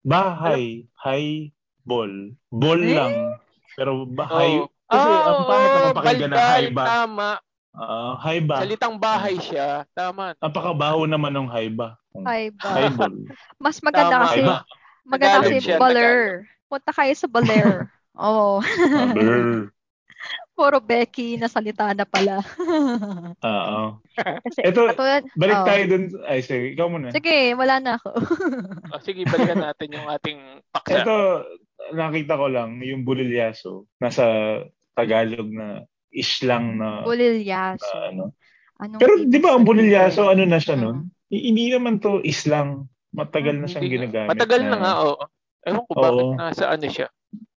[SPEAKER 1] Bahay, highball. Ball
[SPEAKER 3] Eh?
[SPEAKER 1] lang. Pero bahay,
[SPEAKER 2] Oo.
[SPEAKER 1] Oh. kasi ang
[SPEAKER 2] Oo,
[SPEAKER 1] pangit naman pakinggan ng
[SPEAKER 2] Oh. Ah, balbal,
[SPEAKER 1] high ba.
[SPEAKER 2] Tama.
[SPEAKER 1] Ah, high ba.
[SPEAKER 2] Salitang bahay
[SPEAKER 1] Mm.
[SPEAKER 2] siya. Tama.
[SPEAKER 1] Napakabaho naman ng high ba.
[SPEAKER 3] Highball.
[SPEAKER 1] Highball.
[SPEAKER 3] Mas maganda
[SPEAKER 2] Tama.
[SPEAKER 3] kasi,
[SPEAKER 1] High ba.
[SPEAKER 3] maganda kasi
[SPEAKER 1] Tagalog siya,
[SPEAKER 3] baler. Punta kayo sa baler. Oo.
[SPEAKER 1] Ah, brr.
[SPEAKER 3] Puro Becky na salita na pala.
[SPEAKER 1] Oo.
[SPEAKER 3] kasi,
[SPEAKER 1] Ito,
[SPEAKER 3] katulad,
[SPEAKER 1] Balik
[SPEAKER 3] oo.
[SPEAKER 1] tayo dun. Ay, sorry. Ikaw muna.
[SPEAKER 3] Sige, wala na ako.
[SPEAKER 2] Oh, sige, balikan natin yung ating paksa.
[SPEAKER 1] Ito, nakita ko lang, yung bulilyaso, nasa Tagalog na ish lang na, na
[SPEAKER 3] Bulilyaso.
[SPEAKER 1] Ah. ano.
[SPEAKER 3] Anong
[SPEAKER 1] Pero
[SPEAKER 3] ibig
[SPEAKER 1] di ba ang
[SPEAKER 3] sabihin?
[SPEAKER 1] bulilyaso, ano na siya
[SPEAKER 3] Mm.
[SPEAKER 1] nun? I- Hindi naman to islang. Matagal na siyang
[SPEAKER 2] Hindi nga.
[SPEAKER 1] ginagamit.
[SPEAKER 2] Matagal na
[SPEAKER 1] na
[SPEAKER 2] nga, oo. Ewan ko
[SPEAKER 1] Oo.
[SPEAKER 2] bakit nasa ano siya.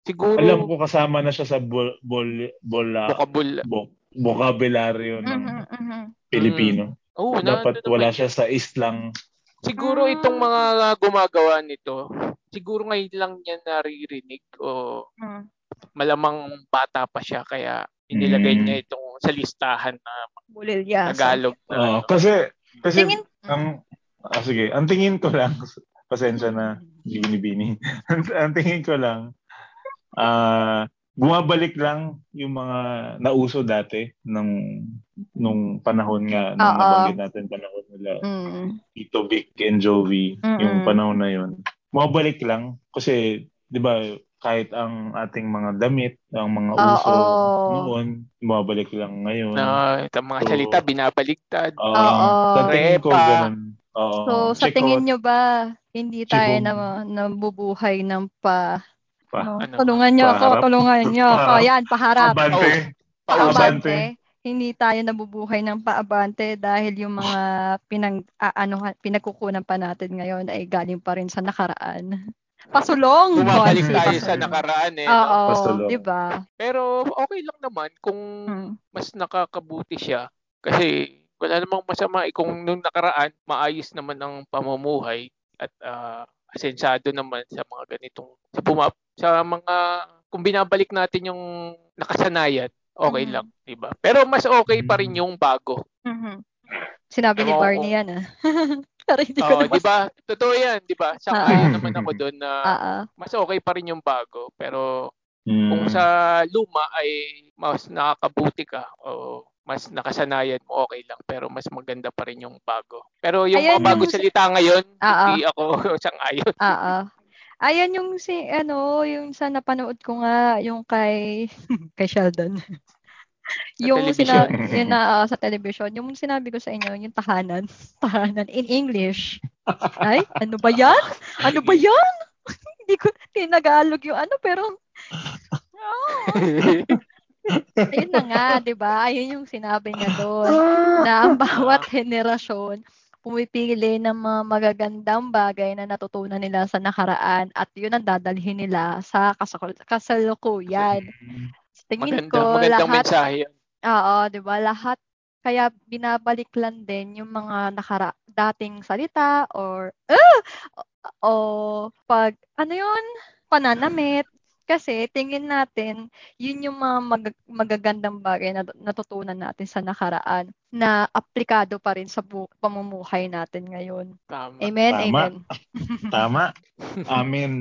[SPEAKER 2] Siguro
[SPEAKER 1] Alam ko kasama na siya sa bol, bol, bola,
[SPEAKER 2] vocabula.
[SPEAKER 1] bo, vocabulary
[SPEAKER 3] Mhm,
[SPEAKER 1] ng
[SPEAKER 3] mhm.
[SPEAKER 1] Pilipino.
[SPEAKER 2] Oo, Mm-hmm. na,
[SPEAKER 1] Dapat
[SPEAKER 2] ano
[SPEAKER 1] wala
[SPEAKER 2] naman
[SPEAKER 1] siya sa islang.
[SPEAKER 2] Siguro itong mga gumagawa nito, siguro ngayon lang niya naririnig o
[SPEAKER 3] Mm.
[SPEAKER 2] malamang bata pa siya kaya inilagay
[SPEAKER 1] Mm.
[SPEAKER 2] niya itong sa listahan na
[SPEAKER 3] Bulilyaso.
[SPEAKER 2] Tagalog na
[SPEAKER 1] Oo, oh, kasi, kasi,
[SPEAKER 3] Tingin,
[SPEAKER 1] ang, ah, sige, ang tingin ko lang, pasensya na, Binibini. ang, ang tingin ko lang, ah bumabalik lang yung mga nauso dati nung nung panahon nga nung
[SPEAKER 3] Oo.
[SPEAKER 1] nabanggit natin panahon nila
[SPEAKER 3] Mm.
[SPEAKER 1] Tito Vic and Jovi
[SPEAKER 3] Mm-mm.
[SPEAKER 1] yung panahon na yun bumabalik lang kasi 'di ba kahit ang ating mga damit ang mga uso
[SPEAKER 3] Oo.
[SPEAKER 1] noon bumabalik lang ngayon
[SPEAKER 2] na itong mga
[SPEAKER 1] Oo.
[SPEAKER 2] salita binabaligtad.
[SPEAKER 1] Oo.
[SPEAKER 3] Oo.
[SPEAKER 1] Um, sa tingin ko
[SPEAKER 2] Repa.
[SPEAKER 1] ganun Oo.
[SPEAKER 3] So, sa
[SPEAKER 1] Check out.
[SPEAKER 3] tingin nyo ba, hindi tayo
[SPEAKER 1] Chikong.
[SPEAKER 3] na, nabubuhay ng pa...
[SPEAKER 1] Pa-
[SPEAKER 3] no?
[SPEAKER 2] ano?
[SPEAKER 3] Tulungan nyo ako,
[SPEAKER 1] Paharap?
[SPEAKER 3] tulungan nyo ako.
[SPEAKER 1] Paharap?
[SPEAKER 3] Yan, paharap.
[SPEAKER 1] abante paabante.
[SPEAKER 3] Hindi tayo nabubuhay ng paabante dahil yung mga pinang, ah, ano, pinagkukunan pa natin ngayon ay galing pa rin sa nakaraan. Pasulong!
[SPEAKER 2] Bumabalik
[SPEAKER 3] Konti,
[SPEAKER 2] tayo sa
[SPEAKER 3] pasulong.
[SPEAKER 2] nakaraan eh. no?
[SPEAKER 3] Oo, diba?
[SPEAKER 1] Pasulong.
[SPEAKER 3] di ba?
[SPEAKER 2] Pero okay lang naman kung
[SPEAKER 3] Hmm.
[SPEAKER 2] mas nakakabuti siya kasi wala namang masama eh, kung nung nakaraan maayos naman ang pamumuhay at ah, asensado naman sa mga ganitong sa, puma- sa mga kung binabalik natin yung nakasanayan okay
[SPEAKER 3] Mhm.
[SPEAKER 2] lang di ba pero mas okay pa rin
[SPEAKER 1] Mhm.
[SPEAKER 2] yung bago
[SPEAKER 3] Mhm. Sinabi ni
[SPEAKER 2] Ewan ko
[SPEAKER 3] Barney yan, ah. Pero hindi ko
[SPEAKER 2] oh
[SPEAKER 3] na
[SPEAKER 2] di ba totoo yan di ba sa
[SPEAKER 3] Ah,
[SPEAKER 1] ah.
[SPEAKER 2] naman ako doon na
[SPEAKER 3] Ah, ah.
[SPEAKER 2] mas okay pa rin yung bago pero
[SPEAKER 1] Mm.
[SPEAKER 2] Kung sa luma ay mas nakakabuti ka o mas nakasanayan mo, okay lang. Pero mas maganda pa rin yung bago. Pero yung
[SPEAKER 3] Ayan
[SPEAKER 2] mga bagong
[SPEAKER 3] yung-
[SPEAKER 2] salita ngayon,
[SPEAKER 3] Ah,
[SPEAKER 2] hindi ako sang ayon.
[SPEAKER 3] Oo. Ayan yung si ano, yung sa napanood ko nga yung kay kay Sheldon. yung sina,
[SPEAKER 1] television.
[SPEAKER 3] yun na ah, sa television, yung sinabi ko sa inyo, yung tahanan, tahanan in English. Ay, ano ba 'yan? Ano ba 'yan? Hindi ko tinagalog yung ano pero ayun na nga, 'di ba? Ayun yung sinabi niya doon na ang bawat henerasyon pumipili ng mga magagandang bagay na natutunan nila sa nakaraan at yun ang dadalhin nila sa kasakul- kasalukuyan. Sa Tingin
[SPEAKER 2] Maganda,
[SPEAKER 3] ko
[SPEAKER 2] magandang
[SPEAKER 3] lahat,
[SPEAKER 2] mensahe yun.
[SPEAKER 3] oo, 'di ba? Lahat kaya binabalik lang din yung mga nakara dating salita or ah! o pag ano yun pananamit kasi tingin natin yun yung mga mag- magagandang bagay na natutunan natin sa nakaraan na aplikado pa rin sa bu- pamumuhay natin ngayon.
[SPEAKER 2] Tama.
[SPEAKER 3] Amen,
[SPEAKER 1] Tama.
[SPEAKER 3] amen.
[SPEAKER 1] Tama. Amen.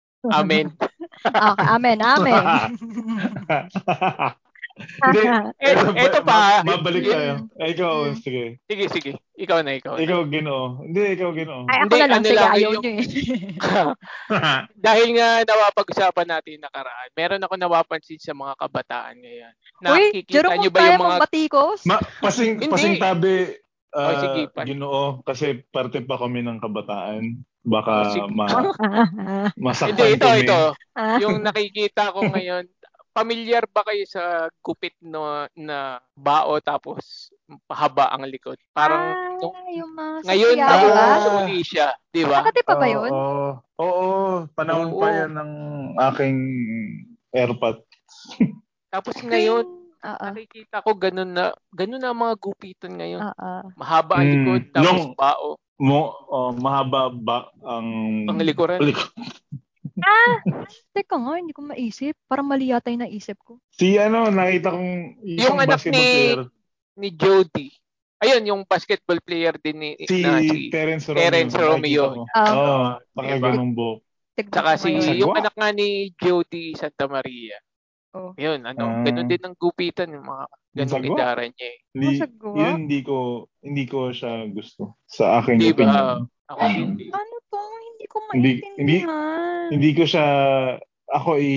[SPEAKER 2] Amen.
[SPEAKER 3] Okay, amen, amen.
[SPEAKER 1] Hindi.
[SPEAKER 2] Eh, eto pa. Hmm.
[SPEAKER 1] Ma- mabalik Eh.
[SPEAKER 2] Yun-
[SPEAKER 1] tayo. Ay, ikaw,
[SPEAKER 3] Mm.
[SPEAKER 1] sige.
[SPEAKER 2] Sige, sige. Ikaw na, ikaw. na.
[SPEAKER 1] Ikaw, ginoo. Hindi, ikaw, ginoo.
[SPEAKER 3] Ay, ako
[SPEAKER 2] Hindi,
[SPEAKER 3] na lang,
[SPEAKER 2] ano
[SPEAKER 3] sige,
[SPEAKER 2] lang,
[SPEAKER 3] ayaw
[SPEAKER 2] yung-
[SPEAKER 3] nyo eh.
[SPEAKER 2] Dahil nga nawapag-usapan natin yung nakaraan, meron ako nawapansin sa mga kabataan ngayon.
[SPEAKER 3] Uy,
[SPEAKER 2] Nakikita niyo
[SPEAKER 3] Jerome,
[SPEAKER 2] ba
[SPEAKER 3] tayo
[SPEAKER 2] yung
[SPEAKER 3] mga...
[SPEAKER 2] mga...
[SPEAKER 3] batikos?
[SPEAKER 1] Ma- pasing,
[SPEAKER 2] Hindi.
[SPEAKER 1] pasing tabi, ah,
[SPEAKER 2] Oh, sige, pa-
[SPEAKER 1] ginoo, kasi parte pa kami ng kabataan. Baka
[SPEAKER 2] Oh, Sige.
[SPEAKER 1] ma- masaktan
[SPEAKER 2] Hindi, ito,
[SPEAKER 1] kami.
[SPEAKER 2] ito.
[SPEAKER 3] Ah,
[SPEAKER 2] Yung nakikita ko ngayon, familiar ba kayo sa gupit no, na bao tapos pahaba ang likod? Parang nung-
[SPEAKER 3] Ah, yung mga
[SPEAKER 2] ngayon na
[SPEAKER 3] sasayaw,
[SPEAKER 1] ako-
[SPEAKER 3] ah.
[SPEAKER 1] Ah.
[SPEAKER 2] uli siya, di ba?
[SPEAKER 3] Nakati pa ba
[SPEAKER 1] Oo,
[SPEAKER 3] yun?
[SPEAKER 1] Oo, Oo, panahon pa
[SPEAKER 2] Oo.
[SPEAKER 1] yan ng aking airpot.
[SPEAKER 2] Tapos ngayon,
[SPEAKER 3] Oo,
[SPEAKER 2] nakikita ko ganun na, ganun na ang mga gupitan ngayon.
[SPEAKER 3] oo.
[SPEAKER 2] Mahaba ang
[SPEAKER 1] Mm,
[SPEAKER 2] likod, tapos
[SPEAKER 1] yung-
[SPEAKER 2] bao
[SPEAKER 1] Mo, oh, mahaba ba ang...
[SPEAKER 2] ang likuran.
[SPEAKER 3] Teka nga, hindi ko maisip. Parang mali yata yung naisip ko.
[SPEAKER 1] Si ano, nakita kong isang
[SPEAKER 2] Yung anak
[SPEAKER 1] basketball
[SPEAKER 2] ni-
[SPEAKER 1] player,
[SPEAKER 2] ni Jody. Ayun, yung basketball player din ni
[SPEAKER 1] si
[SPEAKER 2] na si
[SPEAKER 1] Terence Romeo.
[SPEAKER 2] Terrence Romeo.
[SPEAKER 1] nakikita ko.
[SPEAKER 3] Ah.
[SPEAKER 1] Oo,
[SPEAKER 2] Ah,
[SPEAKER 1] nakaganong buhok.
[SPEAKER 3] Tignan
[SPEAKER 2] Saka
[SPEAKER 3] ko
[SPEAKER 2] si
[SPEAKER 3] ngayon.
[SPEAKER 1] Ayun.
[SPEAKER 2] yung anak nga ni Jody Santa Maria.
[SPEAKER 3] Oh.
[SPEAKER 2] Ayun, ano,
[SPEAKER 1] Ah.
[SPEAKER 2] ganun din ang gupitan yung mga ganung
[SPEAKER 1] Sagwa.
[SPEAKER 2] idara niya. eh.
[SPEAKER 1] Hindi,
[SPEAKER 3] Masagwa.
[SPEAKER 1] yun hindi ko, hindi ko siya gusto sa aking
[SPEAKER 2] Di ba?
[SPEAKER 1] opinion.
[SPEAKER 3] Hmm.
[SPEAKER 2] Ako hindi.
[SPEAKER 3] Ano to? Hindi ko
[SPEAKER 1] Hindi-
[SPEAKER 3] maintindihan.
[SPEAKER 1] Hindi ko siya, ako i...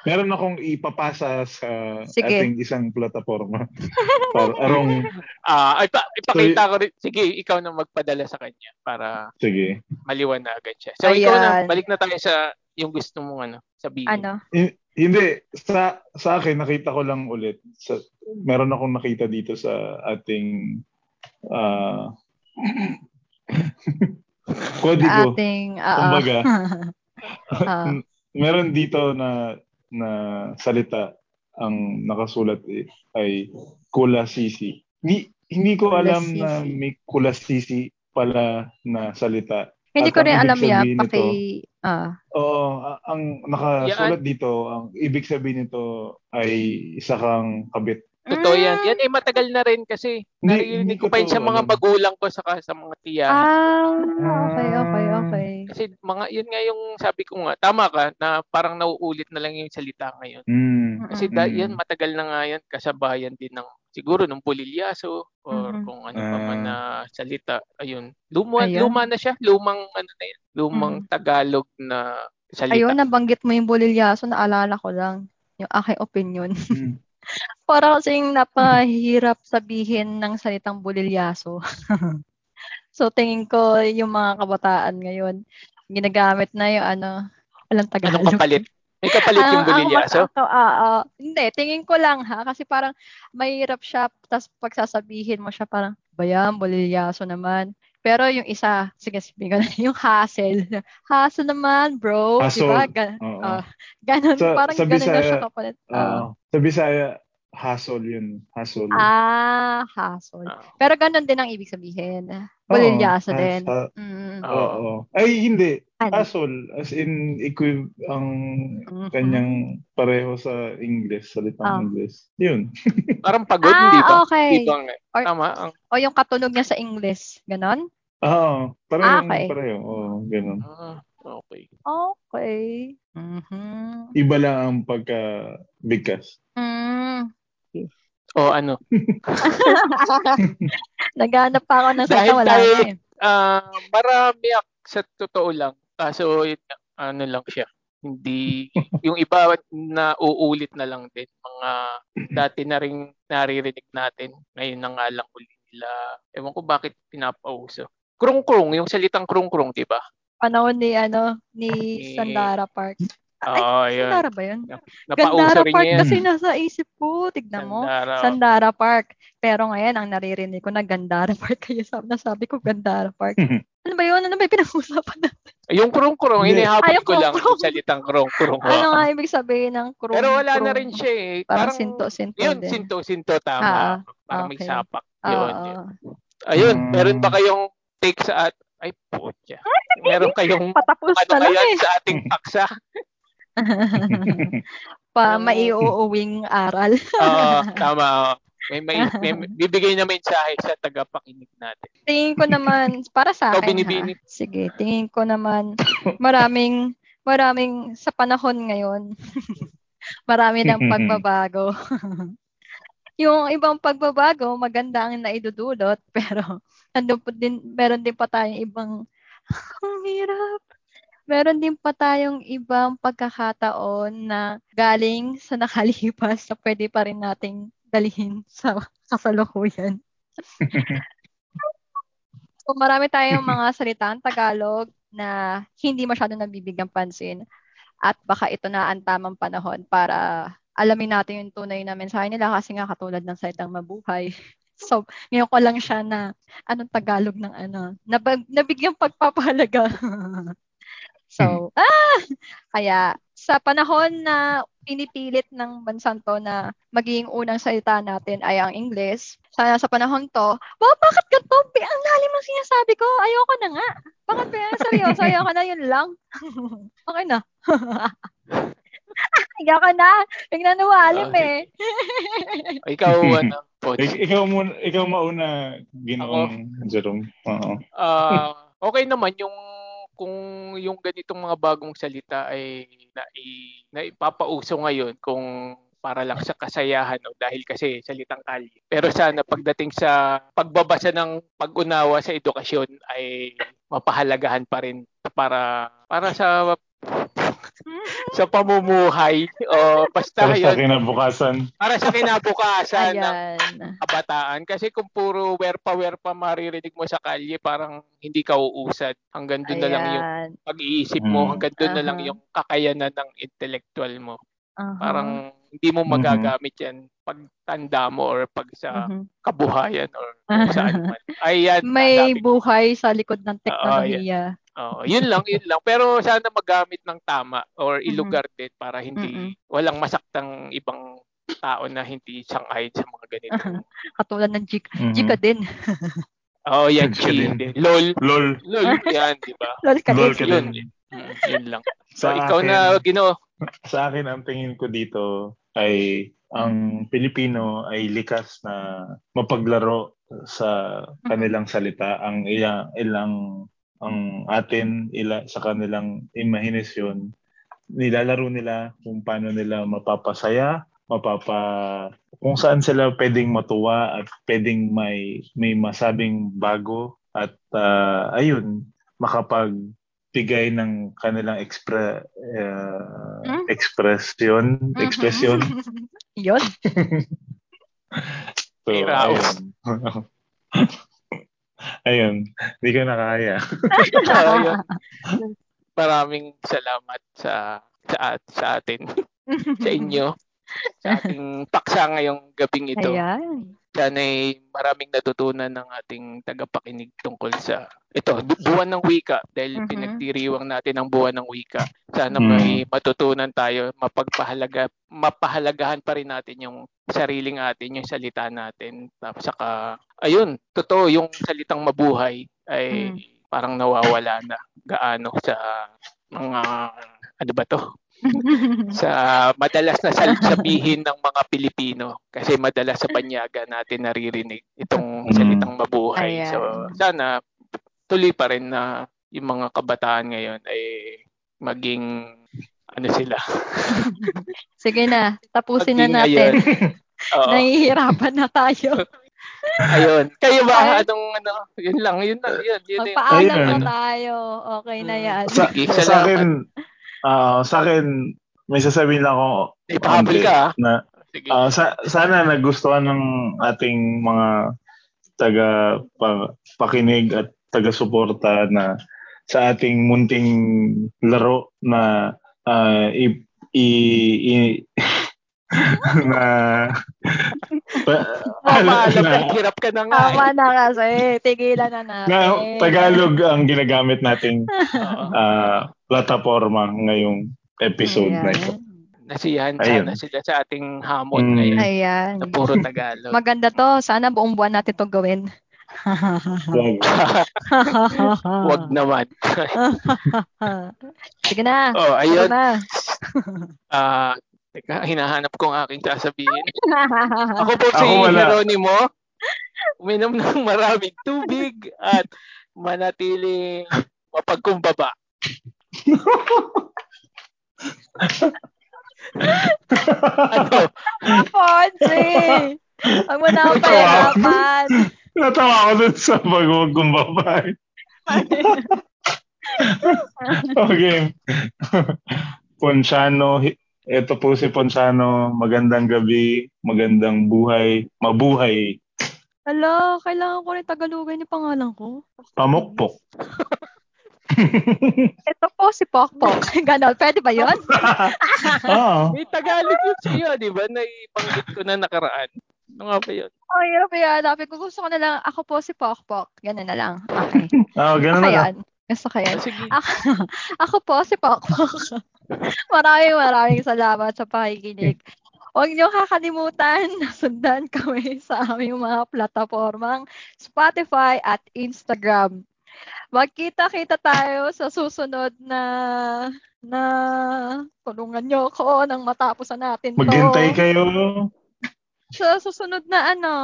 [SPEAKER 1] Meron akong ipapasa sa
[SPEAKER 3] Sige.
[SPEAKER 1] ating isang plataforma. Para, arong,
[SPEAKER 2] Ah, ay, pa, ipakita ko rin. Sige, ikaw na magpadala sa kanya para
[SPEAKER 1] sige.
[SPEAKER 2] maliwanagan siya. So ikaw na,
[SPEAKER 3] Ayan.
[SPEAKER 2] balik na tayo sa yung gusto mong ano, sabihin.
[SPEAKER 3] Ano?
[SPEAKER 1] Hindi, sa, sa akin, nakita ko lang ulit. Sa, meron akong nakita dito sa ating ah kodigo.
[SPEAKER 3] Ating, ah,
[SPEAKER 1] Kumbaga,
[SPEAKER 3] ah,
[SPEAKER 1] n- meron dito na na salita ang nakasulat i- ay kulasisi. Ni, hindi ko alam
[SPEAKER 3] Kulasisi.
[SPEAKER 1] na may kulasisi pala na salita. At
[SPEAKER 3] hindi ko
[SPEAKER 1] ang
[SPEAKER 3] rin
[SPEAKER 1] ibig
[SPEAKER 3] alam yan.
[SPEAKER 1] sabihin nito-
[SPEAKER 3] Paki, ah,
[SPEAKER 1] Oo, a- ang nakasulat dito, ang ibig sabihin nito ay isa kang kabit.
[SPEAKER 2] Totoo yan.
[SPEAKER 3] Mm,
[SPEAKER 2] Yan ay matagal na rin kasi
[SPEAKER 1] Hindi- hindi ano.
[SPEAKER 2] naririnig ko
[SPEAKER 1] ko
[SPEAKER 2] pa yun
[SPEAKER 1] to
[SPEAKER 2] sa mga
[SPEAKER 1] alam.
[SPEAKER 2] magulang ko saka sa mga tiyahin.
[SPEAKER 3] Ah, okay, okay,
[SPEAKER 1] Mm.
[SPEAKER 3] okay.
[SPEAKER 2] Kasi mga yun nga yung sabi ko nga, tama ka na parang nauulit na lang yung salita ngayon.
[SPEAKER 1] Mm.
[SPEAKER 2] Kasi
[SPEAKER 1] Mm.
[SPEAKER 2] da, yan matagal na nga yan kasabayan din ng siguro ng pulilyaso or
[SPEAKER 3] Mhm.
[SPEAKER 2] kung ano pa man
[SPEAKER 1] Ah.
[SPEAKER 2] na salita. Ayun. Luma,
[SPEAKER 3] Ayan.
[SPEAKER 2] luma na siya, lumang ano na yan, lumang Tagalog na salita.
[SPEAKER 3] Ayun, nabanggit mo yung bulilyaso, naalala ko lang yung aking opinion.
[SPEAKER 1] Mm.
[SPEAKER 3] Para
[SPEAKER 2] Mm-hmm.
[SPEAKER 3] kasing napahirap sabihin ng salitang bulilyaso. so, tingin ko yung mga kabataan ngayon, ginagamit na yung ano, walang Tagalog.
[SPEAKER 2] Anong kapalit? May kapalit yung
[SPEAKER 3] Ah, Ang- ang mas-
[SPEAKER 2] bulilyaso.
[SPEAKER 3] ang- ah, ah, hindi, tingin ko lang ha. Kasi parang mahirap siya. Tapos pagsasabihin mo siya parang, bayam, bulilyaso naman. Pero yung isa, sige, sabihin ko na, yung hassle. Hassle naman, bro. Di
[SPEAKER 1] Hassle.
[SPEAKER 3] ba? Gan-
[SPEAKER 1] Oo.
[SPEAKER 3] ah, ganun,
[SPEAKER 1] Sa-
[SPEAKER 3] parang
[SPEAKER 1] sa
[SPEAKER 3] ganun na
[SPEAKER 1] Bisaya,
[SPEAKER 3] siya kapalit. Ah.
[SPEAKER 1] Oo. sa Bisaya, hasol yun. Hasol.
[SPEAKER 3] ah, hassle.
[SPEAKER 2] Mm. Ah.
[SPEAKER 3] Pero ganun din ang ibig sabihin.
[SPEAKER 1] Oo,
[SPEAKER 3] Bulilyaso
[SPEAKER 1] has-
[SPEAKER 3] din.
[SPEAKER 1] ah,
[SPEAKER 3] Mm.
[SPEAKER 2] Ah.
[SPEAKER 1] Oo. Ay, hindi.
[SPEAKER 3] Ano?
[SPEAKER 1] Hasol. As in, equi- ang
[SPEAKER 3] Mhm.
[SPEAKER 1] kanyang pareho sa English,
[SPEAKER 3] Ah.
[SPEAKER 1] salitang English. Yun.
[SPEAKER 2] Parang pagod, di ba? Di
[SPEAKER 3] Ah, okay.
[SPEAKER 2] ba nga?
[SPEAKER 3] Or-
[SPEAKER 2] Tama. Ang,
[SPEAKER 3] O yung katunog niya sa English. Ganon?
[SPEAKER 1] Oo. Pareho,
[SPEAKER 3] Ah, okay.
[SPEAKER 1] pareho. Oo, ganun.
[SPEAKER 2] ah, okay.
[SPEAKER 3] Okay. Mm-hmm.
[SPEAKER 4] Mhm.
[SPEAKER 1] Iba lang ang pagka bigkas.
[SPEAKER 4] Mm.
[SPEAKER 2] O ano,
[SPEAKER 3] Naghanap pa ako ng
[SPEAKER 2] Dahil
[SPEAKER 3] salita, wala
[SPEAKER 2] tayo-
[SPEAKER 3] na eh.
[SPEAKER 2] Ah, marami ak- sa totoo lang. Kaso yun nga, ano lang siya. Hindi yung iba na uulit na lang din mga dati na ring naririnig natin. Ngayon na nga lang uli nila. Ewan ko bakit pinapauso. Krong-krong, yung salitang krong-krong, di ba?
[SPEAKER 3] Panahon ni, ano, ni
[SPEAKER 2] Eh,
[SPEAKER 3] Sandara Park.
[SPEAKER 2] Oo, yun.
[SPEAKER 3] Sandara ba yun?
[SPEAKER 2] Napauso
[SPEAKER 3] Gandara
[SPEAKER 2] rin
[SPEAKER 3] Park
[SPEAKER 2] niya yan.
[SPEAKER 3] kasi nasa isip ko. Tignan mo.
[SPEAKER 2] Sandara.
[SPEAKER 3] Sandara Park. Pero ngayon, ang naririnig ko na Gandara Park. Kaya sabi, nasabi ko Gandara Park. ano ba yun? Ano ba yung pinag-usapan na?
[SPEAKER 2] Yung krong-krong,
[SPEAKER 1] Hindi.
[SPEAKER 2] hinihabol
[SPEAKER 3] Ay, yung
[SPEAKER 2] ko lang
[SPEAKER 3] krong-krong.
[SPEAKER 2] yung salitang krong-krong.
[SPEAKER 3] Ano nga ibig sabihin ng krong
[SPEAKER 2] Pero wala na
[SPEAKER 3] krong?
[SPEAKER 2] rin siya eh.
[SPEAKER 3] Parang
[SPEAKER 2] Parang,
[SPEAKER 3] sinto-sinto
[SPEAKER 2] Yun,
[SPEAKER 3] din.
[SPEAKER 2] sinto-sinto,
[SPEAKER 3] Ah,
[SPEAKER 2] tama. Parang may
[SPEAKER 3] okay.
[SPEAKER 2] sapak.
[SPEAKER 3] Oo,
[SPEAKER 2] Yun,
[SPEAKER 3] oo.
[SPEAKER 2] yun. Ayun,
[SPEAKER 1] Mm.
[SPEAKER 2] meron ba kayong take sa at ay putya. Meron kayong
[SPEAKER 3] Patapos
[SPEAKER 2] ano
[SPEAKER 3] na lang
[SPEAKER 2] kaya
[SPEAKER 3] eh.
[SPEAKER 2] sa ating paksa?
[SPEAKER 3] pa
[SPEAKER 2] Yung-
[SPEAKER 3] maiuuwing aral.
[SPEAKER 2] Oo, tama. oo. May, may, may, bibigay na mensahe sa tagapakinig natin.
[SPEAKER 3] tingin ko naman para sa
[SPEAKER 2] Ikaw,
[SPEAKER 3] akin
[SPEAKER 2] binibini.
[SPEAKER 3] ha. Sige, tingin ko naman maraming maraming sa panahon ngayon. marami ng pagbabago. yung ibang pagbabago, maganda ang naidudulot, pero nandun po din, meron din pa tayong ibang, ang hirap. Meron din pa tayong ibang pagkakataon na galing sa nakalipas na pwede pa rin nating dalhin sa kasalukuyan. So marami tayong mga salitang Tagalog na hindi masyado nabibigyang pansin at baka ito na ang tamang panahon para alamin natin yung tunay na mensahe nila kasi nga katulad ng salitang mabuhay. So, ngayon ko lang siya na anong Tagalog ng ano, nabag, nabigyang pagpapahalaga.
[SPEAKER 2] Hmm.
[SPEAKER 3] so, ah! Kaya, sa panahon na pinipilit ng bansang to na maging unang salita natin ay ang English, sana sa panahon to, wow, bakit ganito? Pi- Ang lalim ng sinasabi ko. Ayoko na nga. Bakit ba yan? Seryoso, ayoko na. Yun lang. okay na. ayoko na.
[SPEAKER 2] Ah,
[SPEAKER 3] Bigla nawalim
[SPEAKER 2] Okay. O,
[SPEAKER 3] eh.
[SPEAKER 2] ikaw, ano,
[SPEAKER 1] Ik-
[SPEAKER 2] coach.
[SPEAKER 1] ikaw muna, ikaw mauna ginoong Jerome. Oo.
[SPEAKER 2] Ah, okay naman yung kung yung ganitong mga bagong salita ay na, naipapauso ngayon kung para lang sa kasayahan no? dahil kasi salitang kalye. Pero sana pagdating sa pagbabasa ng pag-unawa sa edukasyon ay mapahalagahan pa rin para para sa sa pamumuhay o basta
[SPEAKER 1] Para sa
[SPEAKER 2] yun
[SPEAKER 1] kinabukasan.
[SPEAKER 2] para sa kinabukasan ng
[SPEAKER 3] Ayan.
[SPEAKER 2] kabataan kasi kung puro werpa-werpa maririnig mo sa kalye parang hindi ka uusad hanggang doon na lang yung
[SPEAKER 3] Ayan. Uh-huh.
[SPEAKER 2] pag-iisip mo
[SPEAKER 1] Mm.
[SPEAKER 2] hanggang doon na lang
[SPEAKER 3] Aha.
[SPEAKER 2] yung kakayanan ng intellectual mo
[SPEAKER 3] Aha. Uh-huh.
[SPEAKER 2] parang hindi mo
[SPEAKER 1] Mhm.
[SPEAKER 2] magagamit yan pag tanda mo or pag sa
[SPEAKER 3] Mhm.
[SPEAKER 2] kabuhayan or kung saan man ayan
[SPEAKER 3] May
[SPEAKER 2] sabi ko.
[SPEAKER 3] buhay sa likod ng teknolohiya.
[SPEAKER 2] Oo, yun lang yun lang pero sana magamit ng tama or ilugar din para
[SPEAKER 3] Mm-hmm. Mm-mm.
[SPEAKER 2] hindi walang masaktang ibang tao na hindi sangayon sa mga ganito
[SPEAKER 3] Uh-huh. Katulad ng Jika,
[SPEAKER 2] Mm-hmm.
[SPEAKER 1] Mhm.
[SPEAKER 3] Jika din.
[SPEAKER 2] oh yan
[SPEAKER 1] Ka din.
[SPEAKER 2] cheating lol
[SPEAKER 1] Lol.
[SPEAKER 2] lol yan di ba
[SPEAKER 3] Lol ka
[SPEAKER 1] Lol
[SPEAKER 3] din.
[SPEAKER 1] ka
[SPEAKER 2] Yun.
[SPEAKER 1] din.
[SPEAKER 2] Mm, yun lang.
[SPEAKER 1] Sa
[SPEAKER 2] So, ikaw
[SPEAKER 1] akin,
[SPEAKER 2] na, Gino.
[SPEAKER 1] sa akin ang tingin ko dito ay ang Pilipino ay likas na mapaglaro sa kanilang salita ang iya ilang ang atin ila sa kanilang imahinasyon nilalaro nila kung paano nila mapapasaya mapapa kung saan sila pwedeng matuwa at pwedeng may may masabing bago at ah, ayun makapag bigay ng kanilang expre, uh,
[SPEAKER 3] Hmm?
[SPEAKER 1] expression
[SPEAKER 3] Mhm.
[SPEAKER 1] expression
[SPEAKER 3] Yun.
[SPEAKER 1] so
[SPEAKER 2] Ay, raw.
[SPEAKER 1] ayun ayun hindi ko na kaya
[SPEAKER 2] Ayun. Maraming salamat sa sa, at, sa atin, sa inyo, sa ating paksa ngayong gabing ito.
[SPEAKER 3] Ayan.
[SPEAKER 2] Sana'y maraming natutunan ng ating tagapakinig tungkol sa ito, bu- buwan ng wika dahil
[SPEAKER 3] Mhm.
[SPEAKER 2] pinagdiriwang natin ang buwan ng wika. Sana
[SPEAKER 1] Mm.
[SPEAKER 2] may matutunan tayo, mapagpahalaga mapahalagahan pa rin natin yung sariling atin, yung salita natin. Tapos saka ayun, totoo yung salitang mabuhay ay parang nawawala na gaano sa mga ano ba to? sa madalas na sal- sabihin ng mga Pilipino kasi madalas sa banyaga natin naririnig
[SPEAKER 1] Mm.
[SPEAKER 2] itong salitang mabuhay.
[SPEAKER 3] Ayan.
[SPEAKER 2] So sana tuloy pa rin na yung mga kabataan ngayon ay maging ano sila.
[SPEAKER 3] Sige na, tapusin na
[SPEAKER 2] Maging
[SPEAKER 3] natin.
[SPEAKER 2] Oo.
[SPEAKER 3] Nahihirapan na tayo.
[SPEAKER 2] Ayun. Kayo ba?
[SPEAKER 3] Ay.
[SPEAKER 2] Anong ano? Yun lang. Yun lang. Yun, yun, yun.
[SPEAKER 3] Magpaalam
[SPEAKER 1] Ayun. ano?
[SPEAKER 3] na tayo. Okay na
[SPEAKER 2] Mm.
[SPEAKER 3] yan.
[SPEAKER 1] Sa,
[SPEAKER 2] Sige,
[SPEAKER 1] sa
[SPEAKER 2] salamat.
[SPEAKER 1] akin, ah, sa akin, may sasabihin lang ako.
[SPEAKER 2] Ay, pahabol ka, ah.
[SPEAKER 1] Na,
[SPEAKER 2] Sige.
[SPEAKER 1] Ah, sa, sana nagustuhan ng ating mga taga pa, pakinig at taga suporta na sa ating munting laro na ah, i, i, i- na pa-
[SPEAKER 2] Ah, maalam
[SPEAKER 1] na,
[SPEAKER 2] na. Hirap ka na nga. eh.
[SPEAKER 3] Tama na kasi. Tigilan na natin.
[SPEAKER 1] na Tagalog ang ginagamit nating
[SPEAKER 2] Oo.
[SPEAKER 1] ah, plataforma ngayong episode mm. na ito.
[SPEAKER 2] Nasiyahan
[SPEAKER 1] Ayun.
[SPEAKER 2] sana sila sa ating
[SPEAKER 1] Mm.
[SPEAKER 2] hamon na yun.
[SPEAKER 3] Ayan.
[SPEAKER 2] Na
[SPEAKER 3] Ayan.
[SPEAKER 2] puro Tagalog.
[SPEAKER 3] Maganda to. Sana buong buwan natin to gawin.
[SPEAKER 2] Wag
[SPEAKER 3] Ah.
[SPEAKER 2] naman.
[SPEAKER 3] Sige na. Ano
[SPEAKER 2] oh,
[SPEAKER 3] Ayun.
[SPEAKER 2] ayun.
[SPEAKER 3] na.
[SPEAKER 2] Ah, teka, hinahanap ko ang aking sasabihin.
[SPEAKER 3] Ah.
[SPEAKER 2] Ako po si
[SPEAKER 1] Ako wala.
[SPEAKER 2] Geronimo. Uminom ng maraming tubig at manatiling mapagkumbaba. Ano?
[SPEAKER 3] Ponce! Huwag mo na ako
[SPEAKER 2] Ito, ah.
[SPEAKER 3] pahirapan.
[SPEAKER 1] Natawa ako dun sa pagwag kong babae. okay. Ponciano, hi- ito po si Ponciano. Magandang gabi, magandang buhay, mabuhay,
[SPEAKER 3] Hala, kailangan ko rin Tagalogan yung pangalan ko.
[SPEAKER 1] pamukpok.
[SPEAKER 3] Ito po si Pokpok. Ganon, pwede ba yun?
[SPEAKER 1] Oo.
[SPEAKER 2] May Tagalog yun sa iyo, di ba? Naipanggit ko na nakaraan. Ano nga ba yun?
[SPEAKER 3] Oh, hirap yan. Sabi ko, gusto ko na lang, ako po si Pokpok. Ganun na lang. Okay.
[SPEAKER 1] Oo, ah, ganun na
[SPEAKER 3] Gusto ko
[SPEAKER 1] lang.
[SPEAKER 3] yan. Gusto ko yan.
[SPEAKER 2] Ah, sige.
[SPEAKER 3] Ako, ako po si Pokpok. maraming maraming salamat sa pakikinig. Huwag niyo kakalimutan na sundan kami sa aming mga plataformang Spotify at Instagram. Magkita-kita tayo sa susunod na na tulungan niyo ako nang matapos na natin to.
[SPEAKER 1] Maghintay kayo.
[SPEAKER 3] Sa susunod na ano,